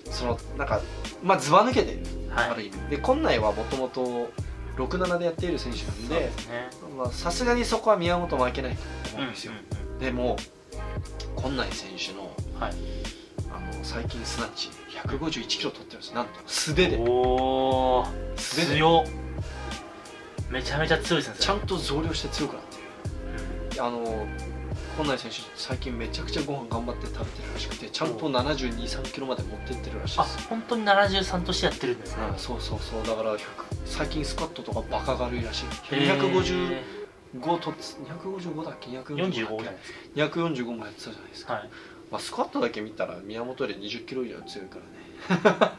そのなんかまあずば抜けている、あ
は
る
い。
意味で今内はもともと67でやっている選手なん
そう
で
ですね。
まあさすがにそこは宮本負けないと
うん、
思
う
うん
ん
ですよ、でも今内選手の
うん。はい。
あの最近スナッチ151キロ取ってるんですなんと素手で
おー、
素手で
強っめちゃめちゃ強いですね、
ち
そ
ゃ
れ
んと増量して強くなってるあの本内選手最近めちゃくちゃご飯頑張って食べてるらしくてちゃんと
お
7 2 3キロまで持ってってるらしい
あ
です、
本当に73としてやってるんですね。
うんそうそうそうだから100最近スカットとかバカ軽いらしい
え
255と255だっけ
ー
245
45じ
だ
ゃ
っ
ないです
け245もやってたじゃないですか、
か。はい。
まあ、スカットだけ見たら宮本より2 0キロ以上強いからね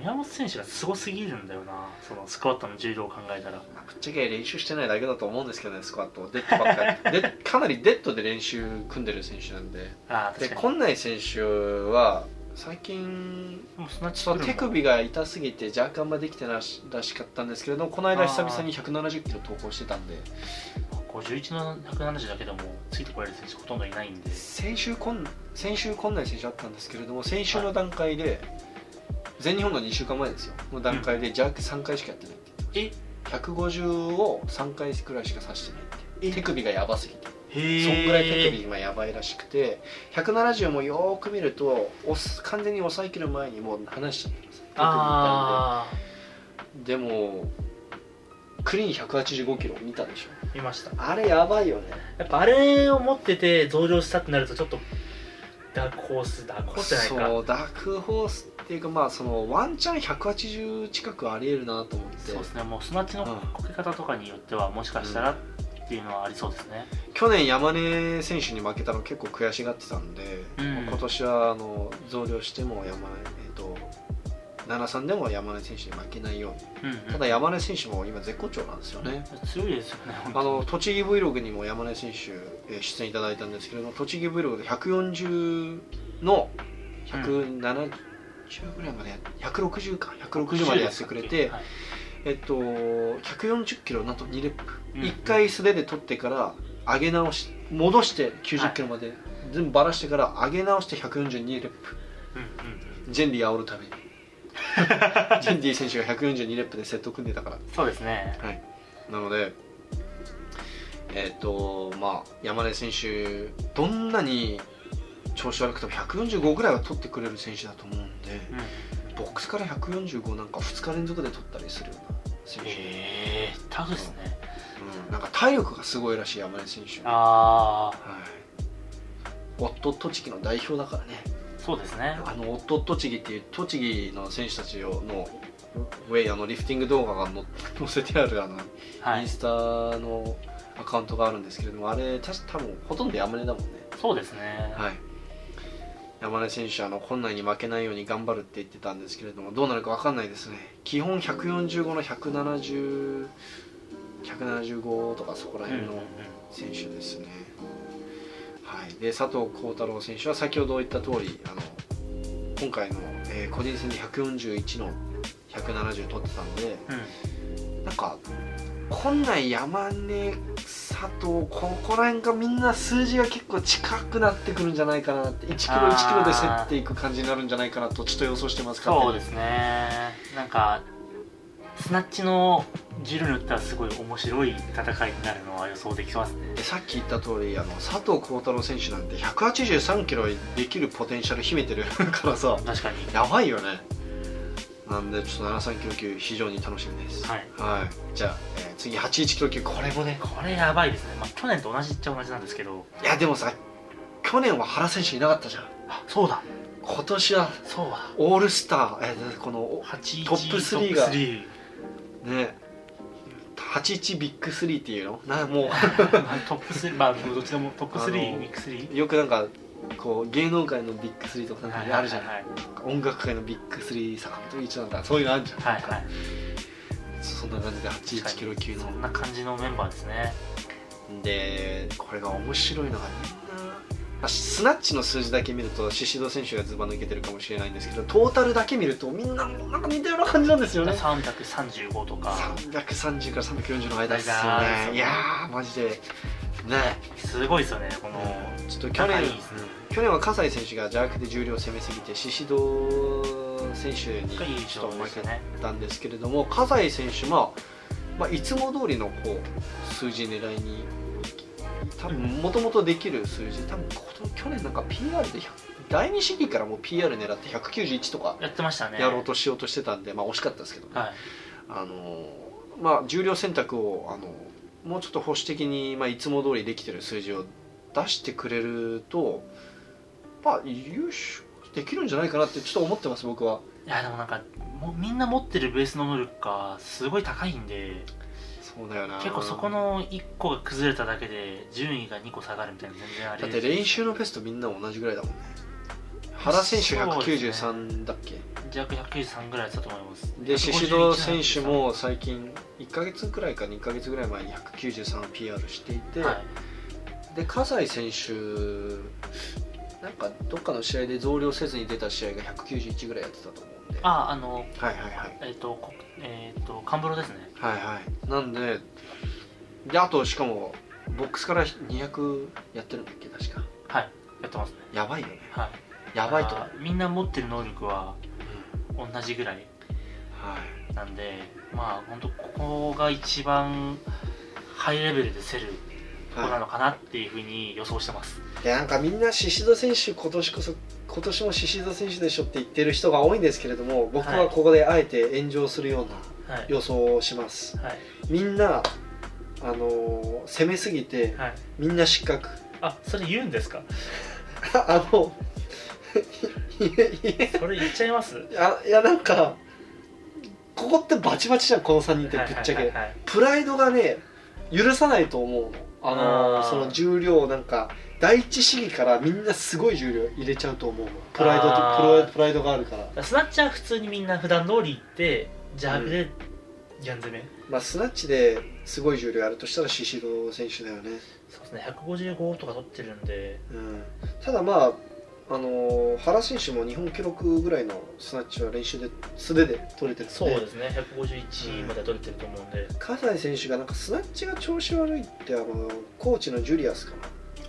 宮本選手がすごすぎるんだよな、そのスクワットの重量を考えたら。
まあぶっちゃけ練習してないだけだと思うんですけどねスカットデッドばっかりでかなりデッドで練習組んでる選手なんで
ああ、
で
確かに。
今内選手は最近
もうそんな
ちょっと手首が痛すぎて若干まできてなしらしかったんですけれどもこの間久々に170キロ投稿してたんで
51の170だけども、ついてこられる選手ほとんどいないんで。
先週こん先週今内選手あったんですけれども先週の段階で、全日本の2週間前ですよの段階で弱3回しかやってないって
え
150を3回くらいしか刺してないって
え
手首がやばすぎて
へ
そんぐらい手首今やばいらしくて170もよーく見るとおす完全に抑えきる前にもう離しちゃってます手首痛
あ
いんででもクリーン185キロ見たでしょ
あ、見ました。
あれやばいよね
やっぱあれを持ってて増量したってなると、ちょっと、ダークホース、ダークホースじゃないか。
そうダークホースっていうかまあそのワンチャン180近くありえるなと思って
そうですね、もうスナッチの
うん
こけ方とかによっては、もしかしたらってっていうのはありそうですね。
去年山根選手に負けたの結構悔しがってたんで、
うん
今年はあの増量しても山根、えっと73でも山根選手に負けないよう
うんうん
にただ山根選手も今絶好調なんですよね、
強いですよね、本
あ
当
の栃木 Vlog にも山根選手えー出演いただいたんですけれども栃木 Vlog で140の170ぐらいまでや160か160までやってくれて、
はい
えっと、140キロなんと2レップ、
うん
1回素手で取ってから上げ直し戻して90キロまで、全部ばらしてから上げ直して142レップ
うんうんうん
ジェンディ煽る ためにジェンディ選手が142レップでセット組んでたか
そうですね。
ら、はい、なのでえっとまあ山根選手どんなに調子悪くても145ぐらいは取ってくれる選手だと思うんで
うん
ボックスから145なんか2日連続で取ったりするような選手で
えー、タフですね。
うんなんか体力がすごいらしい山根選手は
ああ、
いオットットチキの代表だからね
そうですね。
あのオットットチキっていう栃木の選手たちをのウェイあのリフティング動画がの載せてあるあの、
は
イ
い
ン。スタのアカウントがあるんですけれどもあれ確か多分ほとんど山根だもんね
そうですね。
はい山根選手あの本来に負けないように頑張るって言ってたんですけれどもどうなるか分かんないですね基本145の170 175とかそこら
うん
辺
うんう
の、
ん
選手ですね、はい、で佐藤幸太郎選手は先ほど言った通りあの今回の、えー個人戦で141の170取ってたので
うん
なんか本来山根佐藤ここら辺がみんな数字が結構近くなってくるんじゃないかなって1キロ
あー
1キロで競っていく感じになるんじゃないかなとちょっと予想してますから
そうですねなんかスナッチのジルによってはすごい面白い戦いになるのは予想できますね
でさっき言った通りあの佐藤幸太郎選手なんて183キロできるポテンシャル秘めてるからさ
確かに
やばいよねなんでちょっと73キロ級非常に楽しみです
はい
いじゃあ、えー次81キロ級これもね
これやばいですね、まあ、去年と同じっちゃ同じなんですけど
いやでもさ去年は原選手いなかったじゃん
あそうだ
今年は
そうだ
オールスター、えーこのお
8
トップ3が
トップ3
ね81ビッグ3っていうのなも
まあトップ3まあどっちでもトップ
あの
3ミック3
うよくなんかこう芸能界のビッグ3とかなんかあるじゃない
はい
音楽界のビッグ3坂本一なんだそういうのあるじゃん、
はい、はいはい
そんな感じで81キロ級の
そんな感じのメンバーですね
でこれが面白いのがみんなまあスナッチの数字だけ見ると宍戸選手がずば抜けてるかもしれないんですけどトータルだけ見るとみんななんか似たような感じなんですよね
335とか
330から340の間ですよ
間ですよ
ね
ね
いやーマジでね
すごいですよねこの、
ちょっと去年
高いですね
去年は葛西選手が邪悪で重量を攻めすぎて宍戸選手に
いい
ちょっ
勝
と
負で
負
し
け
たね
たんですけれども葛西選手、まあ、まあいつも通りのこう数字狙いに多分もともとできる数字多分こと去年なんか PR で100第二試技からもう PR 狙って191とか
やってましたね
やろうとしようとしてたんで、まあ、惜しかったですけど、
はい
あのーまあ、重量選択を、あのーもうちょっと保守的に、まあ、いつも通りできてる数字を出してくれると、まあ、優勝できるんじゃないかなってちょっと思ってます僕はい
やでもなんかもうみんな持ってるベースの能力がすごい高いんで
そうだよな
結構そこの1個が崩れただけで順位が2個下がるみたいなの全然あり
だ
え
っ
る
て練習のペースとみんな同じぐらいだもんね原選手
そうですね
193だっけ
弱193ぐらいだったと思います
で宍
151
戸選手も最近1か月くらいか2か月ぐらい前に193を PR していて、
はい
で葛西選手なんかどっかの試合で増量せずに出た試合が191ぐらいやってたと思うんでは
ああの
いはいはい
えっ、とこえっ、とカンブロですね
はいはいなんでであとしかもボックスから200やってるんだっけ確か
はいやってますね
やばいよね
はい
やばいと思う
だからみんな持ってる能力は
うん
同じぐらい
はい
なんでまあ本当ここが一番ハイレベルで競るとこなのかなっていうふうに予想してます
いやなんかみんな宍戸選手今年こそ今年も宍戸選手でしょって言ってる人が多いんですけれども僕はここであえて炎上するような
はい
予想をします、
はい
みんなあのー攻めすぎて
はい
みんな失格
あそれ言うんですか
あの いやい
それ言っちゃいます
やあいやなんかここってバチバチじゃんこの3人ってぶっちゃけ、
はいはいはいはい
プライドがね許さないと思うのあの
あー
その重量なんか第一試技からみんなすごい重量入れちゃうと思うのプライドと
あー
プロプライドがあるから、
スナッチは普通にみんな普段通り行って邪悪でギャン攻め、
まあ、スナッチですごい重量やるとしたらシシロ選手だよね、
そうですね155とか取ってるんで
うん、ただまああのー原選手も日本記録ぐらいのスナッチは練習で素手で取れてる
そう
の
で
です
ね151までは取れてると思うんで、
葛西選手がなんかスナッチが調子悪いってあのコーチのジュリアスかな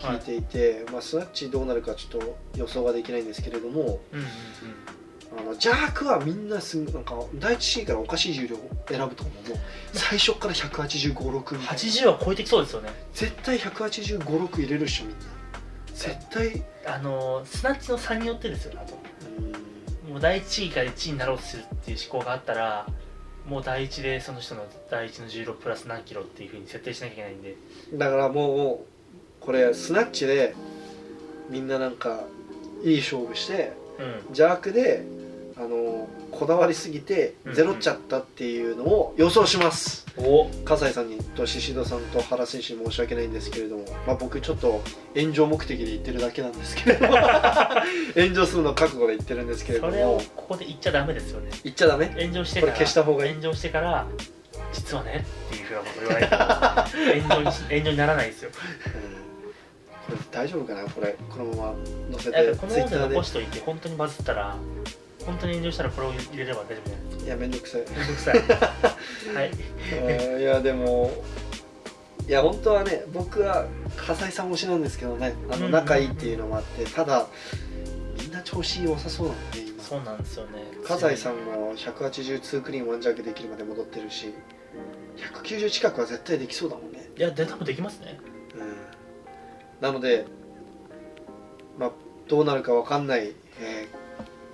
は
聞い
い
ていて、まあ、スナッチどうなるかちょっと予想ができないんですけれども
うんうん
あのジャークはみんなすんなんか第一試技からおかしい重量を選ぶと思うもう最初から1856
うん、
みたいな
80は超えてきそうですよね
絶対1856入れるっしょみんな絶対
あのースナッチの差によってですよねあと
う
もう第1位から1位になろうとするっていう思考があったらもう第1でその人の第1の重量プラス何キロっていうふうに設定しなきゃいけないんで
んだからもうこれスナッチでみんななんかいい勝負して
うん
邪悪であのこだわりすぎて
うん
ゼロっちゃったっていうのを予想します、
お
葛西さんにと宍戸さんと原選手に申し訳ないんですけれども、まあ、僕ちょっと炎上目的で言ってるだけなんですけれ ども炎上するの覚悟で言ってるんですけれど
それを
も
ここで言っちゃダメですよね
言っちゃダメ
炎上して
これ
から
消した方がいい
炎上してから実はねっていうふうなこと言わない と炎上にし炎上にならないですよ
これ大丈夫かなこれこのまま載せ
だから
て
この
ツイ
音
ッタ
声
ーで
残しといて本当にバズったら本当に炎上したらこれを入れれば大丈夫じゃない
いやめんどくさい
です かめんどくさいはい
うんいやでもいや本当はね僕は笠井さん推しなんですけどねあ
うんうんう
の
ん
仲いいっていうのもあってただみんな調子良さそうなんで今
そうなんですよね
笠井さんも182クリーンワンジャークできるまで戻ってるし190近くは絶対できそうだもんね
いやで多分できますね
うんなのでまあどうなるかわかんない、えー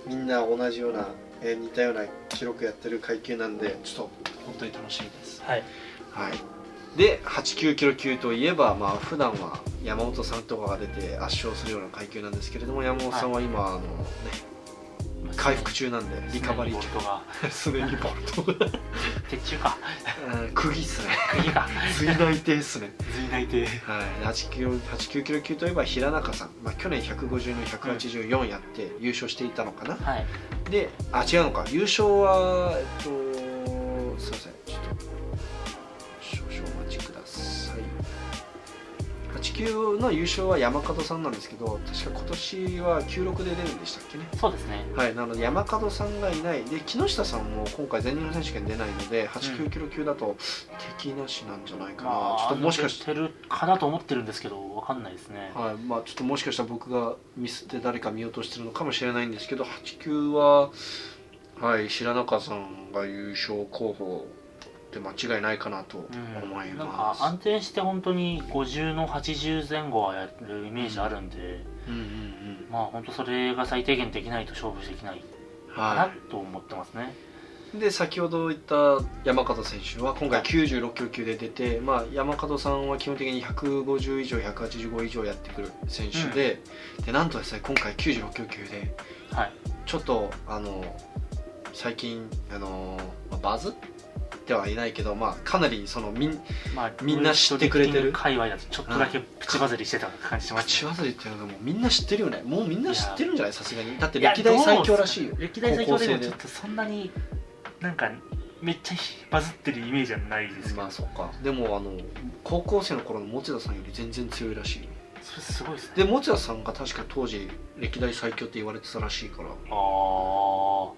みんな同じような、えー似たような記録やってる階級なんでちょっと本当に楽しみです
はい
はい、で89キロ級といえば、まあ普段は山本さんとかが出て圧勝するような階級なんですけれども山本さんは今、あのね、回復中なんでリカバリー
ボルトが
中す でにボルト
鉄柱か
うん釘っすね
釘か
髄内定っすね、
髄内定
はい、8キロ89キロ級といえば平中さん、まあ、去年150の184やって優勝していたのかな、
はい
であ違うのか優勝はえっとすいませんちょっと少々お待ちください8級の優勝は山門さんなんですけど確か今年は96で出るんでしたっけね
そうですね
はいなので山門さんがいないで木下さんも今回全日本選手権出ないので
うん
89キロ級だと敵なしなんじゃないかな、
まあ
ちょっともしかして
てるかなと思ってるんですけどわかんないですね
はいまあ、ちょっともしかしたら僕がミスって誰か見落としてるのかもしれないんですけど8級は、はい、白中さんが優勝候補で間違いないかなと
うん
思い
なんか
ます、
安定して本当に50の80前後はやるイメージあるんで、
うんうんうん
まあ本当それが最低限できないと勝負できないかな
は
と思ってますね、
い、で先ほど言った山形選手は今
は
回
い
96キロ級で出て、まあ、山形さんは基本的に150以上185以上やってくる選手で,、でなんとですね今回96キロ級で
はい
ちょっとあの最近あのまあバズってはいないけど、まあ、かなりそのみん
まあ、
みんな知ってくれてる
ウエイトリフティング界隈だとちょっとだけプチバズりしてた感じします
口技で言ってるのもうみんな知ってるよねもうみんな知ってるんじゃないさすがにだって
いや
歴代最強らしいよ
どうですかね歴代最強でも
高校生で
ちょっとそんなになんかめっちゃバズってるイメージはないですけど、
まあそうかでもあの高校生の頃の持田さんより全然強いらしいよ
それすごいです
で
ね
持田さんが確か当時歴代最強って言われてたらしいからっ
ああ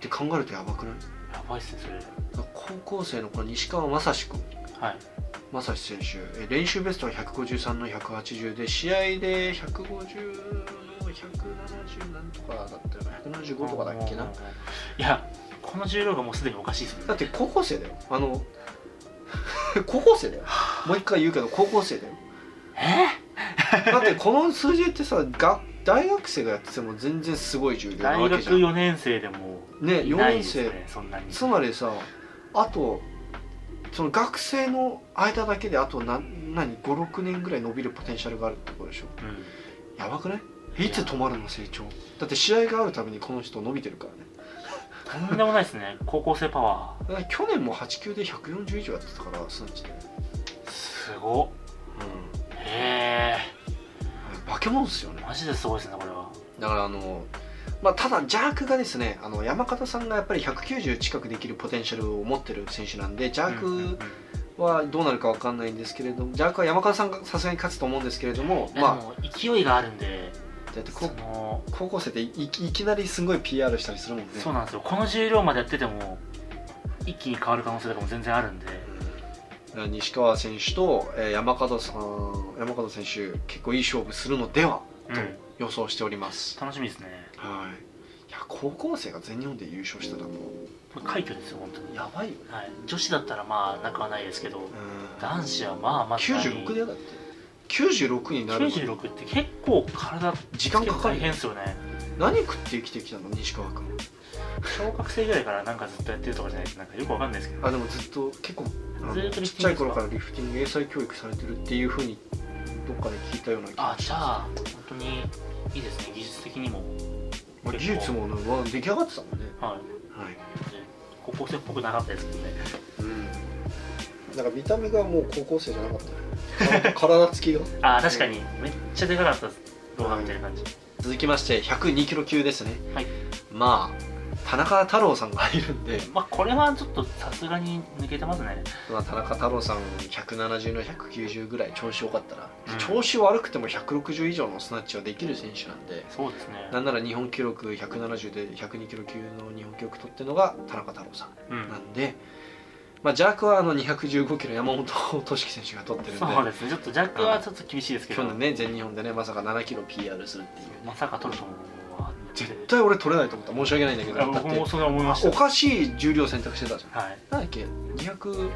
て考えるとやばくない
やばいっすねそれ
だから高校生の頃西川雅史君
はい
正志選手え練習ベストは153の180で試合で150の170なんとかだったよな175とかだっけない
やこの重量がもうすでにおかしいですもん
だっ
ね
て高校生だよあの 高校生だよもう一回言うけど高校生だよだってこの数字ってさが大学生がやってても全然すごい重量な
大
わけ
学
じゃんね
4年生でもい
4
ないで
年
す
生
ねそんなに
つまりさあとその学生の間だけであと何何56年ぐらい伸びるポテンシャルがあるってことでしょ
うん
やばくないいつ止まるの成長だって試合があるためにこの人伸びてるからね
とんでもないですね高校生パワ
だから去年も8級で140以上やってたからスナッチで
すごっ
う
へ
ん、化け物ですよね
えマジですごいですねこれは
だからあの、まあ、ただジャークがですねあの山形さんがやっぱり190近くできるポテンシャルを持ってる選手なんでジャ
うんうんうん
ークはどうなるかわかんないんですけれどもジャークは山形さんがさすがに勝つと思うんですけれども
いやで
ま
も勢いがあるんで
あだって
そ
こ
の
高校生っていいきなりすごい PR したりするもんね
そうなんですよこの重量までやってても一気に変わる可能性とかも全然あるんで
うん西川選手と、えー山形さん山形選手結構いい勝負するのでは
う
と
ん
予想しております、
楽しみですね
はいいや高校生が全日本で優勝したらも
これ快挙ですよ本当
う
に
やばいよね、
はい、女子だったらまあなくはないですけど
うん
男子はまあまあ
96だよだって96になるまで
96って結構体
時間かか
大
る
変ですよね
何食って生きてきたの西川君
小学生ぐらいからなんかずっとやってるとかじゃないとなんかよくわかんないですけど
あでもずっと結構あの
ずっとリフティング
ちっちゃい頃からリフティング英才教育されてるっていうふうにどっかで聞いたような気
あ
がし
じゃ
ま
あ本当にいいですね技術的にも
すまあ技術も、ねまあ、出来上がってたもんね
はい
はい
高校生っぽくなかったですけどね
うんなんか見た目がもう高校生じゃなかったね体体つきが
あ確かにめっちゃでかかったです動画見てる感じ、
続きまして102キロ級ですね
はい
まあ田中太郎さんがいるんで
まあこれはちょっとさすがに抜けてますね
まあ、田中太郎さん170の190ぐらい調子良かったら、
うん
調子悪くても160以上のスナッチはできる選手なんで
そうですね
なんなら日本記録170で102キロ級の日本記録取ってるのが田中太郎さ
うんん
なんで、まあ、ジャークはあの215キロ山本俊樹選手が取ってるんで
そうですねちょっとジャックはちょっと厳しいですけ
去
ど
年ね全日本でねまさか7キロ PR するっていう
まさか取ると思うわ
絶対俺取れないと思った申し訳ないんだけど
あ
だっ
僕も
て
それは思いまし
お
た
かしい重量選択してたじゃん
はい
なんだっけ200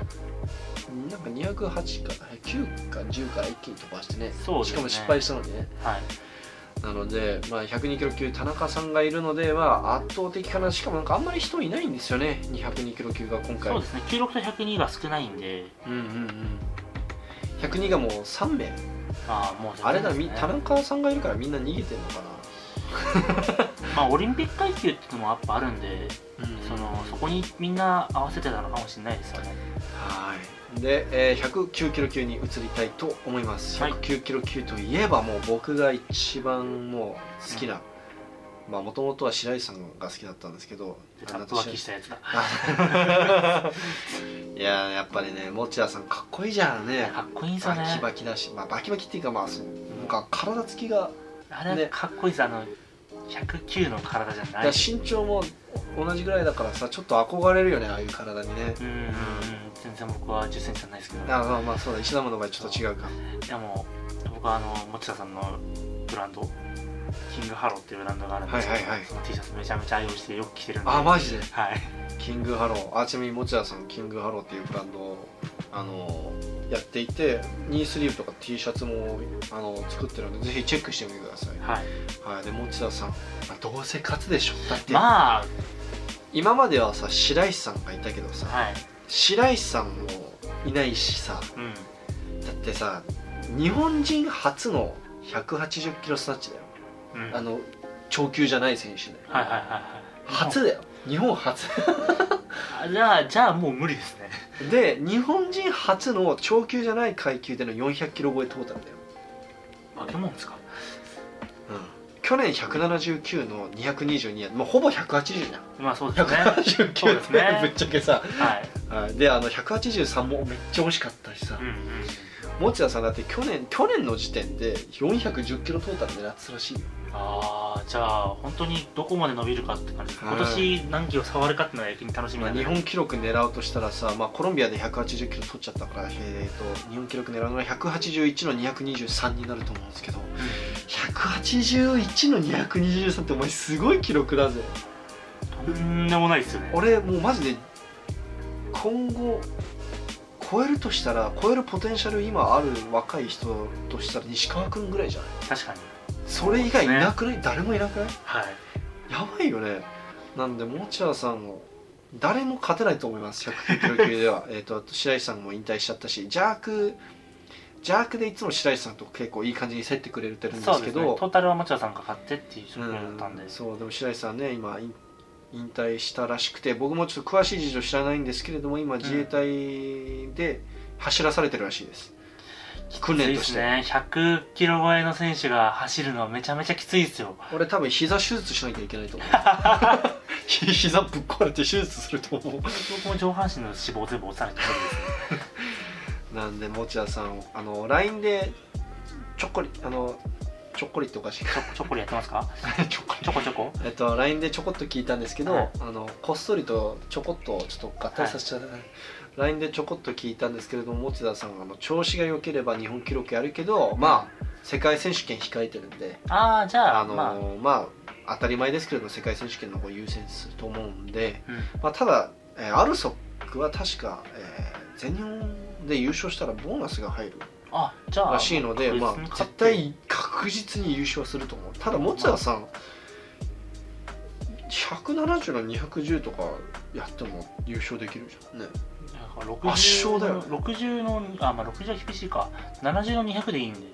なんか208か9か10から一気に飛ばしてね
そうですね
しかも失敗したのでね
はい
なので、まあ、102キロ級田中さんがいるのでは圧倒的かなしかもなんかあんまり人いないんですよね202キロ級が今回
そうですね96と102が少ないんで
うんうんうん102がもう3名、
ああもう全然
あれだ、
ですね
み田中さんがいるからみんな逃げてんのか
まあオリンピック階級っていうのもやっぱあるんで
な、うん
そのそこにみんな合わせてたのかもしれないですよね
はいで、えー109キロ級に移りたいと思います、
はい
109キロ級といえばもう僕が一番もう好きな、まあもともとは白石さんが好きだったんですけどあ
でタ
の
ップ脇したやつだ
あ いやーやっぱりね持田さんかっこいいじゃんね
かっこいいんですよ
バ
ね
キバキだし、まあ、バキバキっていうかまあそうなんか体つきが
あれ
ね
はかっこいいですあの109の体じゃ
だ
な
から
い
身長も同じぐらいだからさちょっと憧れるよねああいう体にね
うんうんうん全然僕は1 0ンチじゃないですけど
あまあまあそうだ石田の場合ちょっと違うか
でも僕はあの持田さんのブランドキングハローっていうブランドがあるんですけ
は
ど、
いはいはい
その T シャツめちゃめちゃ愛用してよく着てるんで
あ
はい
マジでキングハローあちなみに持田さんキングハローっていうブランドをあのやっていてニースリーブとか T シャツもあの作ってるのでぜひチェックしてみてください、
はい
はい、で持田さん、まあどうせ勝つでしょだって、
まあ
今まではさ白石さんがいたけどさ、
はい
白石さんもいないしさ
うん
だってさ日本人初の180キロスナッチだよ、
うん
あの超級じゃない選手だよ
はいはいはいはい
初だよ日本初
あじゃあじゃあもう無理ですね
で日本人初の超級じゃない階級での400キロ超えトータルだよ、
化け物ですか
去年179の222やもうほぼ180じゃん
まあそうですね そう
189
で
っ
す
て、
ね
ぶっちゃけさ
はい
はいであの183もめっちゃ惜しかったしさ
うんうん
持田さんだって去年去年の時点で410キロトータル狙ってたらしいよ
ああじゃあ本当にどこまで伸びるかって感じです
はい
今年何キロ触るかっていうのは逆に楽しみ
ま
な
あ、
んで
日本記録狙うとしたらさ、まあ、コロンビアで180キロ取っちゃったから、えー、と日本記録狙うのは181の223になると思うんですけど181の223ってお前すごい記録だぜ
とんでもないですよね
俺もうマジで今後超えるとしたら超えるポテンシャル今ある若い人としたら西川君ぐらいじゃない
確かに
それ以外いなくない、誰もいなくない
はい
やばいよねなんで持田さんも誰も勝てないと思います109キロ級では えーとあと白石さんも引退しちゃったし邪悪邪悪でいつも白石さんと結構いい感じに競ってくれてるんで
そう
す
で
け
すね
ど
トータルは町田さんが勝ってっていう状況だったんで
うんそうでも白石さんね今引引退したらしくて僕もちょっと詳しい事情知らないんですけれども今自衛隊で走らされてるらしいです、訓練として、
きついですね100キロ超えの選手が走るのはめちゃめちゃきついですよ
俺多分膝手術しなきゃいけないと思 うひ膝ぶっ壊れて手術すると思
僕も上半身の脂肪全部落とされてるんです
うなんで持田さんあの LINE でちょっこりあのちょっこりっておかしいか
ちょちょこりやってますか
ちょっこ
ちょこちょこ
えっと LINE でちょこっと聞いたんですけど、
はい
あのこっそりとちょこっとちょっと合体させちゃった、LINE でちょこっと聞いたんですけれども持田さんあの調子が良ければ日本記録やるけどまあ世界選手権控えてるんで
ああじゃあ
あの
ま
まあ当たり前ですけれども世界選手権の方を優先すると思うんで、
あ、うん、
まあ、ただ、えーアルソックは確か、えー全日本で優勝したらボーナスが入る
あじゃあ
らしいので、ま
確実に
あ、絶
勝って
対確実に優勝すると思うただ持田さん170の210とかやっても優勝できるじゃんね
なんか
圧勝
60
だよ
の60のあまあ60は厳しいか70の200でいいんで、うん、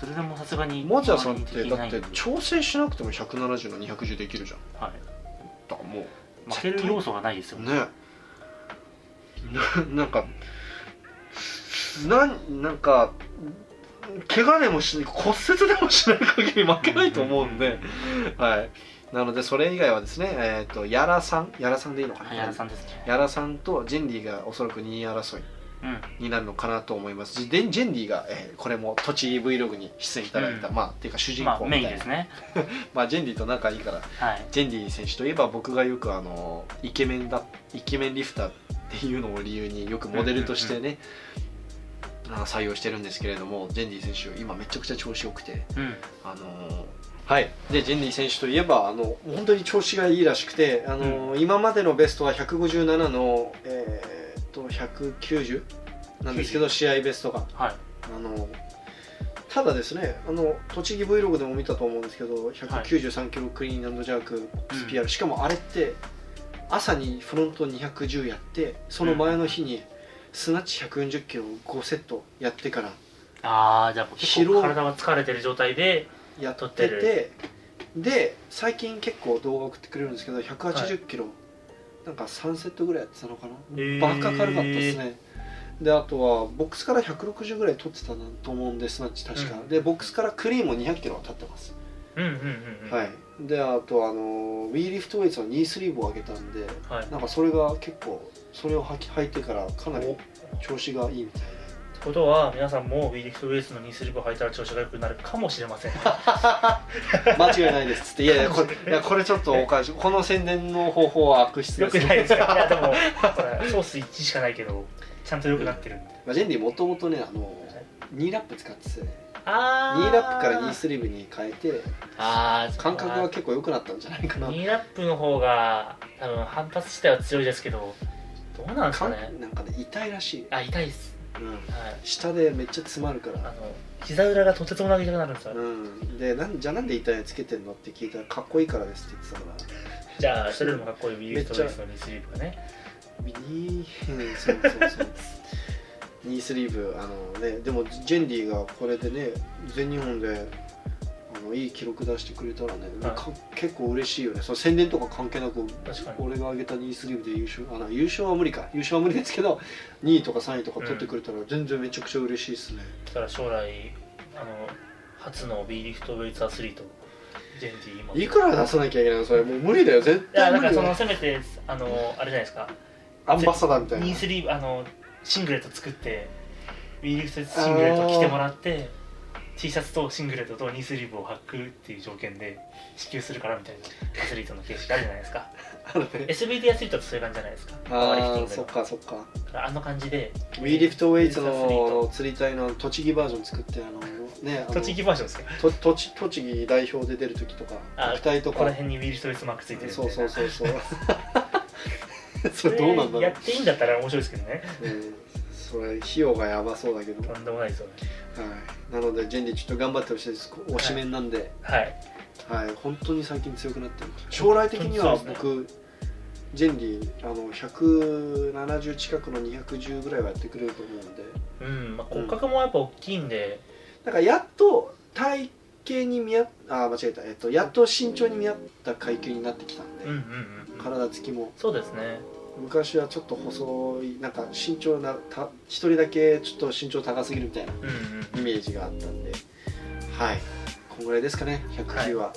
それでもさすがに
持田さんって
周りに敵い
だ
な
っ
いんで
て調整しなくても170の210できるじゃん
はい、
だからもう
負ける要素がないですよね
ねななんかなんなんか怪我でもし骨折でもしない限り負けないと思うんで、はい、なのでそれ以外はですね、えー、とやらさんやらさんでいいのかな
はいやらさんですね
やらさんとジェンディがおそらく2位争い
うん
になるのかなと思いますしでジェンディが、えーこれも栃木 Vlog に出演いただいた、
うん
まあっていうか主人
まあ
公みた
メ
い
イン
な、
ですね
まあ、ジェンディと仲いいから
はい
ジェンディ選手といえば僕がよくあのイケメンだイケメンリフターっていうのを理由によくモデルとしてね、あの採用してるんですけれどもジェンディ選手今めちゃくちゃ調子良くて
うん
あのはいでジェンディ選手といえばあの本当に調子がいいらしくてあの、今までのベストは157のえーっと190なんですけど試合ベストが
はい
あのただですねあの栃木 Vlog でも見たと思うんですけど193キロクリーンジャークボックス PR、しかもあれって朝にフロント210やってその前の日にスナッチ140キロを5セットやってから
ああじゃあもう結
疲労
構体が疲れてる状態で
やって
撮って
てで最近結構動画送ってくれるんですけど180キロ、なんか3セットぐらいやってたのかな、
へー
バカ軽かったですねであとはボックスから160ぐらい取ってたなと思うんでスナッチ確か、
うん
でボックスからクリーンも200キロは立ってます、
うんうんうんうん
はいであとあのウィーリフトウェイツのニースリーブを上げたんで
はい
なんかそれが結構それを履き履いてからかな
おっ
り
て
調子がいいみたい
ことは皆さんもウィーリフトウエストのニースリーブを履いたら調子が良くなるかもしれません
な間違いないですっつっていやいやこれいやこれちょっとおかしいこの宣伝の方法は悪質
良
で
く
す
ないですかいやでもほらソース1しかないけどちゃんと良くなってるんで
まあ、ジェンディもともとねあの2ラップ使ってて2
あ
ラップから2スリーブに変えて
あー
感覚が結構良くなったんじゃないかな
ニーラップの方が多分反発自体は強いですけどどうなんですか
か
ね
なんかね痛いらしい、
あ痛いです、
うん、
はい、
下でめっちゃ詰まるか
あ
ら、
の膝裏がとてつもなく痛くなるんですよ、
うん、でなんじゃあなんで痛いのつけてんのって聞いたらかっこいいからですって言ってたから
じゃあそれでもかっこいいウィー
めっ
リ
ち
フ
ゃ
トウエストのニースリーブがね
ニー そうそうそうニースリーブあのねでもジェンディがこれでね全日本であのいい記録出してくれたらね、
はい
か結構嬉しいよねその宣伝とか関係なく
確かに
俺が上げたニースリーブで優勝あの優勝は無理か優勝は無理ですけど2位とか3位とか取ってくれたら全然めちゃくちゃ嬉しいですね、
だから将来あの初の B リフトウェイツアスリートジェンティ今
いくら出さなきゃいけないのそれもう無理だよ絶
いや
対
だ
無
から
理
そ
だ
の
よ
せめてあのあれじゃないですか
アンバサダーみたいな
ニースリーブあのシングレット作ってウィーリフトシングレット着てもらって T シャツとシングレットとニースリーブを履くっていう条件で支給するからみたいなアスリートの形式あるじゃないです か
あのね
SBT アスリートってそういう感じじゃないですかパワーリフテ
あ
ィ
ー
ング
そっ
の
かそっか
だからあの感じで
ウィーリフトウェイツの
ウィーリフトアスリ
あの釣
ート
り隊の栃木バージョン作ってあのねあの
栃木バージョンですか
と栃栃木代表で出る時とか
あ
国体と
ここ
から
辺にウィーリフトウェイツマークついてるみたい
そう
な
そうそうそうそ
そ
れどうなんだろ
や
う
っていいんだったら面白いですけどね
うんそれ費用がやばそうだけど、は
とんでもないですよね
い、なのでジェンリーちょっと頑張ってほしいです推しメンなんで、
はい
はい、本当に最近強くなってる将来的には
そうです
僕、ジェンリーあの170近くの210ぐらいはやってくれると思うので
うん、まあ、骨格もやっぱ大きいんで、
なんかやっと体型に見合っあ間違えた、えっと、やっと身長に見合った階級になってきたんで、
うん、うんうんうん
体つきも
そうですね
昔はちょっと細いなんか身長なた一人だけちょっと身長高すぎるみたいな
うんうん
イメージがあったんではいこんぐらいですかね109は、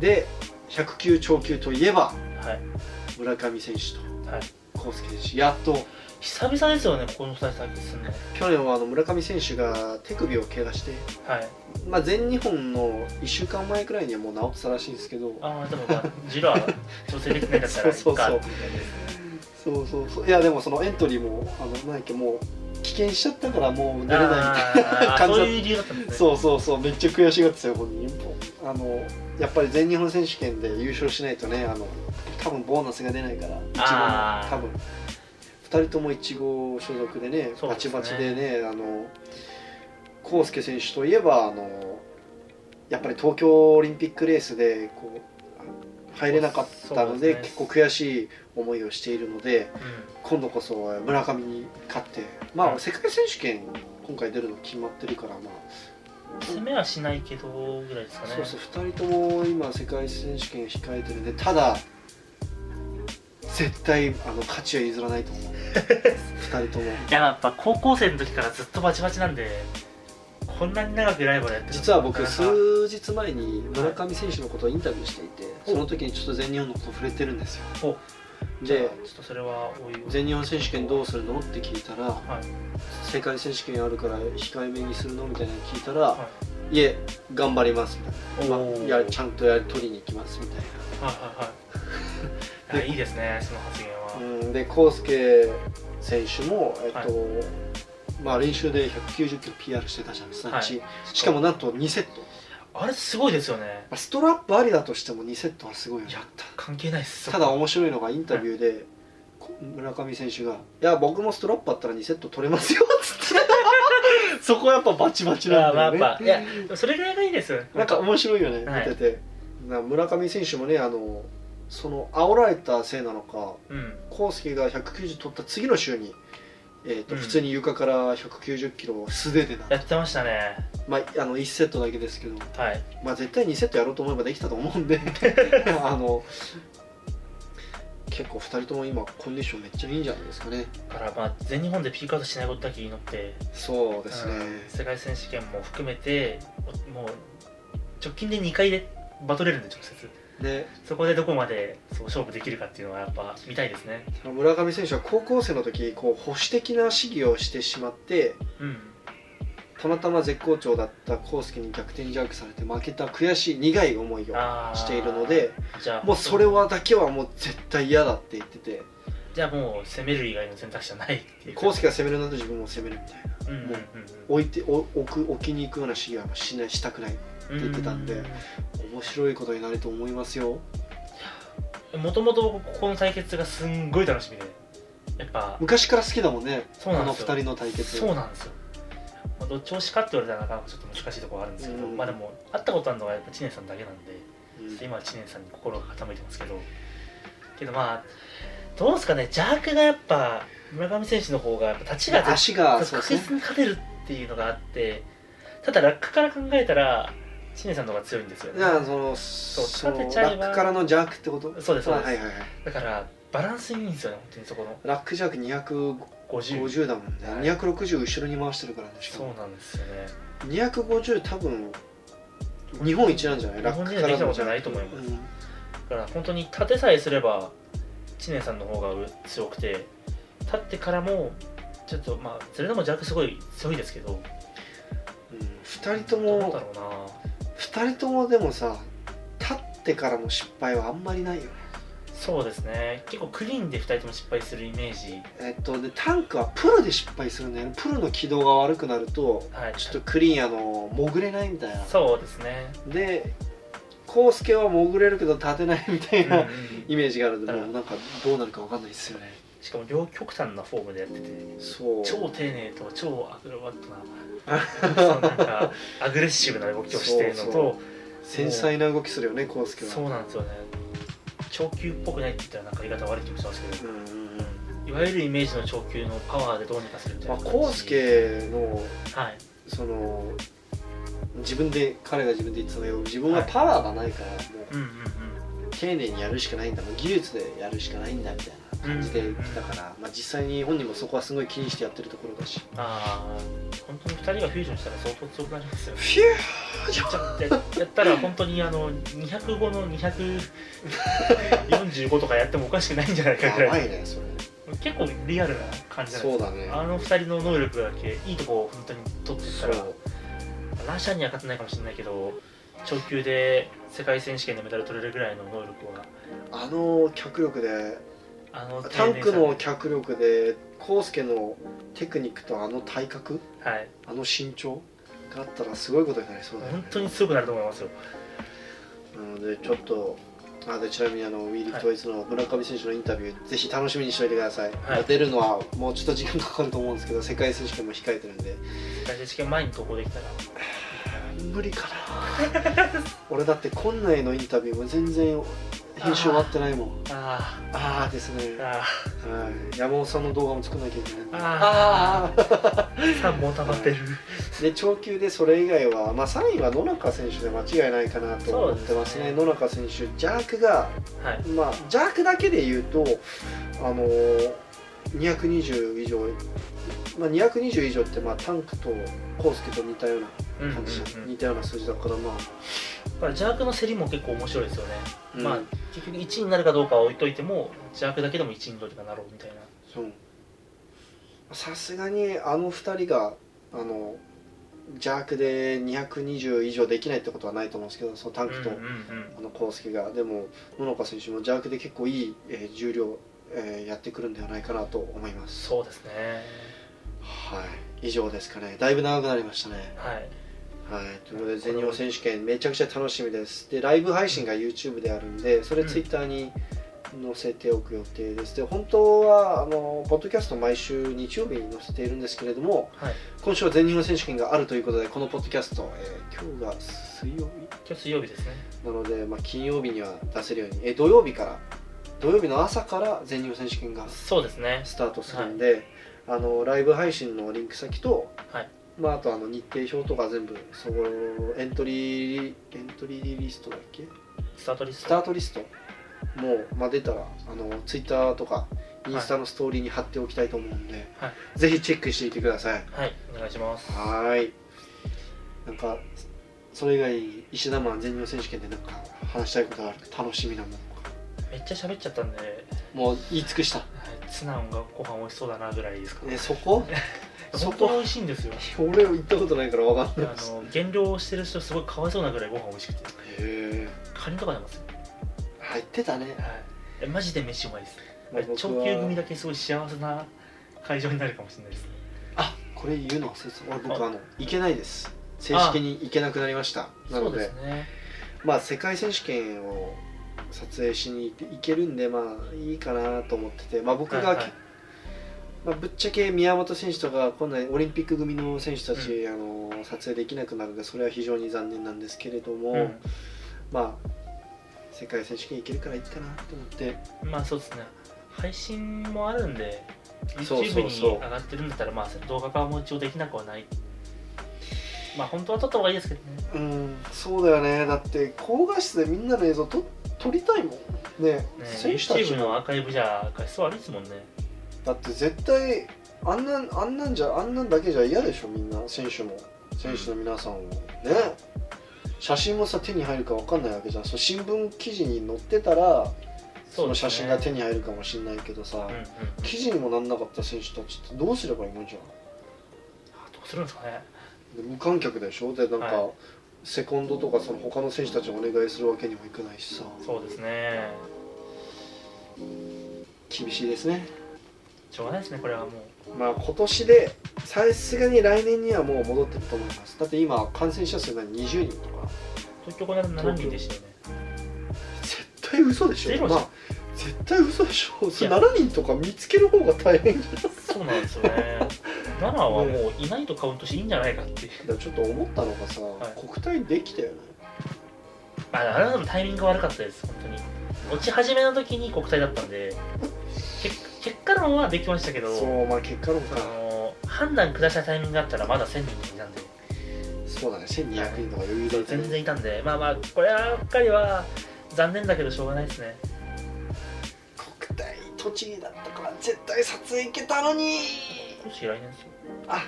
で109超級といえば
はい
村上選手
はい
と康介選手やっと
久々ですよねこの2人先進んで
去年はあの村上選手が手首を怪我して、
はい
まあ、全日本の1週間前くらいにはもう治ってたらしいんですけど
ああでもまあジロは調整できないんだったらい い
そうそう
か
そう
っていう感じですね
そうそうそういやでもそのエントリーもあのなんだっけもう棄権しちゃったからもう出れないみたいな感じだっ
あー
た
そういう理由だったんですね
そうそうそうめっちゃ悔しがってたよ本人あのやっぱり全日本選手権で優勝しないとねあの多分ボーナスが出ないから
あー
一号ね多分2人とも1号所属でね
そう
バ
で
チ
すね
バチでねあの康介選手といえばあのやっぱり東京オリンピックレースでこう入れなかったので
そうですね
結構悔しい思いをしているので
う
今度こそ村上に勝ってま
う
あ
ん
世界選手権今回出るの決まってるからまあ
ん攻めはしないけどぐらいですかね
そうそう2人とも今世界選手権控えてるんでただ絶対あの勝ちは譲ら ないと思う2人とも
いややっぱ高校生の時からずっとバチバチなんでこんなに長くライバルやってるの
実は僕
なかなか
数日前に村上選手のことをインタビューしていてその時にちょっと全日本のこと触れてるんですよ
じゃあ
で
ちょっとそれはおいおい
全日本選手権どうするのって聞いたら
はい
世界選手権あるから控えめにするのみたいなの聞いたら、、
はい
え頑張りますみたいな、
お
まあ、
ー
いやちゃんとやり取りに行きますみたいな
はいはいはいい やいいですねその発言は、
うん、で康介選手も、えっと
は
まあ、練習で190キロ PR してたじゃんすなわち、
は
しかもなんと2セット、ま
あれすごいですよね
あストラップありだとしても2セットはすごいよね
やった関係ないです
ただ面白いのがインタビューで、こ村上選手が「いや僕もストラップあったら2セット取れますよ」っつって そこやっぱバチバチなんだよね、
まあまあいやそれぐらいがいいですよね
なんか面白いよね、
はい
見ててな村上選手もねあのその煽られたせいなのか
うん
康介が190取った次の週に、えーと
うん
普通に床から190キロを素手でな、
やってましたね
まあ、あの1セットだけですけど、
はい
まあ、絶対2セットやろうと思えばできたと思うん であの結構2人とも今コンディションめっちゃいいんじゃないですかね
だからまあ全日本でピークアウトしないことだけ祈って
そうですね、
うん世界選手権も含めておもう直近で2回でバトれるんで直接
で
そこでどこまでそう勝負できるかっていうのはやっぱ見たいですね
村上選手は高校生の時こう保守的な試技をしてしまって
うん
たまたま絶好調だった康介に逆転ジャークされて負けた悔しい苦い思いを
あー
しているので
じゃあ
もうそれはだけはもう絶対嫌だって言ってて
じゃあもう攻める以外の選択肢はないっていう
康介が攻めるなと自分も攻めるみたいな
うんうんうんうん
置いてお置く置きに行くような試合はしないしたくない
って
言ってたんで面白いことになると思いますよ
もともとここの対決がすんごい楽しみでやっぱ
昔から好きだもんね
そうなん
こ
で
の
す
2
よ
人の対決
そうなんですよ、まあ、どっち推しかって言われたらなかなかちょっと難しいところあるんですけど、
うん
まあでも会ったことあるのがやっぱ知念さんだけなんで
うん
ちょっと今は知念さんに心が傾いてますけどけどまあどうですかね邪悪がやっぱ村上選手の方がやっぱ立ちが絶
足がそう
確
ですね
実に勝てるっていうのがあってただ落下から考えたら知念さんの方が強いんですよ
い
ね
やそのその
立
ラ
てちゃえば
ックからのジャークってこと
そうですそうです
はいはいはい
だからバランスいいんですよね本当にそこの
ラックジャーク250
50
だもんね、
はい
260後ろに回してるからねしか
そう
も
なんですよね
250多分日本一なんじゃない
日
ラッ
本
ク
人
か
で
ら
できた
の
こ
ジ
と
ャ
な
ー
い
ク
と思います
うん
だから本当に立てさえすれば知念さんの方が強くて立ってからもちょっとまあそれでも邪悪すごい強いですけど
うん、2人と
どうだ
も
ろうな
2人ともでもさ立ってからの失敗はあんまりないよね
そうですね結構クリーンで2人とも失敗するイメージ
えっとでタンクはプルで失敗するんだよねプルの軌道が悪くなると
はい
ちょっとクリーンあの潜れないみたいな
そうで すね
でコースケは潜れるけど立てないみたいな、イメージがあるんでも
う
うんなんかどうなるかわかんないですよね
しかも両極端なフォームでやってて
そう
超丁寧と超アクロバットなそうな んかアグレッシブな動きをしているのと
そうそ繊細な動きするよねコースケは
そうなんですよね長球っぽくないって言ったらなんか言い方悪い気もしますけど
うんうん
いわゆるイメージの長球のパワーでどうにかするみ
う
た
ん
い
まあ
な
コースケの
はい
その自分で彼が自分で言ってたんだけど自分はパワーがないから、も
うんうんうん
丁寧にやるしかないんだもう技術でやるしかないんだみたいな感じで言ってたから、まあ、実際に本人もそこはすごい気にしてやってるところだし
あー本当に2人がフュージョンしたら相当強くなります よ
フュージョン
ややったら本当にあの205の245とかやってもおかしくないんじゃないかぐ
や
ら
ば
い
いねそれ
結構リアルな感じなんで
そ
す
うだね
あの2人の能力だけいいとこを本当に取ってった
そう
らラシャには勝てないかもしれないけど長級で世界選手権でメダル取れるぐらいの能力は
あの脚力で
あの丁寧さ
タンクの脚力でコウスケのテクニックとあの体格
はい
あの身長があったらすごいことになりそうだよね
本当に強くなると思いますよ
なのでちょっとあでちなみにあのウィリー・トイツの村上選手のインタビュー、ぜひ楽しみにしておいてください、
はい
出るのはもうちょっと時間かかると思うんですけど世界選手権も控えてるんで
世界選手権前に投稿できたら
無理かな俺だって今内のインタビューも全然編集終わってないもん
あ
ああーですね
ー、あ
はい、山本さんの動画も作らなきゃいけないんで
ー
あ
あ
ー
ー3本溜まってる
で長級でそれ以外は、まあ、3位は野中選手で間違いないかなと思ってますね
そうですね
野中選手ジャークが
はい
まあ、ジャークだけで言うと、あのー220以上、まあ、220以上って、まあ、タンクとコウスケと似たような
うんうん
感じ、
うん
似たような数字だから、まあ、
だから邪悪の競りも結構面白いですよね、
うん
まあ結局1位になるかどうかは置いといても邪悪だけでも1位にどうにかなろうみたいな
そうさすがにあの2人が、あのジャークで220以上できないってことはないと思うんですけど、そのタンクと、
うんうんうん
あのコウスケが、でも、野中選手もジャークで結構いい、えー重量、えーやってくるんではないかなと思います。
そうですね
はい、以上ですかね。だいぶ長くなりましたね。
はい
はい、ということで全日本選手権めちゃくちゃ楽しみですでライブ配信が YouTube であるんでそれ
うん
Twitter に載せておく予定ですで本当はあのポッドキャスト毎週日曜日に載せているんですけれども
はい
今週は全日本選手権があるということでこのポッドキャスト、えー今日が水曜
今日水曜日ですね
日なので、まあ、金曜日には出せるように、えー土曜日から土曜日の朝から全日本選手権が
そうですね
スタートするんで、あのライブ配信のリンク先と、
はい
まあ、あとあの日程表とか全部そこエントリーエントリーリストだっけ
スタートリス
ス
ト
タートリストも、まあ、出たらあのツイッターとかインスタのストーリーに貼っておきたいと思うんで、
は
ぜひチェックしていてください
はいお願いします
はーいなんかそれ以外に石田マン全日本選手権でなんか話したいことがある楽しみなものとか
めっちゃ喋っちゃったんで、はい
もう言い尽くした、
ツナンがご飯美味しそうだなぐらいですか
ね、
ね
そこ そ
本
こ
当に美味しいんですよ
俺行ったことないから分かん
で
ない
あの減量してる人すごいかわいそうなぐらいご飯美味しくて
へえ
カニとか出ますよ
入ってたね
はいえマジで飯うまいです
まあ僕は
長級組だけすごい幸せな会場になるかもしれないですね
あこれ言うの忘れてた俺僕あの行けないです正式に行けなくなりましたな
そ
の
う
で
ですね
まあ世界選手権を撮影しに行って行けるんでまあいいかなと思っててまあ僕が、
はいはい
まあ、ぶっちゃけ宮本選手とか今度はオリンピック組の選手たち、あの撮影できなくなるのでそれは非常に残念なんですけれども、まあ世界選手権行けるからいいかなと思って
うん、まあそうですね配信もあるんで
そう
YouTube
そう
に
そう
上がってるんだったらまあ動画化も一応できなくはないまあ本当は撮った方がいいですけどね
うんそうだよねだって高画質でみんなの映像と撮りたいもんね
ね
選手たち
YouTube
も
のアーカイブじゃ画質悪いですもんね
だって絶対あんなんあんなんじゃあんなんだけじゃ嫌でしょみんな選手も選手の皆さんも、ね写真もさ手に入るか分かんないわけじゃんそう新聞記事に載ってたらその写真が手
に
に入るかもしれないけどさ、
うんうんうん
記事にもなんなかった選手たちってどうすればいいのじゃん
あどうするんですかね
で無観客でしょでなんか、
は
セコンドとかその他の選手たちにお願いするわけにもいかないしさ
そうですね
厳しいですね
しょうがないですねこれはもう
まあ今年でさすがに来年にはもう戻ってると思いますだって今感染者数が20人とか
東京この間7人でしたよね
絶対嘘でし
ゼ
ょ、
ロじゃん
まあ、絶対嘘でしょそれ
いや
7人とか見つける方が大変じゃん
そうなんですよね奈良はもういないとカウントしていいんじゃないかっていう
だからちょっと思ったのがさ、
い
国体できたよね
ああなたもタイミングが悪かったです本当に落ち始めの時に国体だったんで結結果論はできましたけど
そうまあ結果論
あ
か
の判断下したタイミングがあったらまだ1000人いたんで
そうだね1200人とか余裕でいたね
全然いたんでまあまあこれはばっかりは
残念だけどしょうがないですね
国体栃木だったから絶対撮影行けたのに
もし来年ですよ
あ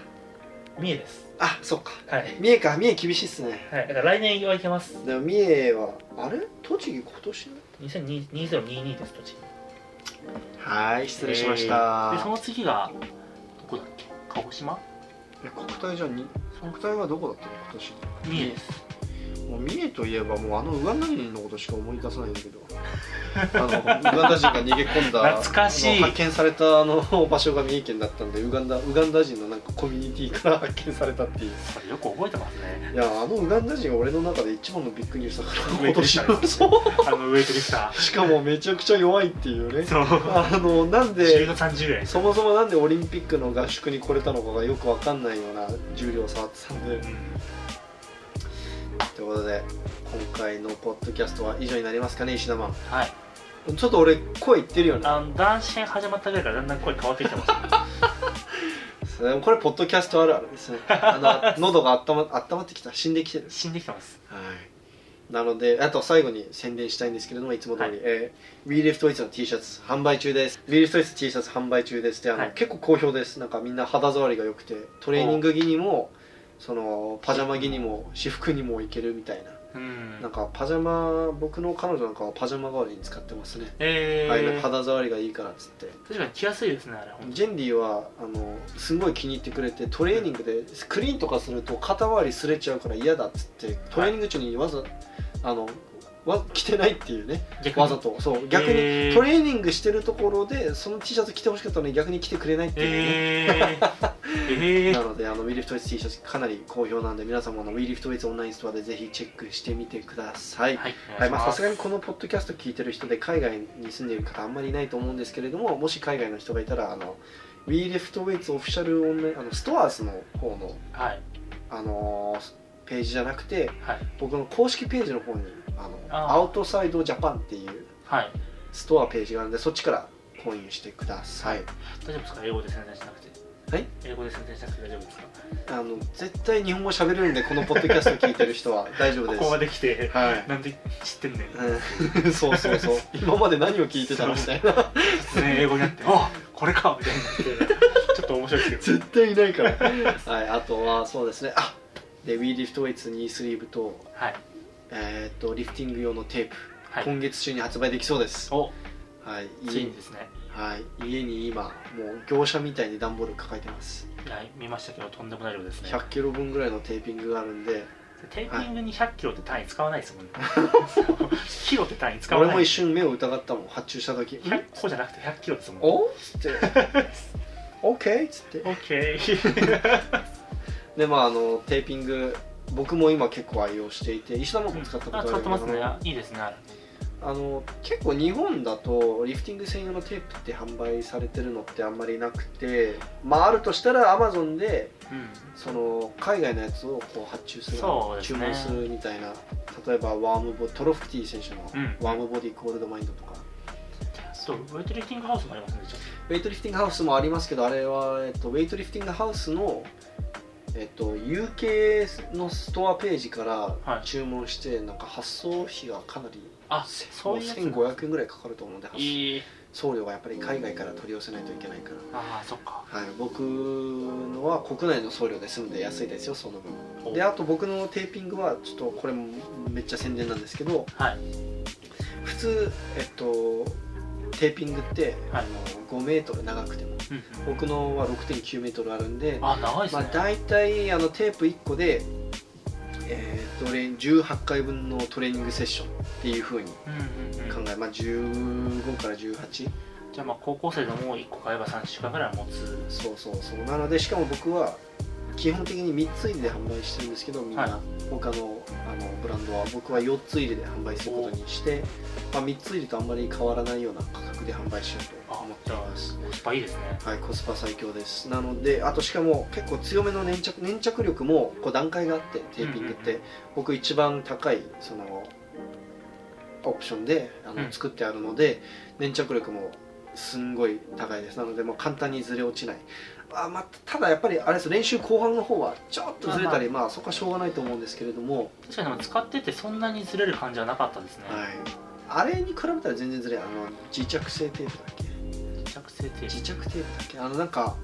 三重です
あそっか
はい、
三重か三重厳しいっすね
はい、だから来年はいけます
でも三重はあれ栃木今年
202022です栃木
はい失礼しまし
えー
た
でその次がどこだっけ鹿児島
え国体じゃに国体はどこだったの今年
三重です
もう三重といえばもうあのウガンダ人のことしか思い出さないんだけ どあのウガンダ人が逃げ込んだ
懐かしい
あの発見されたあの場所が三重県だったんでウガンダウガンダ人のなんかコミュニティから発見されたっていう
それよく覚えてますね
いやあのウガンダ人が俺の中で一番のビッグニュースだから
びっ
今
くりした
年 そう
あのウェイトリフタ
しかもめちゃくちゃ弱いっていうね
ーそう
あのなん
10
で
の30ぐらいです
そもそもなんでオリンピックの合宿に来れたのかがよくわかんないような重量を触ってたんでということで今回のポッドキャストは以上になりますかね石田マン
はい
ちょっと俺声いってるよね
あの男子編始まったぐらいからだんだん声変わってきてます
でもこれポッドキャストあるあるですねあ の喉があったま温まってきた 死んできてる
死んできてます
はいなのであと最後に宣伝したいんですけれどもいつも通り、
はい
えー、WeLiftWith の T シャツ販売中です WeLiftWith T シャツ販売中ですであの、
はい
結構好評ですなんかみんな肌触りが良くてトレーニング着にもそのパジャマ着にも私服にもいけるみたいな
うん
なんかパジャマ僕の彼女なんかはパジャマ代わりに使ってますね、
え
ああいう
ー、
肌触りがいいからっつって
確かに着やすいですねあれ本
ジェンリーはあのすごい気に入ってくれてトレーニングでクリーンとかすると肩周りすれちゃうから嫌だっつってトレーニング中にわざ、あのわ着てないっていうね
当逆に
わざとそう逆に
えー
トレーニングしてるところでその T シャツ着てほしかったのに逆に着てくれないっていうね、
えー、え
な
ー、
のであのウィリフトウェイツ T シャツかなり好評なんで皆さんもあのウィリフトウェイツオンラインストアでぜひチェックしてみてください
はいお
はい
願いし
まあ
ま
さす
す
がにこのポッドキャスト聞いてる人で海外に住んでいる方あんまりいないと思うんですけれどももし海外の人がいたらあの WeLeftWeights オフィシャルオンラインあのストアーズの方の、
はい
あのーページじゃなくて
はい
僕の公式ページの方にあの
あー
アウトサイドジャパンっていう
はい
ストアページがあるんでそっちから購入してください
大丈夫ですか英語で宣伝しなくて
はい
英語で宣伝しなくて大丈夫ですか
あの絶対日本語喋れるんでこのポッドキャスト聞いてる人は大丈夫
こ
です
こまで来て、
はい
なんで知ってんねん
うん そうそうそう今まで何を聞いてたのみたいな
ね、英語になって「あこれか」みた いになってちょっと面白いですけ
絶対いないから はいあとはそうですねあで w e l i f t w e i g h t にスリーブと,、
どはい
えーっとリフティング用のテープ、
はい
今月中に発売できそうです、
お
はい、
つ
家
いに
に,、
ですね
はい、家に今もう業者みたいに段ボール抱えてます
いや見ましたけどとんでもない量ですね
100キロ分ぐらいのテーピングがあるんで
テーピングに100キロって単位使わないですも んねキロって単位使わ
俺
ない
も一瞬目を疑ったもん発注した時ん
100個じゃなくて100キロですもん
おっつ って OK っつって
オッケー
でまああのテーピング僕も今結構愛用していて石田も使ったことあ
あ
る
使っ
け
て
ど
ますねあいいですねあれ
あの結構日本だとリフティング専用のテープって販売されてるのってあんまりなくてまああるとしたらアマゾンで
うん
その海外のやつをこう発注する
そうです
注
ね
文するみたいな例えばワームボトロフティ選手の
うん
ワームボディコールドマインドとか、
そうウェイトリフティングハウスもありますねちょっ
ウェイトリフティングハウスもありますけどあれは、えっと、ウェイトリフティングハウスの、えっと、UK のストアページから
い
注文して、なんか発送費がかなり
とあ
せ
そういうやつ
1500円ぐらいかかると思うんで発送
いい
送料はやっぱり海外から取り寄せないといけないから、
ああそっか
はい、僕のは国内の送料で済んで安いですよその分
お
であと僕のテーピングはちょっとこれもめっちゃ宣伝なんですけど
はい
普通えっとテーピングって、
は
あ
い
の5メートル長くても
うんうん
僕のは6 9メートルあるんで
あ長いです
まあ、
ね
大体あのテープ1個で、えートレ18回分のトレーニングセッションっていう風に
うんうん
考
うん
え、まあ、15から18
じゃあまあ高校生でも1個買えば3週間ぐらいは持つ
そうそうそうなのでしかも僕は基本的に3つ入りで販売してるんですけどみんな、
はい
他のあのブランドは僕は4つ入りで販売することにして、まあ、3つ入りとあんまり変わらないような価格で販売しようと思っています
コスパいいですね
はいコスパ最強ですなのであとしかも結構強めの粘着粘着力もこう段階があってテーピングって、
うんう
僕一番高いそのオプションであ
う
の
ん
作ってあるので、粘着力もすんごい高いですなのでもう簡単にずれ落ちないあまあただやっぱりあれです練習後半の方はちょっとずれたり、まあそこはしょうがないと思うんですけれども、
確かにでも使っててそんなにずれる感じはなかったですね、
はい、あれに比べたら全然ずれあの自着性テープだっけ
自着性テー
自着テープだっけあのなんか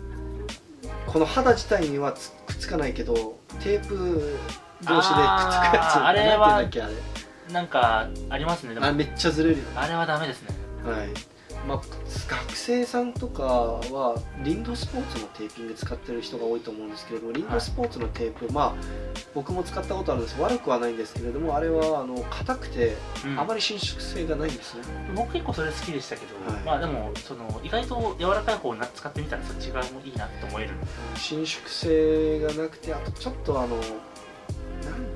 この肌自体にはつくっつかないけどテープ同士でくっつくやつ
あーあれは
なんていうんだっ
プなんかありますね
け
で
あ
も
れあれ
あ
めっちゃずれるよね
れはダメですね
はいまあ、学生さんとかはリンドスポーツのテーピング使ってる人が多いと思うんですけれどもリンドスポーツのテープ、まあ僕も使ったことあるんです悪くはないんですけれどもあれはあの硬くて
うん
あまり伸縮性がないんですね、
僕結構それ好きでしたけど、
はい
まあでもその意外と柔らかい方をな使ってみたらそっち側もいいなと思える
伸縮性がなくてあとちょっとあのなんて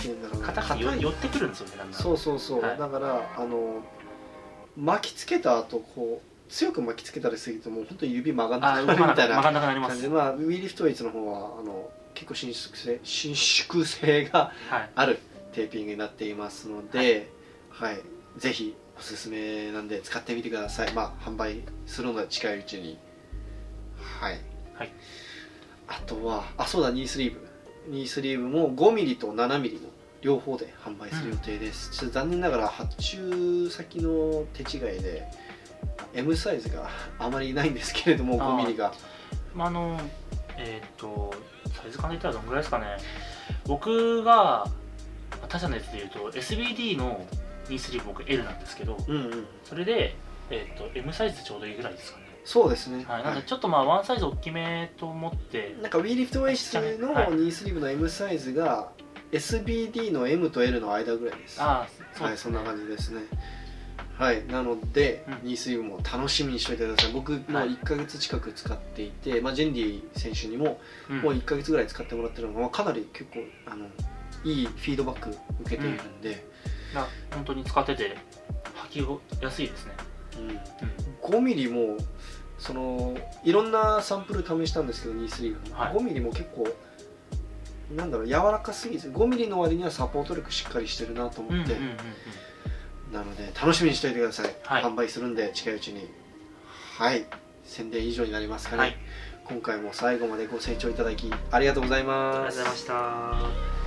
言うんだろうな
肩が
硬い
寄ってくるんですよねだんだん
そうそうそう、
はい
だからあの巻きつけた後こう強く巻きつけたりするともう本当に指曲がん
あ
な
動
くな
かな
る
く
みたいな
曲がんなくなりま
感じ
す
でまあ、ウィーリフトウェイツの方はあの結構伸縮性伸縮性が
はい
あるテーピングになっていますので、はいぜひおすすめなんで使ってみてくださいまあ販売するので近いうちにはい、
はい
あとはあそうだニースリーブニースリーブも 5mm と 7mm の両方で販売する予定です、ちょっと残念ながら発注先の手違いで M サイズがあまりないんですけれども
あー
5mm が
まああのえーっとサイズ感で言ったらどんぐらいですかね僕が他社のやつで言うと SBD の23僕 L なんですけど
うんうん
それで、えーっと M サイズちょうどいいぐらいですかね、
そうですね、
はい、なん
は
で
い
ちょっとまあワンサイズ大きめと思って
なんか w e リフトウェイスの
はい
ニースリーブの M サイズが SBD の M と L の間ぐらいです
ああ
はいそんな感じですねはいなので、
うん
ニースリーブも楽しみにしておいてください僕もう
はい
1ヶ月近く使っていて、まあ、ジェンディ選手にも
じ、うん
もう1ヶ月ぐらい使ってもらってるのが、まあ、かなり結構あのいいフィードバック受けているんで、
な本当に使ってて履きやすいですね、
うん
うん
5ミリもそのいろんなサンプル試したんですけど23が、
はい
5ミリも結構なんだろう柔らかすぎず5ミリの割にはサポート力しっかりしてるなと
うん
思
う
っ
んう
て、
んうん
なので楽しみにしておいてください、
はい
販売するんで近いうちにはい宣伝以上になりますかね、
はい
今回も最後までご清聴いただきありがとうござい
ありが
ま
とう
す
ございました